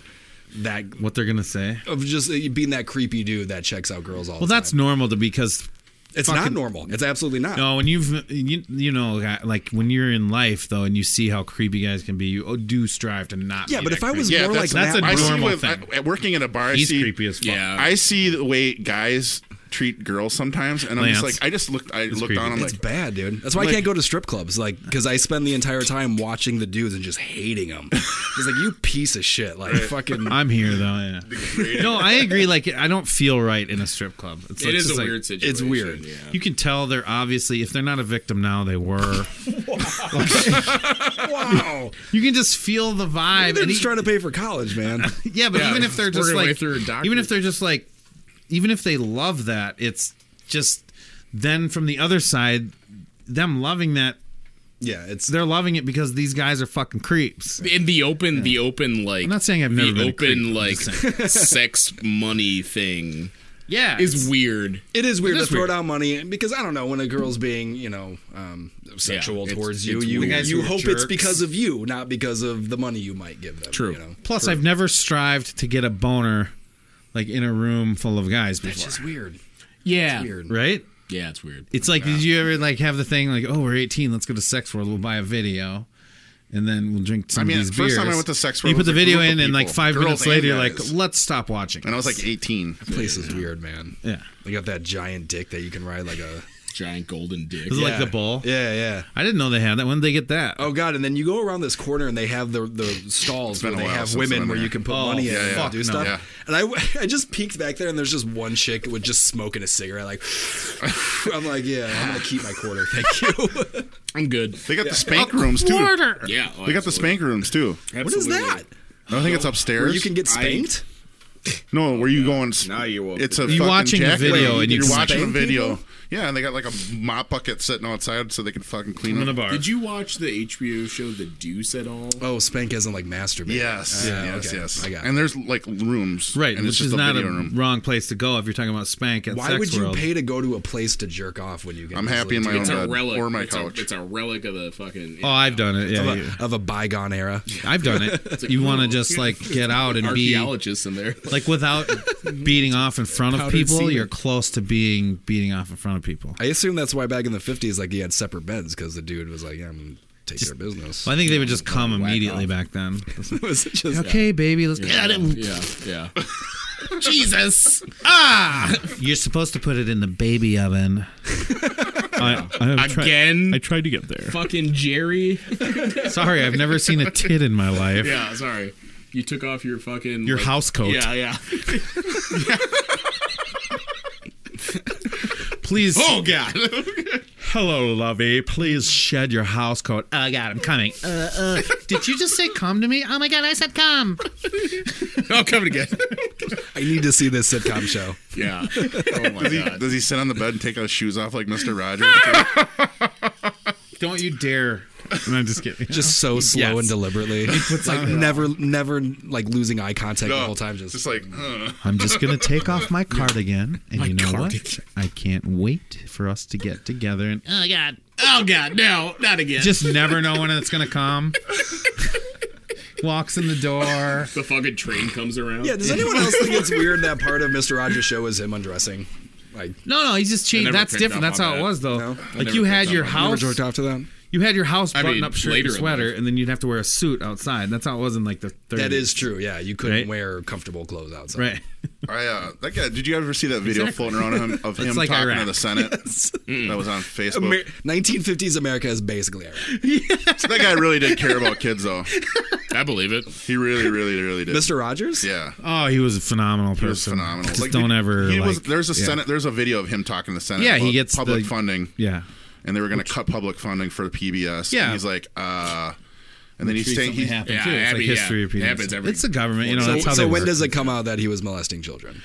that What they're gonna say? of just uh, being that creepy dude that checks out girls all Well, the that's time. normal to because it's not fucking- normal. It's absolutely not. No, when you've you, you know like when you're in life though, and you see how creepy guys can be, you oh, do strive to not. Yeah, be but that if I was creepy. Yeah, more like that's- that's that, a I see normal with thing. I, working at a bar. I he's see, creepy as fuck. Yeah. I see the way guys treat girls sometimes, and I'm Lance. just like, I just looked, I looked creepy. on, I'm it's like, bad, dude. That's why I Like- can't go to strip clubs, like because I spend the entire time watching the dudes and just hating them. It's like you piece of shit, like fucking. I'm here though. Yeah. No, I agree. Like I don't feel right in a strip club. It's It like, is just a like- weird situation. weird. Yeah. You can tell they're obviously if they're not a victim now, they were. wow, you can just feel the vibe. they're and just e- trying to pay for college, man. yeah, but Yeah, even if they're working just their way like, through a doctorate. even if they're just like, even if they love that, it's just then from the other side, them loving that Yeah, it's they're loving it because these guys are fucking creeps. in the open, the open like I'm not saying I've the never been a creep, open I'm like sex money thing Yeah, is weird. It is weird It is to throw weird. down money because I don't know when a girl's being you know um, sexual it's- towards it's you. you weird. The guys you who are hope jerks. it's because of you, not because of the money you might give them. True. You know? Plus, I've never strived to get a boner like in a room full of guys before. It's just weird. Yeah, Weird. right? Yeah, it's weird. It's like, did you ever like have the thing like, oh, we're 18, let's go to Sex World, we'll buy a video, and then we'll drink some I mean, of these first beers. time I went to Sex you World put was the a video group of in, and like people, five girls minutes and later, you're like, guys. let's stop watching. and I was like 18. That place is weird, man. yeah, They got that giant dick that you can ride like a Giant golden dick. Is it like the ball? Yeah, yeah. I didn't know they had that. When did they get that? Oh god! And then you go around this corner, and they have the the stalls been where they a while have since I've women been where there. you can put Oh, money in yeah, and yeah. do No. stuff. Yeah. And I, I just peeked back there, and there's just one chick with just smoking a cigarette. Like, I'm like, yeah, I'm gonna keep my quarter. Thank you. I'm good. They got the spank rooms too. Yeah, They got the spank rooms too. what is that? No, I think it's upstairs. Where you can get spanked? no, where you going? Now you're woke. It's a You're fucking watching the jacket. video and you you're can watching a spank video. Yeah, and they got like a mop bucket sitting outside so they can fucking clean in up. the bar. Did you watch the HBO show The Deuce at all? oh, spank isn't like masturbate. Yes, Ah, yes, okay. yes. I got. and there's like rooms, right, And which it's just is a not a video room. wrong place to go if you're talking about spank at Why Sex would you World. pay to go to a place to jerk off when you can? I'm happy easily in my do It's own a bed relic. or my it's couch. A, it's a relic of the fucking. oh, I've done it. Yeah, it? you- Of a- of a bygone era. I've done it. you want to just like get out and be archaeologists in there. like without beating off in front of Powdered people. semen. You're close to being beating off in front of people. I assume that's why back in the 50s, like, he had separate beds because the dude was like, yeah, I'm going to take care of business. Well, I think they would just come immediately back then. was it just, okay, baby, let's get it. yeah, yeah. Jesus. Ah! You're supposed to put it in the baby oven. I, I have tried- Again? I tried to get there. fucking Jerry. Sorry, I've never seen a tit in my life. yeah, sorry. You took off your fucking Your like- house coat. Yeah, yeah. Please. god. hello, lovey. Please shed your house coat. Oh, God, I'm coming. Uh, uh, did you just say come to me? Oh, my God, I said come. I'll come again. I need to see this sitcom show. Yeah. Oh my Does he, god. does he sit on the bed and take his shoes off like Mister Rogers? Don't you dare. No, I'm just kidding. Just so slow Yes. and deliberately. like, never, um, never, like, losing eye contact the whole time. Just, just like uh, I'm just going to take off my cardigan. And you know what? I can't wait for us to get together and Oh god. oh god, no, not again. just never know when it's gonna come. Walks in the door. the fucking train comes around. yeah, does anyone else think it's weird that part of Mr. Rogers' show is him undressing? Like, No, no, he's just I changed. never That's picked different. up That's on how it that. was though. No? I Like never you had picked your up on never house, jerked off to them? you had your house I mean, button up shirt later and in sweater, life. and then you'd have to wear a suit outside. That's how it was in like the 30s. That is true. Yeah, you couldn't Right? wear comfortable clothes outside. right. I uh, that guy. Did you ever see that video floating around of him of him like talking Iraq. Mm. to the Senate? That was on Facebook. Amer- 1950s America is basically Iraq. that guy really did care about kids, though. I believe it. He really, really, really did. Mr. Rogers? Yeah, Oh, he was a phenomenal person. he was phenomenal. Just Like, don't dude, ever. He was, like- there's a yeah. Senate. There's a video of him talking to the Senate. Yeah, he about gets public the- funding. Yeah. and they were going to cut public funding for the PBS. Yeah. and he's like, uh, and then he's saying Something he's happened yeah, too. It's I mean, like history yeah, repeating. it happens itself. every- it's the government. You know, So, that's how so they when work. does it come out that he was molesting children?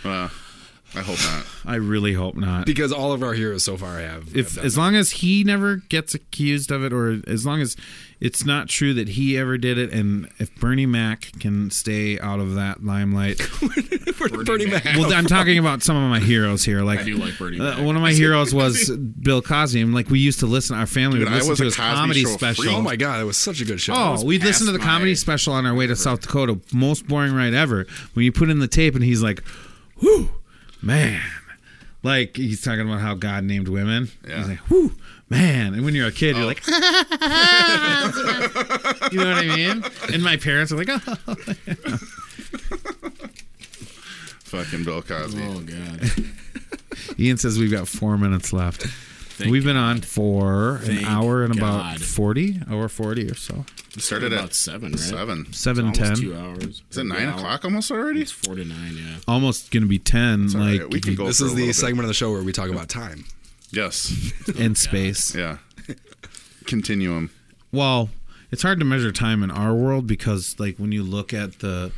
I hope not. I really hope not. Because all of our heroes so far have. have if done as long as he never gets accused of it or as long as it's not true that he ever did it and if Bernie Mac can stay out of that limelight that. Bernie, Mac. well I'm talking about some of my heroes here like I do like Bernie uh, Mac. one of my heroes was Bill Cosby and like we used to listen our family Dude, would I listen was to a his Cosby comedy Show freak. special Oh my god, that was such a good show. Oh, we'd listen to past the comedy my- special on our way to South Dakota. Most boring ride ever. When you put in the tape and he's like, whew, man. Like he's talking about how God named women. Yeah. He's like, whew, man. And when you're a kid, you're like, you know what I mean? And my parents are like, oh. Fucking Bill Cosby. oh god. Ian says we've got four minutes left. we've been on for an Thank hour and about God. 40, hour 40 or so. Started About at seven, right? seven. seven Almost ten. two hours. Is it nine Hour. o'clock almost already? It's four to nine. Yeah. Almost going to be 10, It's all like, right, we can go. this for is a the little segment of the show where we talk about time. Bit. Yes. in space. Yeah. Continuum. well it's hard to measure time in our world because like when you look at the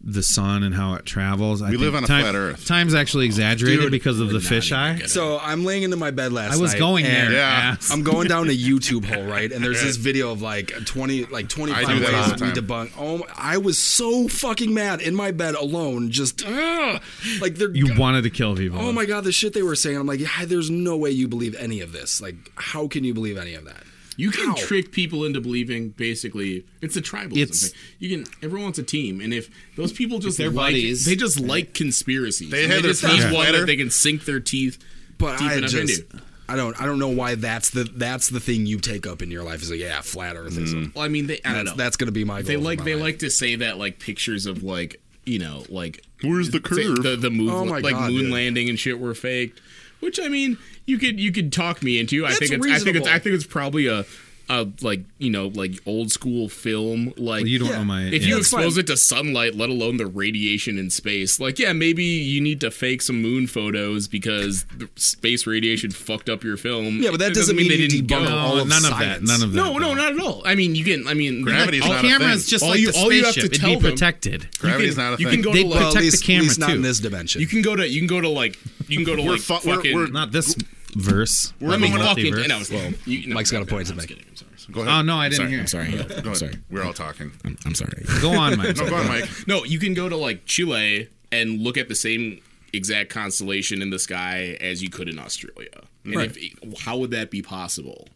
the sun and how it travels I We live think on a time- flat Earth. time's actually exaggerated Dude, because of the we're not even fisheye gonna- So I'm laying into my bed last i night. was going there and Yeah. ass. I'm going down a YouTube hole, right? And there's this video of like 20, like 25 I do that all ways the we time. debunk. Oh, my- I was so fucking mad in my bed alone. Just ugh. like they're you wanted to kill people Oh my god, the shit they were saying. I'm like, yeah, there's no way you believe any of this. Like, how can you believe any of that? You can How? trick people into believing basically it's a tribalism It's- thing. You can everyone's a team, and if those people just their like buddies. they just like conspiracies. They And had they their just need first one letter. that they can sink their teeth But Deep I enough just, into. I don't, I don't know why that's the that's the thing you take up in your life is like, yeah, flat Earth. Is a, Well, I mean, they, I don't know. that's, that's gonna be my. Goal Mm. they for like my they life. like to say that like pictures of like you know like Where's the say, curve? the the moon Oh my like God, moon dude. landing and shit were faked, which I mean you could you could talk me into. I That's think it's, I think it's reasonable. I think it's probably a a like you know like old school film like Well, you don't know my. if yeah. you That's fine. expose it to sunlight, let alone the radiation in space, like yeah, maybe you need to fake some moon photos because the space radiation fucked up your film. Yeah, but that It doesn't mean you debunk go. no, all of none of that. science. None of that. No, no, not at all. I mean, you can. I mean, Gravity's All not a cameras thing. just All like you- the all you have spaceship. to It'd tell be them- protected. Gravity's not a you can thing. go They to like, protect at the least, camera, at least not in too. this dimension. You can go to you can go to like you can go to We're like fu- we're- fucking. we're- Not this verse. We're I mean, going fucking. multiverse. No, well, you, no, Mike's got a no, point no, to I'm make. just kidding, I'm sorry. Go ahead. Oh no, I didn't hear. I'm sorry. I'm sorry. Go I'm ahead. sorry. We're all talking. I'm, I'm sorry. Go on, Mike. No, go on, Mike. No, you can go to like Chile and look at the same exact constellation in the sky as you could in Australia. And Right. if, how would that be possible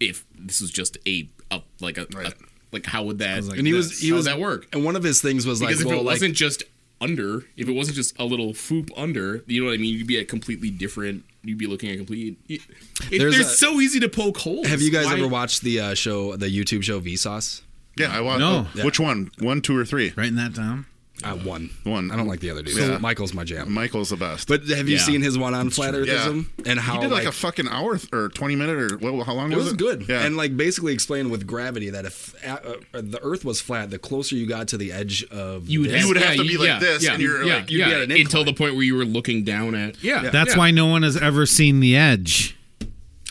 if this was just a, a like a, Right. a- like how would that like and he was this. he was that work? and one of his things was like, Because if well, it like, wasn't just under, if it wasn't just a little foop under, you know what I mean? You'd be at completely different. You'd be looking at complete. It, they're There's a- so easy to poke holes. have you guys Why- ever watched the uh, show, the YouTube show Vsauce? Yeah, I want. No. oh, Which one? One, two, or three? Writing that down. Uh, one. One. I don't like the other dude. Yeah. Michael's my jam. Michael's the best. But have you Yeah. seen his one on flat earthism and how he did like, like a fucking hour th- or twenty minute or well, how long It was was it? good, Yeah, and like basically explained with gravity that if uh, uh, the Earth was flat, the closer you got to the edge of You would, You would have to you- be like this, and you're yeah, like- yeah, you'd be at an until incline. the point where you were looking down at yeah. That's why no one has ever seen The Edge.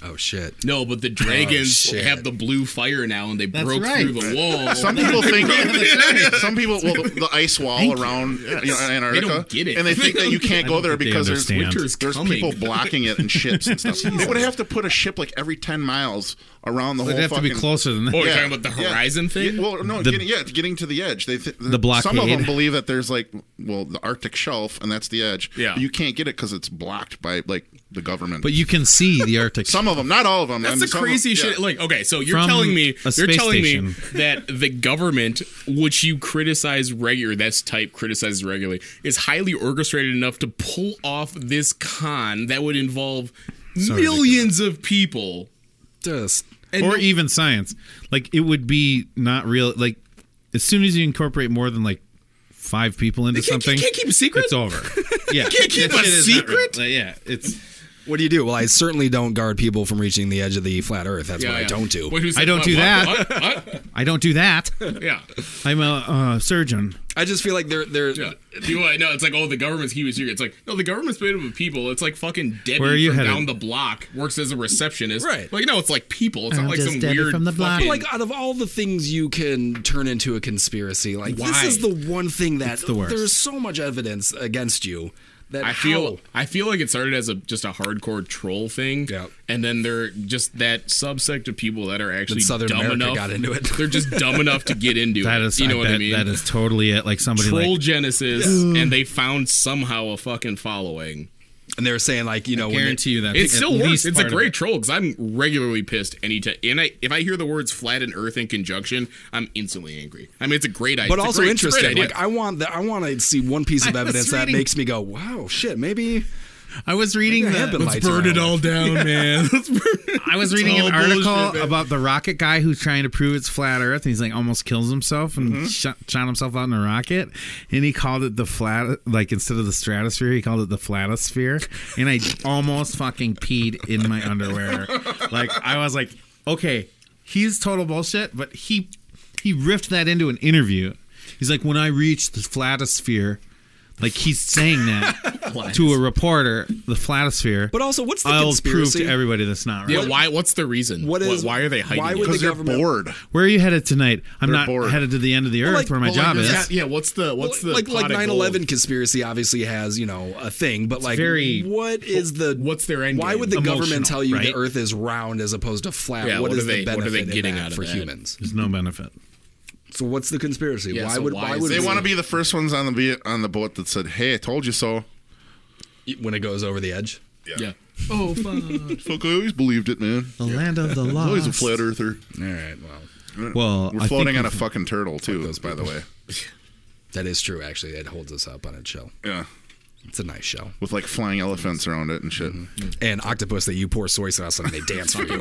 oh shit, No, but the dragons shit. have the blue fire now, and they Oh, That's broke right. through the wall. Some people think some people well the, the ice wall around you know, Antarctica, don't get it. and they think that you I can't don't go there think they because there's understand. Winter's there's coming. people blocking it and ships and stuff. they would have to put a ship like every ten miles around the They'd whole. have to be fucking- closer than that. Oh, you're Yeah, talking about the yeah. horizon thing? Yeah, well, no, The- getting, yeah, getting to the edge. They th- The blockade. Some of them believe that there's like, well, the Arctic shelf, and that's the edge. Yeah. But you can't get it because it's blocked by like the government. But you can see the Arctic. some of them, not all of them. That's I mean, the some of 'em- crazy yeah. shit. Like, okay, so you're From telling me a you're space telling me station. that the government, which you criticize regular, that's type criticizes regularly, is highly orchestrated enough to pull off this con that would involve millions of people. just And or no- even science. Like it would be not real. Like as soon as you incorporate more than like five people into You can't- you something, can't keep a secret? It's over. Yeah, can't keep That a shit is not real. secret? Like, yeah, it's. what do you do? Well, I certainly don't guard people from reaching the edge of the flat Earth. That's what I yeah. don't do. Wait, who's I don't what, do what, that. what, what? I don't do that. Yeah. I'm a uh, surgeon. I just feel like they're they're Yeah. People, I know it's like, oh, the government's huge. It's like, no, the government's made up of people. It's like fucking Debbie Where are you from headed? down the block works as a receptionist. Right. Like, no, it's like people. It's I'm not like just some Debbie weird from the block. fucking- like out of all the things you can turn into a conspiracy, like this Why? is the one thing that the worst. there's so much evidence against you that I how- feel I feel like it started as a just a hardcore troll thing, Yep. and then they're just that subsect of people that are actually Southern dumb America enough. got into it. they're just dumb enough to get into That it. is, you know I what I bet mean? That is totally it. Like somebody troll like genesis, and they found somehow a fucking following. and they're saying like you know when they- guarantee you that It still works. It's a great It. troll because I'm regularly pissed anytime. And I, if I hear the words "flat and Earth" in conjunction, I'm instantly angry. I mean, it's a great idea, but It's a also great- it's a great interested. idea. Like I want that. I want to see one piece of I was evidence that reading- makes me go, "Wow, shit, maybe." I was reading. Maybe I have the- been lights around with. down, man. Let's burn it. I was reading an all bullshit, article man. about the rocket guy who's trying to prove it's flat Earth, and he's like almost kills himself and Mm-hmm. shot, shot himself out in a rocket, and he called it the flat, like instead of the stratosphere, he called it the flatosphere, and I almost fucking peed in my underwear. Like I was like, okay, he's total bullshit, but he he ripped that into an interview. He's like, when I reached the flatosphere, like he's saying that to a reporter, the flatosphere. But also, what's the I'll conspiracy? prove to everybody that's not right. Yeah, why? What's the reason? What is- Why, why are they hiding? why it? would because the they're government- bored. Where are you headed tonight? I'm They're not bored. headed to the end of the earth like- where my Well, job like, is. yeah, Yeah, what's the what's the like like pot of 9/11 gold? conspiracy obviously has you know a thing, but like very- what is the what's their end Why game? would the government Emotional, tell you the right? Earth is round as opposed to flat? Yeah, what what is the are they- what benefit are they in getting that out of for that? humans? There's no benefit. So what's the conspiracy? Yeah, why so would why why is would it- They we- want to be the first ones on the be- on the boat that said, "Hey, I told you so." when it goes over the edge? Yeah. Oh, fuck. Fuck, I always believed it, man. the land of the I'm always lost. a flat earther. All right, well, Well, We're I floating think on a fucking turtle too, by the way. that is true. Actually, it holds us up on its shell. Yeah. It's a nice show. with like flying elephants around it and shit. Mm-hmm. And octopus that you pour soy sauce on, and they dance for you.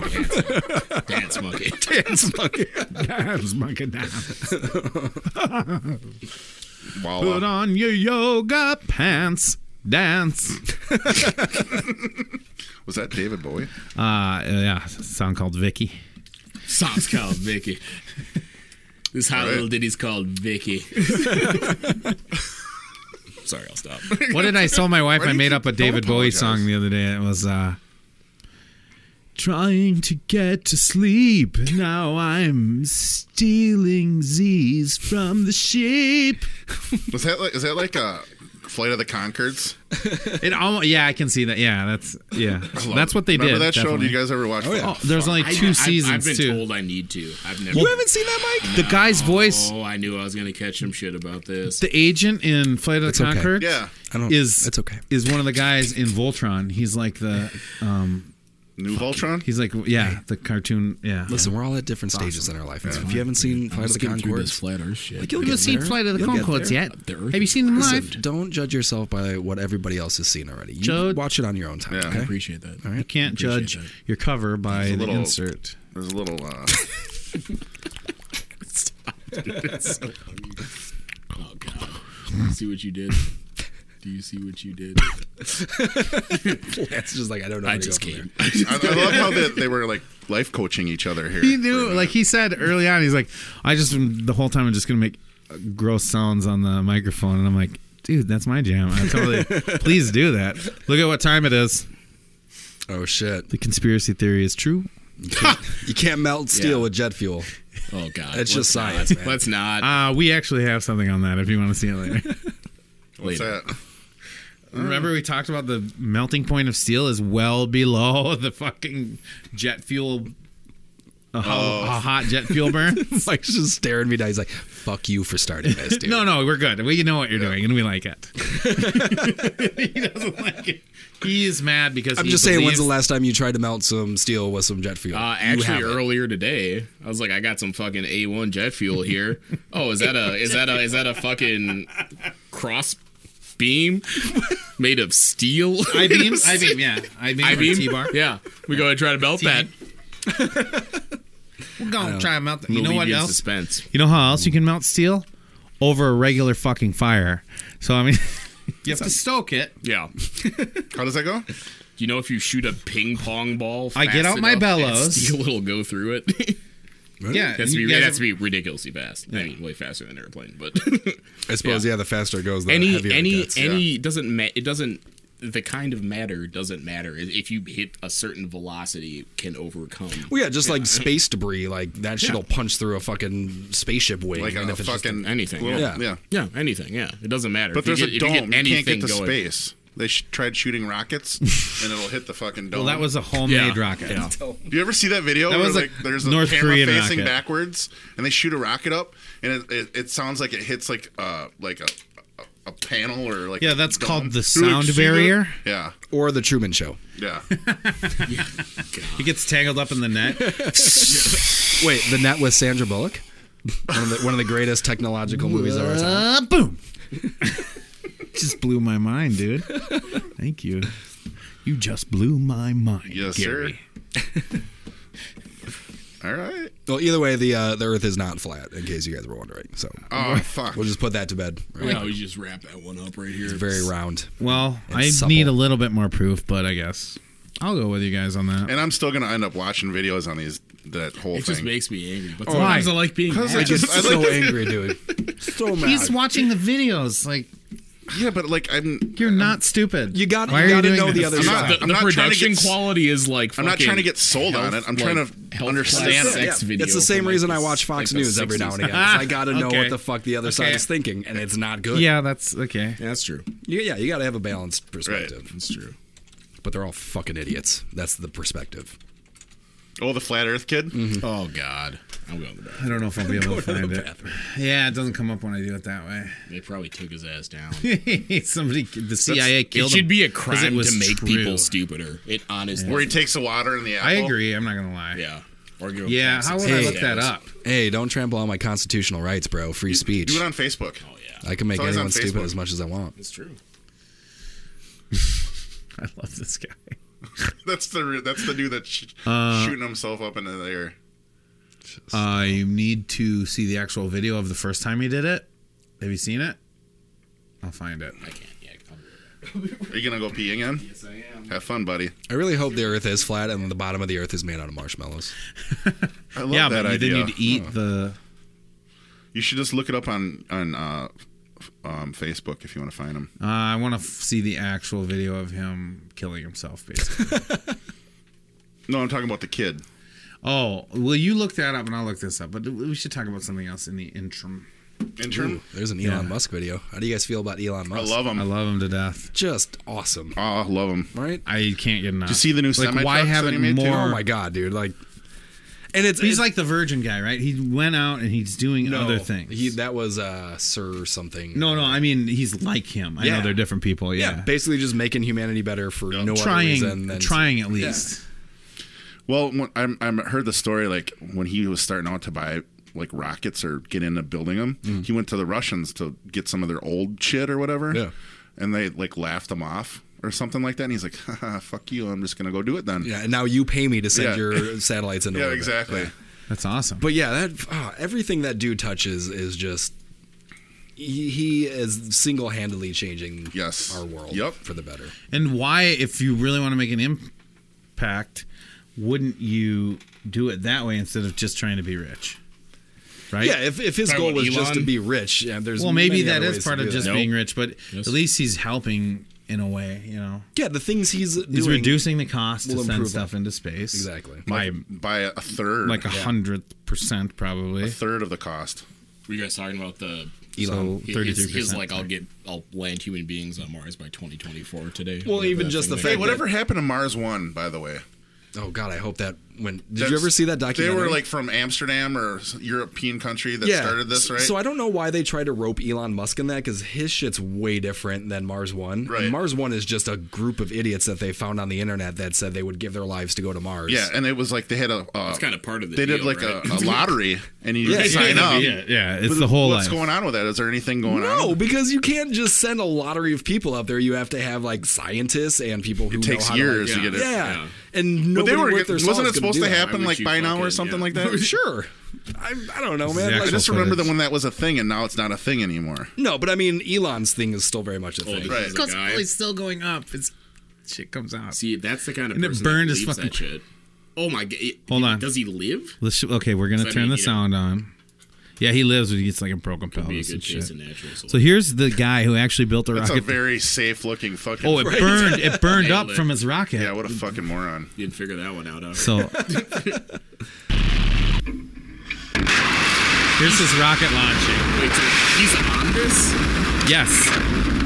Dance monkey. dance monkey. That's fucking down. Wow. um, Put on your yoga pants. Dance. Was that David Bowie? Uh, yeah, song called Vicky. Song's called Vicky. This hot little ditty's called Vicky. Sorry, I'll stop. What did I tell my wife? Why do I you made keep- up a don't David Bowie apologize. song the other day. It was uh, trying to get to sleep. Now I'm stealing Z's from the sheep. Was that like is that like a Flight of the Concords? It almost yeah, I can see that. Yeah, that's yeah, that's what they Remember did. that show? definitely. Did you guys ever watch? Oh, yeah. There's only I- two I've- seasons I've been too. told I need to. I've never. You haven't seen that, Mike? the guy's voice, Oh, I knew I was gonna catch some shit about this. the agent in Flight of the okay. Conchords, Yeah. I don't. is it's okay. Is one of the guys in Voltron. He's like the New Voltron? he's like yeah the cartoon yeah. Listen, we're all at different stages in our life. It's- If you haven't seen Flight of the Concords, flat Earth shit. like, you'll get there. You'll get there. The Earth is seen them Listen, don't judge yourself by what everybody else has seen already. You Judge- watch it on your own time. Yeah. Okay? appreciate that. You can't judge your cover by a little- the insert. There's a little. Uh, Oh god. You see what you did? Do you see what you did? It's just like I don't know. I where to just go from came. I, I love how they, they were like life coaching each other here. He knew, like he said early on, he's like, I just the whole time I'm just gonna make gross sounds on the microphone, and I'm like, dude, that's my jam. I totally, please do that. Look at what time it is. there. Oh shit! The conspiracy theory is true. You can't melt steel Yeah. with jet fuel. Oh god. It's Let's just not. science, man. Let's not. Uh, we actually have something on that if you want to see it later. What's that? Remember, we talked about the melting point of steel is well below the fucking jet fuel. A Oh. hot, a hot jet fuel burn. Mike's just staring me down. He's like, "Fuck you for starting this, dude." No, no, we're good. We know what you're doing, and we like it. he doesn't like it. He is mad because I'm he just saying. When's the believes- last time you tried to melt some steel with some jet fuel? Uh, You actually, haven't. earlier today, I was like, I got some fucking A1 jet fuel here. oh, is that a is that a is that a fucking cross beam made of steel? I beam, I beam, yeah, I beam, I beam. T bar. Yeah, we go and try to melt that. We're gonna try and melt. That. You know Leave what in else? Suspense. You know how else you can melt steel? Over a regular fucking fire. So I mean, you have to stoke it. Yeah. How does that go? You know, if you shoot a ping pong ball, I get fast out my enough, that bellows. Steel will go through it. it Yeah, has to you be, guys it has have- to be ridiculously fast. I mean, way faster than an airplane, but I suppose. Yeah. the faster it goes, the any heavier any it gets. any doesn't ma- it doesn't the kind of matter doesn't matter if you hit a certain velocity it can overcome Well, yeah, just like space debris, like that shit'll punch through a fucking spaceship wing. Like and a if it's just fucking anything, little- yeah. yeah. yeah anything yeah it doesn't matter But If you there's get- if a you dome. You, can't get to going- space. They sh- tried shooting rockets, and it'll hit the fucking dome. Well, that was a homemade rocket. yeah. Do you ever see that video That where was like a there's a North camera Korean facing rocket. backwards, and they shoot a rocket up, and it, it, it sounds like it hits like uh like a a, a panel or like Yeah, a that's dome. called the Do you, like, sound see barrier. that? Yeah, or the Truman Show. yeah. He gets tangled up in the net. Wait, the net with Sandra Bullock. One of the one of the greatest technological movies of our time. Uh, boom. just blew my mind, dude. Thank you. You just blew my mind. Yes, sir. All right. Well, either way, the uh, the Earth is not flat, in case you guys were wondering. So Oh fuck. we'll just put that to bed. Right? yeah we just wrap that one up right here It's very round. Well, It's I supple. need a little bit more proof, but I guess I'll go with you guys on that. and I'm still gonna end up watching videos on these that whole it thing. just makes me angry Oh, but Why? sometimes i like being Because I mad. just, I so like, angry, dude. So mad. He's watching the videos. Like yeah, but like I'm, you're not stupid. you got- Why you are gotta doing know the this? other I'm side. not, the, I'm the not trying to production get, quality is like I'm not fucking trying to get sold on it. I'm trying to health understand class it. sex video It's the same from, like, reason I the- watch Fox like, the News every now 60s. and again. 'cause I gotta know Okay. what the fuck the other side Okay. is thinking, and it's not good. Yeah, that's okay. Yeah, that's true You- yeah, you gotta have a balanced perspective. that's true But they're all fucking idiots. That's the perspective. Oh, the flat Earth kid. oh god i'm going to the bathroom. I don't know if I'll be able to find it. Yeah, it doesn't come up when I do it that way. they probably took his ass down Somebody, the CIA killed it should him be a 'cause it crime was to make true. people stupider. It honestly. Where he takes the water in the apple. I agree. I'm not gonna lie. Yeah. Or go Yeah, how would I Hey. look that up? Hey, don't trample on my constitutional rights, bro. Free speech. Do it on Facebook. Oh yeah, I can make It's always on anyone stupid Facebook. as much as I want. it's true. I love this guy. That's the re- that's the dude that's sh- Uh, shooting himself up into the air. Uh, you need to see the actual video of the first time he did it. Have you seen it? I'll find it. I can't. Yeah, I'll be right back. Are you gonna go pee again? Yes, I am. Have fun, buddy. I really hope the Earth is flat and the bottom of the Earth is made out of marshmallows. I love yeah, that but you idea. then you'd eat the. You should just look it up on on uh, f- um, Facebook if you want to find him. Uh, I want to f- see the actual video of him killing himself, basically. No, I'm talking about the kid. oh, well, you look that up and I'll look this up, but we should talk about something else in the interim. Intern. There's an Elon Musk video. How do you guys feel about Elon I Musk? love him. I I love him to death. Just awesome, love him. right? I can't get enough. you see the new like? semi Why trucks that he haven't made, too? more? Oh my god, dude! Like, and it's He's it's- like the Virgin guy, right? He went out and he's doing no, other things. He that was uh Sir something. no, no. I mean, he's like him. I Yeah. know they're different people. yeah. Yeah, basically just making humanity better for no other reason trying, than trying at least. Well, when- I'm, I'm heard the story like when he was starting out to buy like rockets or get into building them, Mm-hmm. he went to the Russians to get some of their old shit or whatever. Yeah. And they like laughed him off or something like that. And he's like, Haha, fuck you. I'm just going to go do it then. Yeah, and now you pay me to send Yeah. your satellites into Yeah, orbit. exactly. That's awesome. But yeah, that ah, everything that dude touches is just he, he is single-handedly changing Yes. our world Yep. for the better. and why, if you really want to make an impact, wouldn't you do it that way instead of just trying to be rich? Right? Yeah, if, if his Sorry, goal what, was just Elon? to be rich, yeah, there's Well, maybe many that other is ways part to of do just that. being rich, but Yes. at least he's helping in a way. You know, yeah the things he's doing. he's reducing the cost to will send improve stuff into space. Exactly. By By a third. like a hundredth percent, a probably. third of the cost. Were you guys talking about the Elon, his- 33%. His, like, I'll get, I'll land human beings on Mars by 2024 today. Well, Whatever even that just thing the fact they Hey, call it. whatever happened to Mars One, by the way? Oh God, I hope that when did you That's- ever see that documentary? They were like from Amsterdam or s- European country that started this, right? So I don't know why they try to rope Elon Musk in that because his shit's way different than Mars One. Right. And Mars One is just a group of idiots that they found on the internet that said they would give their lives to go to Mars. yeah, and it was like they had a. Uh, It's kinda part of the They did deal, like right? a, a lottery, and you Yeah, sign yeah, up. yeah, it's But the whole What's life. going on with that? Is there anything going on? No, because you can't just send a lottery of people out there. You have to have like scientists and people who It takes know how years To, to like, get it. yeah. Yeah. and But nobody they were. worth their salt Wasn't is it gonna supposed do to that. happen would like you by now or fucking- something yeah. like that? Sure, I, I don't know, man. the I Like, actual- just remember that footage. when that was a thing, and now it's not a thing anymore. no, but I mean, Elon's thing is still very much a Oh, thing. this Right. is a Because guy. it's still going up. It's shit comes out. See, that's the kind of And it person burned that his believes that fucking- shit. Oh my god! It- Hold it- on. Does he live? Let's sh- okay, we're gonna Does that turn mean the he- sound on. Yeah, he lives when he gets like a broken Be a pelvis good and shit. Jason Natural. So here's the guy who actually built the That's a rocket. very safe looking fucking. oh, it burned! It burned up Nailed it. from his rocket. yeah, what a fucking moron. you didn't figure that one out. Huh? so here's his rocket launching. Wait, so he's on this? Yes,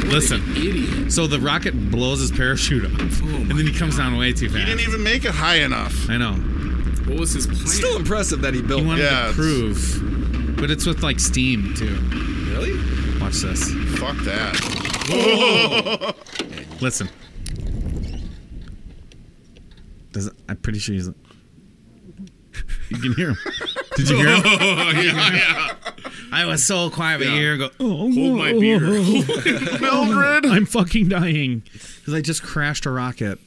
listen. Idiot. So the rocket blows his parachute up, and then he comes down way too He fast. didn't even make it high enough. I know. What was his plan? Still impressive that he built. He wanted Yeah, to it's- prove, but it's with like steam too. really? Watch this. Fuck that. Listen. Does I'm pretty sure he's. You can hear him. Did you hear him? Oh yeah, yeah. I was so quiet, but you Yeah. hear him go. Oh, Hold my beer. Mildred. I'm fucking dying because I just crashed a rocket.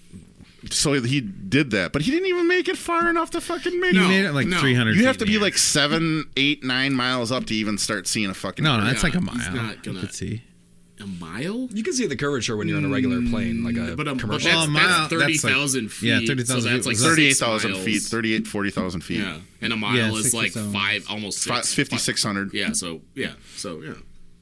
So he did that, but he didn't even make it far enough to fucking make You it. made it like no. 300. You feet have to in the be air. like seven, eight, nine miles up to even start seeing a fucking. No, no, that's Yeah, like a he's mile. not You gonna- could see. A mile? You can see the curvature when you're in a regular plane, like a But uh, a but commercial. that's, Well, a mile, that's that's like- thirty thousand feet. yeah, 30,000 So feet that's like was- thirty-eight 38,000 feet, 38, 40,000 feet. Yeah, and a mile Yeah, is 60 like something. five, almost Fi- six. 5,600. Yeah. So yeah. So yeah.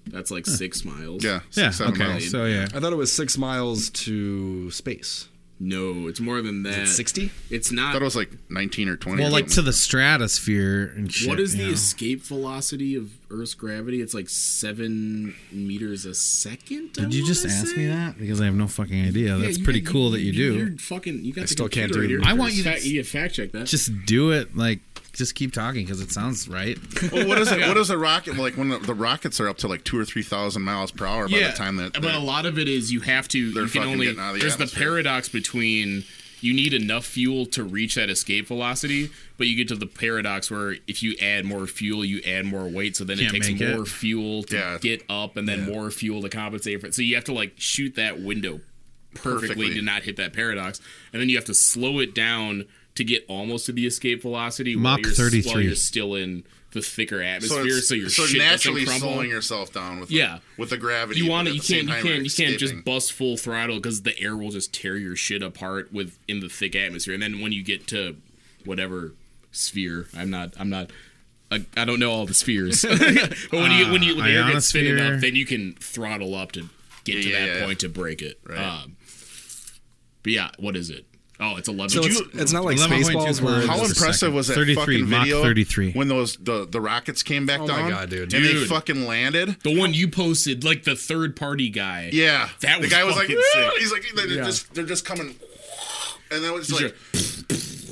That's like six miles. Yeah. Yeah. six, seven Okay. miles. So yeah. I thought it was six miles to space. No, it's more than that. Is it 60? It's I not. thought it was like 19 or 20. Well, or like to something. the stratosphere and shit. What is the you know? escape velocity of Earth's gravity? It's like seven meters a second. Did you just ask me that? Because I have no fucking idea. That's pretty cool that you do. You're fucking. You got I still can't do it. I want you to- You can fact check that. just do it like just keep talking because it sounds right Well, what is it? What is a rocket? Like when the, the rockets are up to like two or 3,000 miles per hour by the time that. but a lot of it is you have to. They're You can fucking only. getting out of the there's the atmosphere. paradox between you need enough fuel to reach that escape velocity, but you get to the paradox where if you add more fuel, you add more weight, so then Can't it make takes it. more fuel to Yeah. get up, and then more fuel to compensate for it. So you have to like shoot that window perfectly, Perfectly. to not hit that paradox, and then you have to slow it down to get almost to the escape velocity Mach while you're, 33. while you're still in the thicker So, atmosphere, so, it's, your so shit naturally doesn't crumble. slowing yourself down with Yeah. the, with the gravity. you want but to at you can't the same you time can't you're you can't just escaping. bust full throttle because the air will just tear your shit apart with in the thick atmosphere and then when you get to whatever sphere i'm not i'm not I, I don't know all the spheres but when you when you when the air gets thin ionosphere. Ah, enough then you can throttle up to get to Yeah, that yeah, yeah. point to break it Right. um but yeah what is it oh it's 11 So Did it's, you- it's not like 11.2 Spaceballs where kilometers. How Just a impressive second. was that 33, fucking Mach video 33. when those the, the rockets came back Oh my down? God, dude. And they Dude. fucking landed. the one you posted like the third party guy Yeah, That the was guy was like, fucking "Woo!" sick. he's like, they're Yeah. just they're just coming, and that was He's like,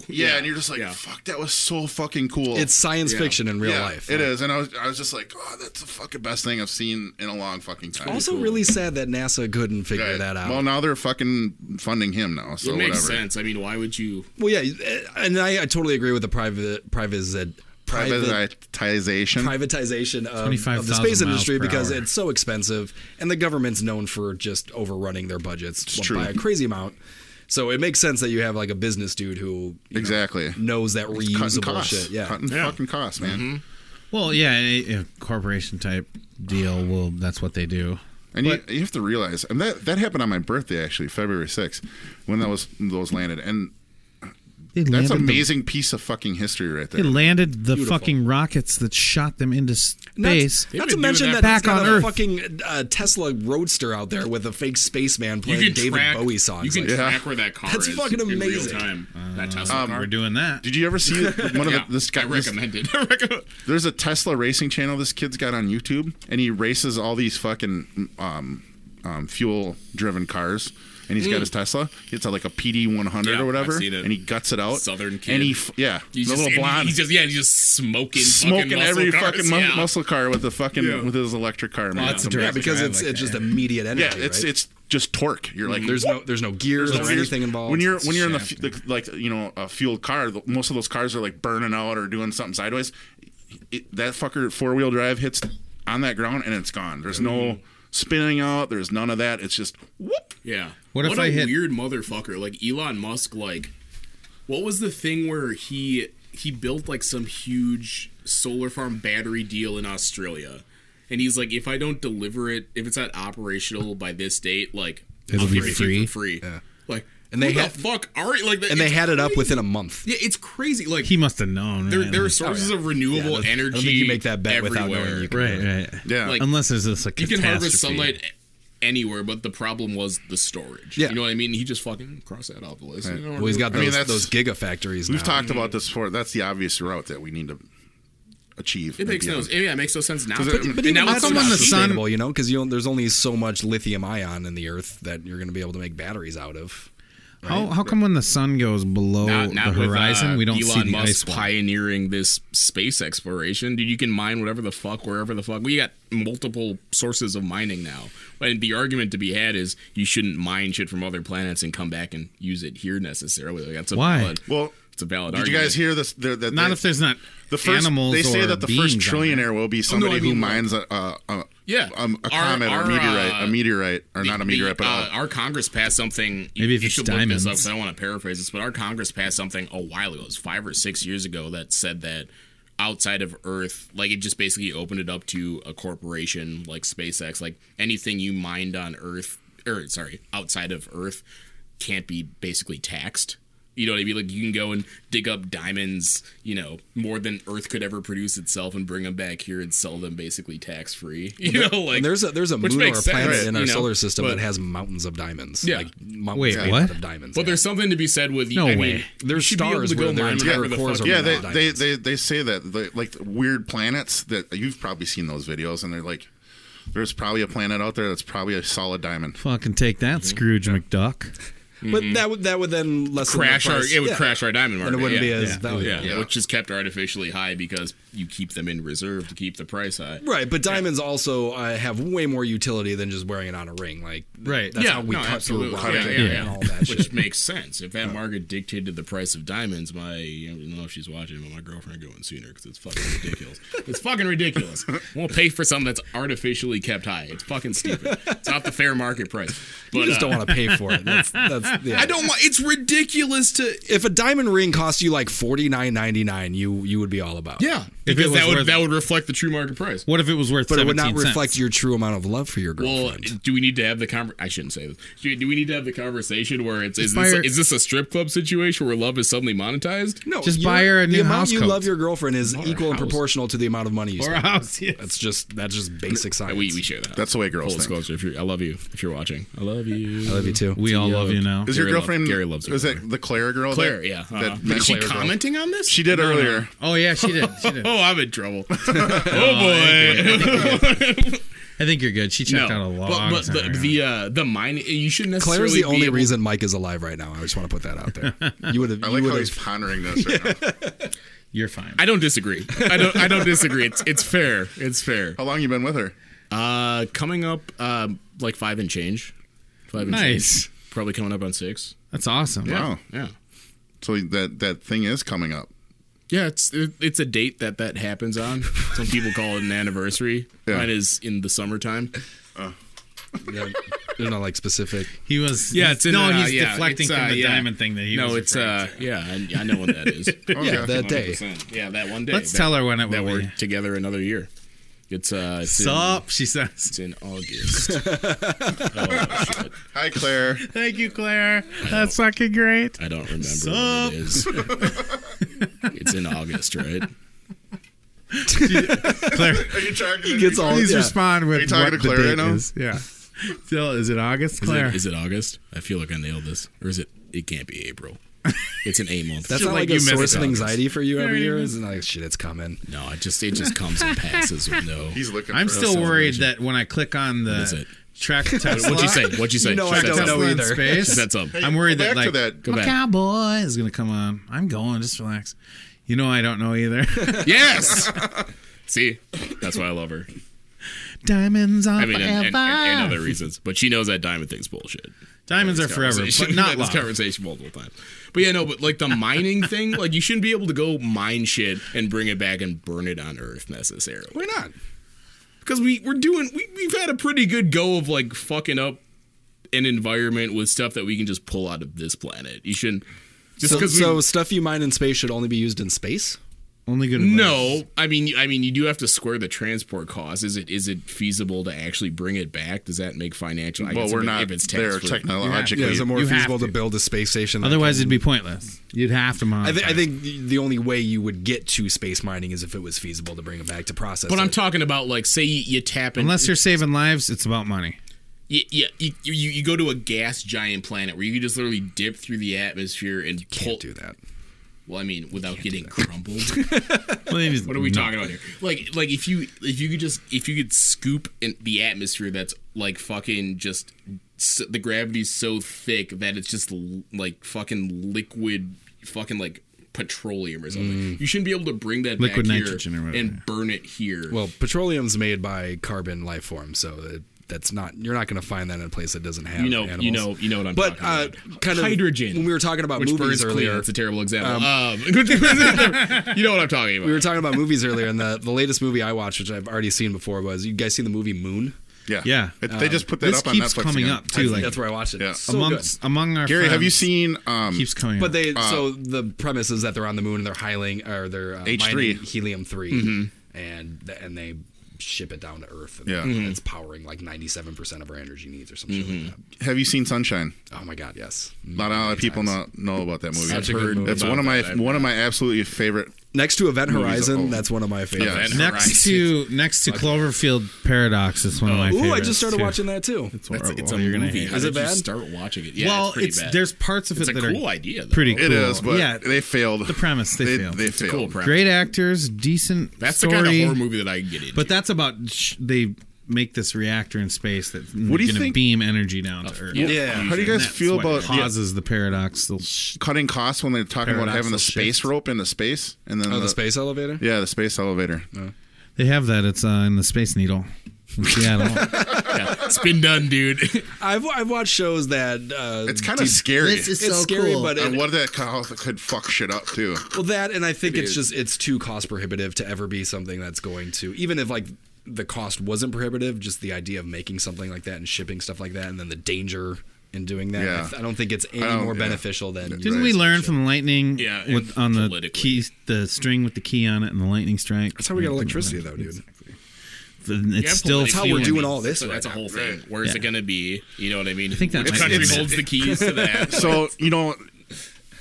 yeah, and you're just like, Yeah. fuck, that was so fucking cool. it's science fiction in real yeah, life. It is, and I was I was just like, oh, that's the fucking best thing I've seen in a long fucking time. Also, really sad that NASA couldn't figure Right. that out. Well, now they're fucking funding him now, so it makes whatever. sense i mean why would you Well, yeah, and I, I totally agree with the private privatized private Privatization. privatization of, of the 25,000 space miles industry per because hour. it's so expensive, and the government's known for just overrunning their budgets true. by a crazy amount. So it makes sense that you have like a business dude who you know, exactly. knows that Cutting reusable costs. shit. Yeah, Cutting fucking costs, man. Mm-hmm. Well, yeah, a, a corporation type deal. Well, that's what they do. And you, you have to realize, and that that happened on my birthday actually, February 6th, when that was those landed, and They that's landed the- amazing piece of fucking history right they there. landed the fucking rockets that shot them into space. Not, not been to doing mention that that back it's got on a Earth. fucking uh, Tesla Roadster out there with a fake spaceman playing David track- Bowie songs. You can Like, track where that car That's is fucking in real amazing. Uh, time. that Tesla car. We're doing that. Did you ever see one of yeah, um, the, this guy? I this- recommend it. I recommend- there's a Tesla racing channel this kid's got on YouTube, and he races all these fucking um, um, fuel driven cars. And he's got his Tesla. It's a, like a PD 100 Hmm. Yeah, or whatever. I've seen it. And he guts it out. Southern kid. And he, f- yeah, He's the just, little and blonde. He's just yeah, he's just smoking, smoking fucking every muscle cars. fucking mu- yeah. muscle car with the fucking Yeah. with his electric car. man. that's a Some- direct yeah, because drive it's like it's that, just immediate energy. yeah, it's right? it's just torque. You're Mm-hmm. like there's no there's no gears There's or no gears. anything involved. When you're when you're in the, f- the like you know a fueled car, the, most of those cars are like burning out or doing something sideways. It, that fucker four wheel drive hits on that ground and it's gone. There's Mm-hmm. no spinning out. There's none of that. It's just whoop. Yeah. What if a I hit- weird motherfucker like Elon Musk? Like, what was the thing where he he built like some huge solar farm battery deal in Australia, and he's like, if I don't deliver it, if it's not operational by this date, like It'll I'll be give it to you for free. Like, And and they they had- the fuck are like, and they it's had it up crazy. within a month. Yeah, it's crazy. Like he Oh, must have known. there, right? there are Like, sources yeah. of renewable Yeah, I don't- I don't energy. think you make that bet without knowing everywhere. you can- right, right. Yeah. Like, Unless there's this like You can harvest catastrophe. sunlight anywhere, but the problem was the storage. Yeah. You know what I mean? He just fucking crossed that off the list. You know what I Well, he's mean? got I mean, those, that's- those gigafactories. We've now. talked about this before. That's the obvious route that we need to achieve. It makes no. Yeah, it makes no sense now. But- And but But even now that's it's someone not not the cheap. sun- sustainable, you know, because you don't- there's only so much lithium ion in the earth that you're going to be able to make batteries out of. How, how come when the sun goes below Not, not the with, horizon, uh, we don't Elon see the Musk ice wall? pioneering this space exploration. Dude, you can mine whatever the fuck, wherever the fuck. We got multiple sources of mining now. And the argument to be had is you shouldn't mine shit from other planets and come back and use it here necessarily. Like, that's a Why? Valid, Well, it's a valid. did you argument. guys hear this? There, that Not they- if there's not the first animals. they say or that the beings first on there. trillionaire will be somebody Oh, I who mean, mines a, a, a Yeah. um, a Our- comet or our, a meteorite uh, a meteorite or not a The- meteorite but uh, a, our Congress passed something. Maybe if you it's should diamonds. look this up. 'cause I don't want to paraphrase this, but our Congress passed something a while ago, it was five or six years ago, that said that outside of Earth, like it just basically opened it up to a corporation like SpaceX, like anything you mined on Earth, or sorry, outside of Earth, can't be basically taxed. You know what I mean? Like you can go and dig up diamonds, you know, more than Earth could ever produce itself, and bring them back here and sell them basically tax free. You know, like And there's a there's a which moon or a makes sense, planet in you our know, solar system but- that has mountains of diamonds. Yeah. like, mountains Wait, made what? out of diamonds. But yeah. there's something to be said with No I mean, way. you There's should be able stars to go where their mine entire wherever the cores fuck are you yeah want. they, not they diamonds. they they say that they, like the weird planets that you've probably seen those videos and they're like there's probably a planet out there that's probably a solid diamond Mm-hmm. Fucking take that, Scrooge McDuck. But that would that would then lessen the crash our price. it would Yeah. crash our diamond market. And it wouldn't yeah. be as yeah. valuable. Yeah, which is kept artificially high because you keep them in reserve to keep the price high. Right, but diamonds also uh, have way more utility than just wearing it on a ring. Like Right. that's yeah, how we no, cut through absolutely. rock yeah, and yeah, yeah. all that Which shit. makes sense. If that market dictated the price of diamonds, my I don't know if she's watching, but my girlfriend going sooner because it's fucking ridiculous. it's fucking ridiculous. We'll pay for something that's artificially kept high. It's fucking stupid. It's not the fair market price. But You just uh, don't want to pay for it. That's, that's, yeah. I don't want. It's ridiculous to. If a diamond ring costs you like forty nine ninety nine, you you would be all about. it. Yeah, If it because was that would worth- that would reflect the true market price. What if it was worth but it 17 would not reflect cents? your true amount of love for your Well, girlfriend. do we need to have the conver- I shouldn't say this. Do do we need to have the conversation where it's is this, Fire- is this a strip club situation where love is suddenly monetized? no, just your- buy her a The new amount house you coat. love your girlfriend is Or a equal and house. proportional to the amount of money you or a spend. house. Yes. That's just that's just basic science. We, we share that. That's the way girls Full think. disclosure. If you're, I love you. If you're watching, I love you. I love you too. We all love you now. Is your Gary love- girlfriend Gary loves your Is it the Claire girl? Claire, that- yeah. that Uh-huh. mentioned- Is she commenting on this? She did earlier. Oh yeah, she did. She did. Oh, I'm in trouble. oh boy. I think you're good. She checked out a no, long but, but time the ago. the, uh, the mine. You shouldn't necessarily. Claire's the be only able- reason Mike is alive right now. I just want to put that out there. You would have. I like you how would he's have. pondering this right now. you're fine. I don't disagree. I don't. I don't disagree. It's it's fair. It's fair. How long you been with her? Uh, coming up, um, like five and change. Five and Nice. change. Probably coming up on six. That's awesome. Wow. Yeah. Oh, So that that thing is coming up. Yeah, it's it, it's a date that that happens on. Some people call it an anniversary. Yeah. Mine is in the summertime. Yeah, there's not like specific. He was. Yeah, he's- it's in no. uh, he's yeah, deflecting it's, from uh, the yeah. diamond thing that he No, was. it's referring uh, yeah, I, I know when that is. Yeah, that day. 100%. Yeah, that one day. Let's that- tell her when it that will we're be. together another year. It's uh, it's to. in, Sup? She says. it's in August. Hi, Claire. Thank you, Claire. That's fucking great. I don't remember Sup? when it is. it's in August, right? Are you trying to Gets Oh, all. Please yeah. respond with you talking what to the Claire right date now? is. Yeah. Still, is it August, Is Claire? it, is it August? I feel like I nailed this, or is it? It can't be April. It's an A month. That's Just not like like, you a source messaged of us. anxiety for you every Yeah, year. you Isn't like shit. It's coming. No, it just it just comes and passes with no. He's looking. I'm for us. still worried that when I click on is it? the track Tesla, What'd you say? What'd you say? You know I Shut don't that know up. either. Space, Shut that up. I'm worried Go that back like to that. Go my back. cowboy is gonna come on. I'm going. Just relax. You know I don't know either. Yes. See, that's why I love her. Diamonds are I mean, forever. and, and, and other reasons, but she knows that diamond thing's bullshit. Diamonds are This forever, conversation- but not We've had love. this conversation multiple times. But yeah, no, but like the mining thing, like you shouldn't be able to go mine shit and bring it back and burn it on Earth necessarily. Why not? because we we're doing we we've had a pretty good go of like fucking up an environment with stuff that we can just pull out of this planet. You shouldn't just So, because so we. stuff you mine in space should only be used in space. Only good. advice. No, I mean, I mean, you do have to square the transport costs. Is it is it feasible to actually bring it back? Does that make financial? I Well, guess we're if it- not if it's there tax-free. technologically. Yeah, is it more you have feasible to. to. build a space station? that Otherwise, can- it'd be pointless. You'd have to I, monetize. thi- I think the only way you would get to space mining is if it was feasible to bring it back to process. But I'm it. talking about like, say you, you tap in, unless you're saving lives, it's about money. you, yeah, you, you you go to a gas giant planet where you can just literally dip through the atmosphere and you can't do that. Well, I mean, without getting crumbled. What What are we talking about here? Like, like if you if you could just if you could scoop in the atmosphere that's like fucking just s the gravity's so thick that it's just l- like fucking liquid, fucking like petroleum or Mm. something. You shouldn't be able to bring that Liquid back nitrogen or here whatever, yeah. and burn it here. Well, petroleum's made by carbon life forms, so it, that's not you're not going to find that in a place that doesn't have you know, animals. you know, you know what I'm But talking uh, about. kind of hydrogen. When we were talking Uh, about which movies burns clean. earlier, That's a terrible example. Um, you know what I'm talking about. we were talking about movies earlier, and the, the latest movie I watched, which I've already seen before, was you guys seen the movie Moon? Yeah. Yeah. It- they just put that this up on keeps Netflix coming again. up too. Like That's where I watched it. Yeah. So good. amongst among our Gary, have you friends, seen? Um, Keeps coming. But up. they so the premise is that they're on the moon and they're hiling or they're uh, H3. mining helium 3 and th- and they ship it down to Earth. And Yeah. it's powering like ninety seven percent of our energy needs or something like that. have you seen Sunshine? Oh my god, yes. Not a lot of people know, know about that movie. Such a good movie. It's one of my one of my absolutely favorite. Next to Event Horizon, old. that's one of my favorites. Event next to next to Cloverfield Paradox is one of my. Ooh, I favorites, just started too. watching that too. It's, horrible. it's a Oh, You're gonna movie. hate How Is it did you bad? start watching it? Yeah, well, it's pretty bad. there's parts of it's a it that cool are idea. Though. pretty. It cool. is, but yeah, they failed. the premise, they they failed. They It's It's a cool failed. premise. great actors, decent That's story. the kind of horror movie that I can get into. But that's about sh- they make this reactor in space that's do you going to think- beam energy down to Earth. Yeah. How do you guys That's feel what about the causes the paradoxal sh- cutting costs when they're talking about having Paradoxal the space shift. rope into space and then Oh, the space elevator? Yeah, the space elevator. They have that. It's uh, in the Space Needle. in Seattle. Yeah. It's been done, dude. I've I've watched shows that uh, It's kind of scary. This is it's so scary, cool. but it, and what that how it could fuck shit up too. Well, that, and I think it's just it's too cost prohibitive to ever be something that's going to even if like the cost wasn't prohibitive, just the idea of making something like that and shipping stuff like that, and then the danger in doing that. Yeah. I, I don't think it's any don't- more yeah. beneficial than Didn't we learn from lightning? Yeah, and with, on the politically. key, the string with the key on it, and the lightning strike. That's how we got electricity, though, dude. And It's Yeah, still politically, how we're I doing mean, all this so right that's a now. whole thing. Where's Yeah. it gonna be? You know what I mean? think that Which might country be- holds the keys to that? So you know,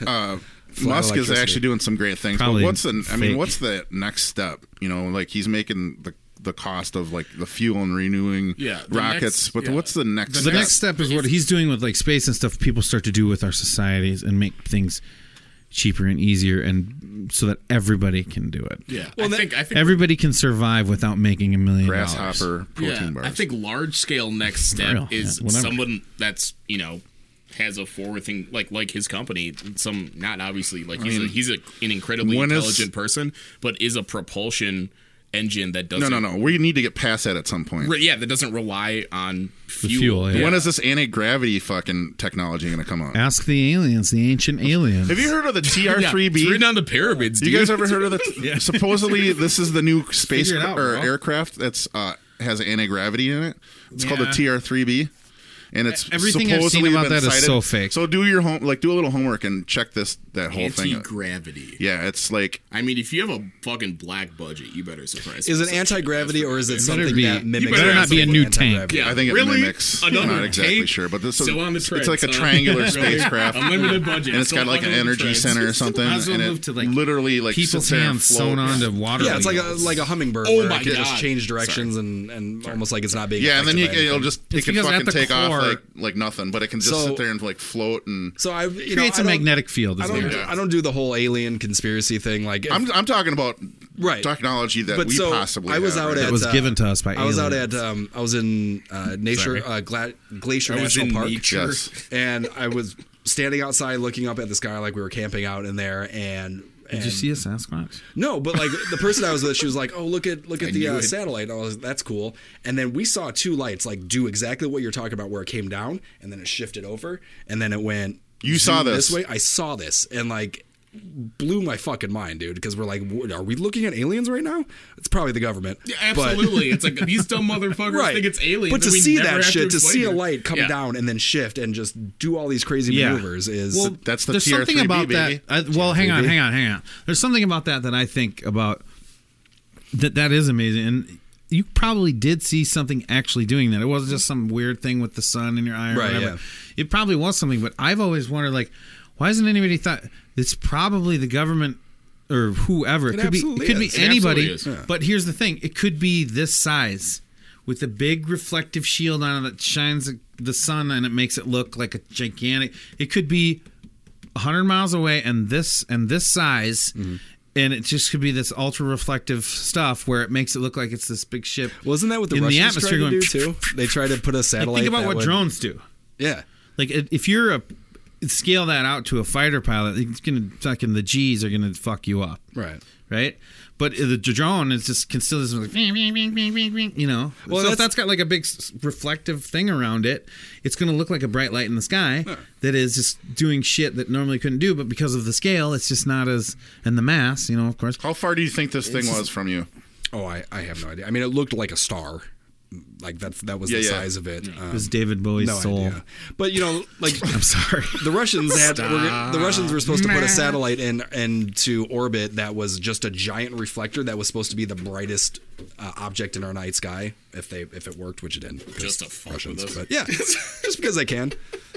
uh, Musk is electricity. actually doing some great things. Probably but what's the? I fake. mean, what's the next step? You know, like he's making the the cost of like the fuel and renewing Yeah, the rockets. next- but yeah. what's the next? The step? next step is what he's doing with like space and stuff. People start to do with our societies and make things cheaper and easier, and so that everybody can do it. yeah. I think I think Everybody can survive without making a million dollars. grasshopper protein bars. I think large scale next step real, is yeah, whatever. someone that's you know has a forward thing like like his company. Some not obviously like he's a, he's a, an incredibly when is- intelligent person, but is a propulsion engine that no, doesn't no, no. We need to get past that at some point. re- yeah that doesn't rely on fuel. fuel, yeah. When is this anti gravity fucking technology going to come out? Ask the aliens, the ancient aliens. Have you heard of the Yeah, it's TR3B? written on the pyramids. you dude. guys ever heard of the? Supposedly, this is the new space Figure it out, or bro. aircraft that's uh, has anti gravity in it. It's called the Yeah. E-, TR3B, and it's Everything I've seen supposedly about been that is cited. so fake. So do your home, like do a little homework and check this that whole anti thing. out. gravity? Yeah, it's like I mean, if you have a fucking black budget, you better surprise. Is me. it anti gravity or is it something be- that you mimics? better not be a new anti-gravity? Yeah, I think it really? mimics. I'm Another not exactly tank? sure, but this is Still on the it's treads, like a huh? triangular Really? spacecraft, Unlimited budget, and it's still got like an on the energy treads. center or something, Might as well and move it to, like, literally like People's sits there and hands floats. sewn onto water. Yeah, it's like a wheels. like a hummingbird. Oh where my it can just God. change directions and and almost like it's not being. Yeah, and then you, affected by it'll anything. It's just it can because at fucking the take off core- like like nothing, but it can just So- sit there and like float and. So I you know, creates I a don't- magnetic field. I Is don't, weird. do, I don't do the whole alien conspiracy thing. Like if- I'm I'm talking about Right. technology that but we so possibly I was have, out right? at That was uh, given to us by I was out aliens. at um, I was in uh, nature uh, Gla- Glacier I was National in Park, nature. Yes. and I was standing outside looking up at the sky like we were camping out in there, and. Did you see a Sasquatch? No, but like the person I was with, she was like, "Oh, look at look at the knew uh, it. satellite." I was, "That's cool." And then we saw two lights like do exactly what you're talking about, where it came down and then it shifted over, and then it went. You saw zoom this. way. I saw this, and like blew my fucking mind, dude. Because we're like, "What- "Are we looking at aliens right now?" It's probably the government. Yeah, But- absolutely. it's like these dumb motherfuckers Right, think it's alien. but to we see never that have shit, to explain see it. a light come Yeah. down and then shift and just do all these crazy Yeah. maneuvers is Well, That's the there's TR3B, something about baby. that. I, well, hang on, hang on, hang on. There's something about that that I think about that that is amazing, and you probably did see something actually doing that. It wasn't just some weird thing with the sun in your eye or Right, whatever. yeah. It probably was something, but I've always wondered, like, why hasn't anybody thought it's probably the government or whoever? It, could be, it absolutely could be is. It anybody. absolutely is. But here's the thing: it could be this size. With a big reflective shield on it that shines the sun and it makes it look like a gigantic. It could be 100 miles away and this and this size Mm-hmm. and it just could be this ultra reflective stuff where it makes it look like it's this big ship wasn't that what the in Russians the atmosphere tried to going do too? They tried to put a satellite. like, think about that what would- drones do Yeah. like i- if you're a scale that out to a fighter pilot it's gonna fucking the g's are gonna fuck you up Right. right but the drone is just can still just like "Bing, bing, bing, bing, bing, bing," you know well so if that's- that's got like a big s- reflective thing around it it's going to look like a bright light in the sky that is just doing shit that normally couldn't do but because of the scale it's just not as and the mass you know of course How far do you think this thing was from you? Oh, I, I have no idea. I mean, it looked like a star. Like that's that was Yeah, the yeah. size of it. Um, It was David Bowie's no soul. idea. But you know, like I'm sorry. the Russians had were, the Russians were supposed to put a satellite in into orbit that was just a giant reflector that was supposed to be the brightest uh, object in our night sky if they if it worked, which it didn't. because Just to fuck with us. but yeah, just because they can.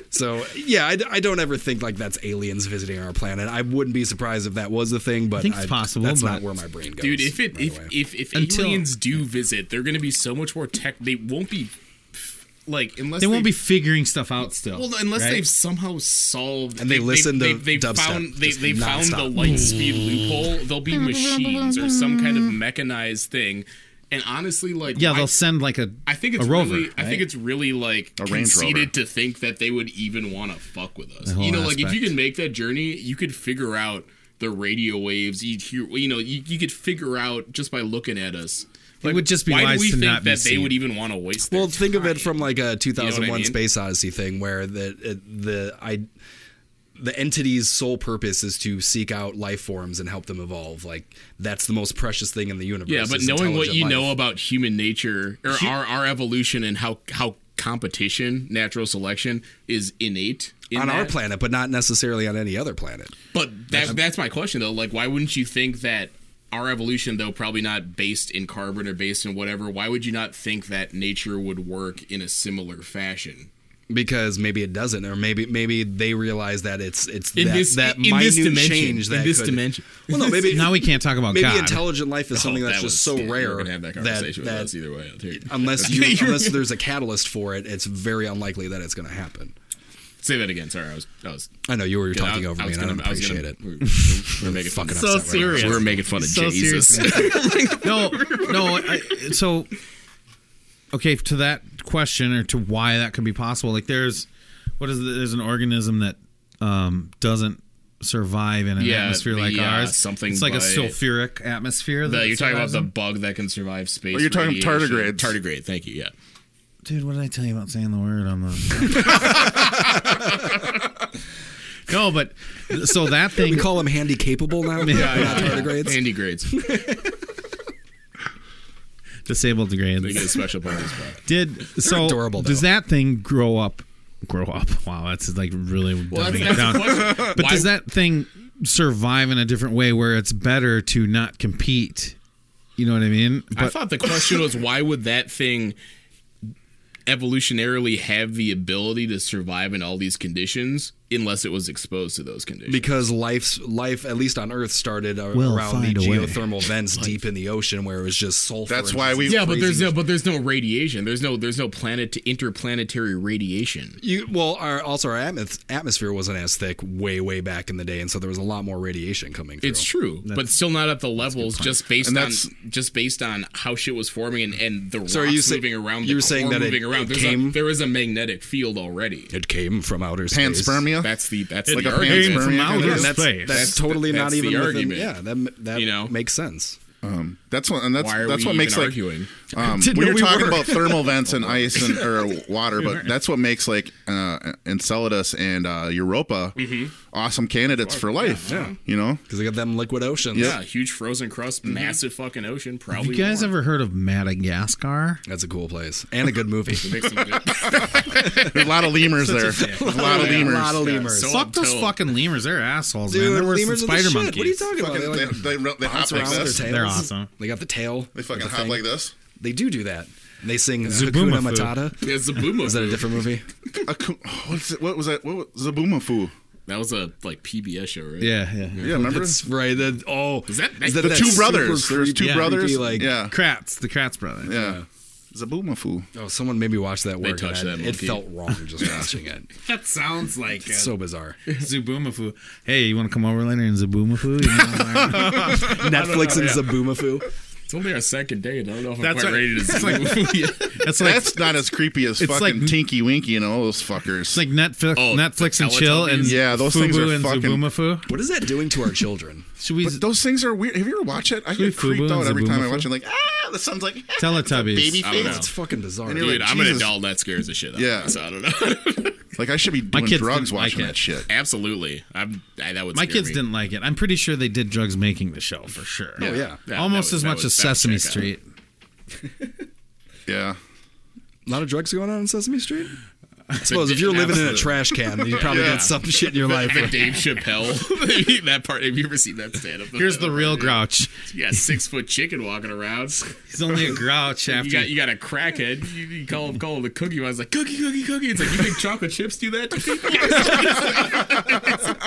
So yeah, I, d- I don't ever think like that's aliens visiting our planet. I wouldn't be surprised if that was the thing, but I think it's possible, That's but- not where my brain goes, dude if it right if, away. if if Until- aliens do visit they're gonna be so much more tech they won't be like unless They won't be figuring stuff out still. well, unless right? they've somehow solved And they listen to dubstep, found they, just they found the nonstop. light speed loophole, they'll be machines or some kind of mechanized thing And honestly, like Yeah, I- they'll send like a I think it's a rover. really, I right? think it's really like A Range Rover. conceited to think that they would even want to fuck with us. whole You know, like if you aspect. could make that journey, you could figure out the radio waves. You'd hear, you know, you, you could figure out just by looking at us. Like, would just be why wise do we to think not be that they seen. would even want to waste? Well, their think of it time? from like a 2001 mean? Space Odyssey thing, where the it, the I the entity's sole purpose is to seek out life forms and help them evolve. Like that's the most precious thing in the universe. yeah, but is knowing what intelligent you life. know about human nature or our our evolution and how how competition, natural selection is innate in on our that. planet, but not necessarily on any other planet. But that, that's my question though. Like, why wouldn't you think that our evolution, though probably not based in carbon or based in whatever, why would you not think that nature would work in a similar fashion? Because maybe it doesn't, or maybe maybe they realize that it's it's In that, this- that in this minute dimension. change In that this could- dimension. Well, no, maybe now we can't talk about maybe God. intelligent life is something Oh, that's that just so was- yeah, rare You were gonna have that conversation with us either way. I'll tell you. unless you unless there's a catalyst for it, it's very unlikely that it's going to happen. Say that again. Sorry, I was. I was I know you were talking I, over I me, was and I gonna, don't was appreciate gonna, it. We're, we're, we're making fun Fucking of. upset right now. We were making fun of So Jesus. no, no. I, so, okay, to that question or to why that could be possible, like there's what is the, there's an organism that um, doesn't survive in an Yeah, atmosphere the, like uh, ours. something it's like a by- sulfuric atmosphere. That The- it you're talking survives about the in. bug that can survive space. you're talking radiation. tardigrades. Tardigrade. Thank you. Yeah. dude. What did I tell you about saying the word on the? no, but so that thing. We call him handy capable now. yeah, not tardigrades. Antigrades. They disabled grades. get a special bonus. But. Did so? adorable, does though. that thing grow up? Grow up. Wow, that's like really dumbing it down. But does that thing survive in a different way where it's better to not compete? You know what I mean? I But thought the question was why would that thing evolutionarily have the ability to survive in all these conditions unless it was exposed to those conditions? because life's life, at least on Earth, started a- We'll around the find a way. geothermal vents deep in the ocean where it was just sulfur. That's and why we- yeah, but there's crazy no but there's no radiation. There's no there's no planet to interplanetary radiation. You, well, our, also our atmos- atmosphere wasn't as thick way, way back in the day, and so there was a lot more radiation coming through. It's true, but still not at the levels just based And on that's- just based on how shit was forming and, and the rocks So are you say- moving around. The you were saying core that it- moving around. it There's came- a, there is a magnetic field already. It came from outer space. Panspermia. That's the that's like the a argument. panspermia. from outer condition? space. That's, that's, totally that's not the even within- argument. Yeah, that, that You know? makes sense. That's what, and that's Why are that's we what even makes like arguing? um, Didn't we know were we talking were. about thermal vents and ice and or water, but that's what makes like uh, Enceladus and uh, Europa awesome candidates for life. Yeah, you know, Because they got them liquid oceans. Yeah, huge frozen crust, Mm-hmm. massive fucking ocean. Probably you guys warm. ever heard of Madagascar? That's a cool place. And a good movie. Makes some good- there's a lot of lemurs there. There's a lot of lemurs. A lot of lemurs. So Fuck I'm those told. fucking lemurs. They're assholes, Dude, man. They're worse than lemurs are the spider shit. monkeys. What are you talking about? Fucking- they, They, like, they, they hop bounce like around with this. their They tails. They're awesome. They got the tail. fucking That's a hop thing. like this. They do do that. They sing uh, Hakuna Zaboomafu. Matata. Yeah, Zaboomafu. Is that a different movie? A coo- What's it, oh, what was that? What was Zabumafu? That was a like PBS show, right? Yeah, yeah. Yeah, remember That's right. The, oh, Is that- is the that two super brothers? There's two creepy, brothers. Like, yeah, Kratz, the Kratz brothers. yeah. Zabumafu. Oh, someone made me watch that. Work touched and I- that It monkey. felt wrong just watching it. That sounds like It's so bizarre. Zabumafu. Hey, you want to come over later and Zabumafu? You know, Netflix and Zaboomafu. it's only our second date. I don't know if That's I'm right. quite ready to see that's like That's not as creepy as It's fucking like- Tinky Winky and all those fuckers. It's like Netflix, Oh, Netflix the and chill, and Teletubbies? Yeah, those things Fubu are and fucking- Zabumafu. What is that doing to our children? Should we But those things are weird. Have you ever watched it? I Sweet get creeped Fubu out and every time I Zabumafu. watch it. Like, ah, that sounds like Teletubbies? baby I don't know. face. It's fucking bizarre. And you're Dude, like, I'm an Jesus. adult. That scares the shit out of Yeah. me. So I don't know. Like I should be My doing kids drugs didn't like watching it. that shit. Absolutely. I'm. I, that would. My scare kids me. didn't like it. I'm pretty sure they did drugs making the show for sure. Oh yeah. Yeah, Almost that was- as that much was- as that was Sesame check out. Street. Yeah. A lot of drugs going on in Sesame Street. I suppose if you're living in a Absolutely. trash can, you probably Yeah. got some shit in your life. The Dave Chappelle. that part. Have you ever seen that stand up? Here's the real grouch. Yeah, six foot chicken walking around. He's only a grouch after. You got you got a crackhead. You, you call him call him the cookie. I was like cookie cookie cookie. It's like you think chocolate chips do that to people?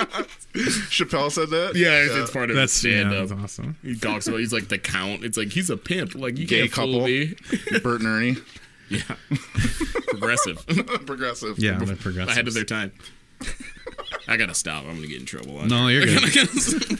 Chappelle said that. Yeah, it's, it's part of that's his yeah, stand that's up. awesome. He talks about he's like the count. It's like he's a pimp. Like you Gay can't couple. fool me. Bert and Ernie. Progressive. Progressive. Yeah, they're Ahead of progressive. their time. I gotta stop. I'm gonna get in trouble. on No, here. you're good.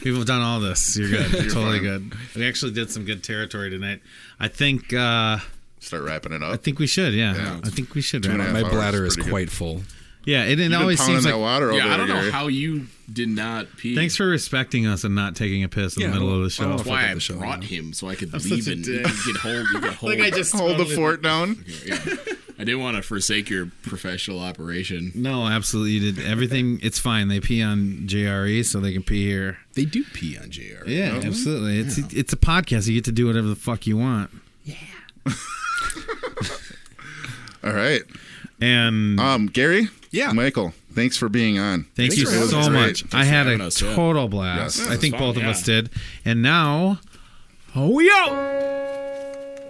People have done all this. You're good. totally good. We actually did some good territory tonight. I think. Uh, Start wrapping it I up. think we should. Yeah. Yeah. I think we should. Two and a Right? half My hours bladder is is pretty quite full. Yeah. It, it You've been always pounding seems that like. water all yeah, day, I don't know Gary. how you did not pee. Thanks for respecting us and not taking a piss in Yeah, the middle of the well, show. That's why I the show, brought him so I could leave and you could hold. You could hold. I just Hold the fort down. Yeah. I didn't want to forsake your professional operation. No, absolutely. You did everything. It's fine. They pee on JRE, so they can pee here. Oh. They do pee on JR. Yeah, absolutely. It's it's a podcast. You get to do whatever the fuck you want. All right. And Um, Gary? Yeah. Michael, thanks for being on. thank you for having so us. much. Great. I had having a us, yeah. total blast. Yes. I think It was both of fun, yeah. us did. And now, oh yo.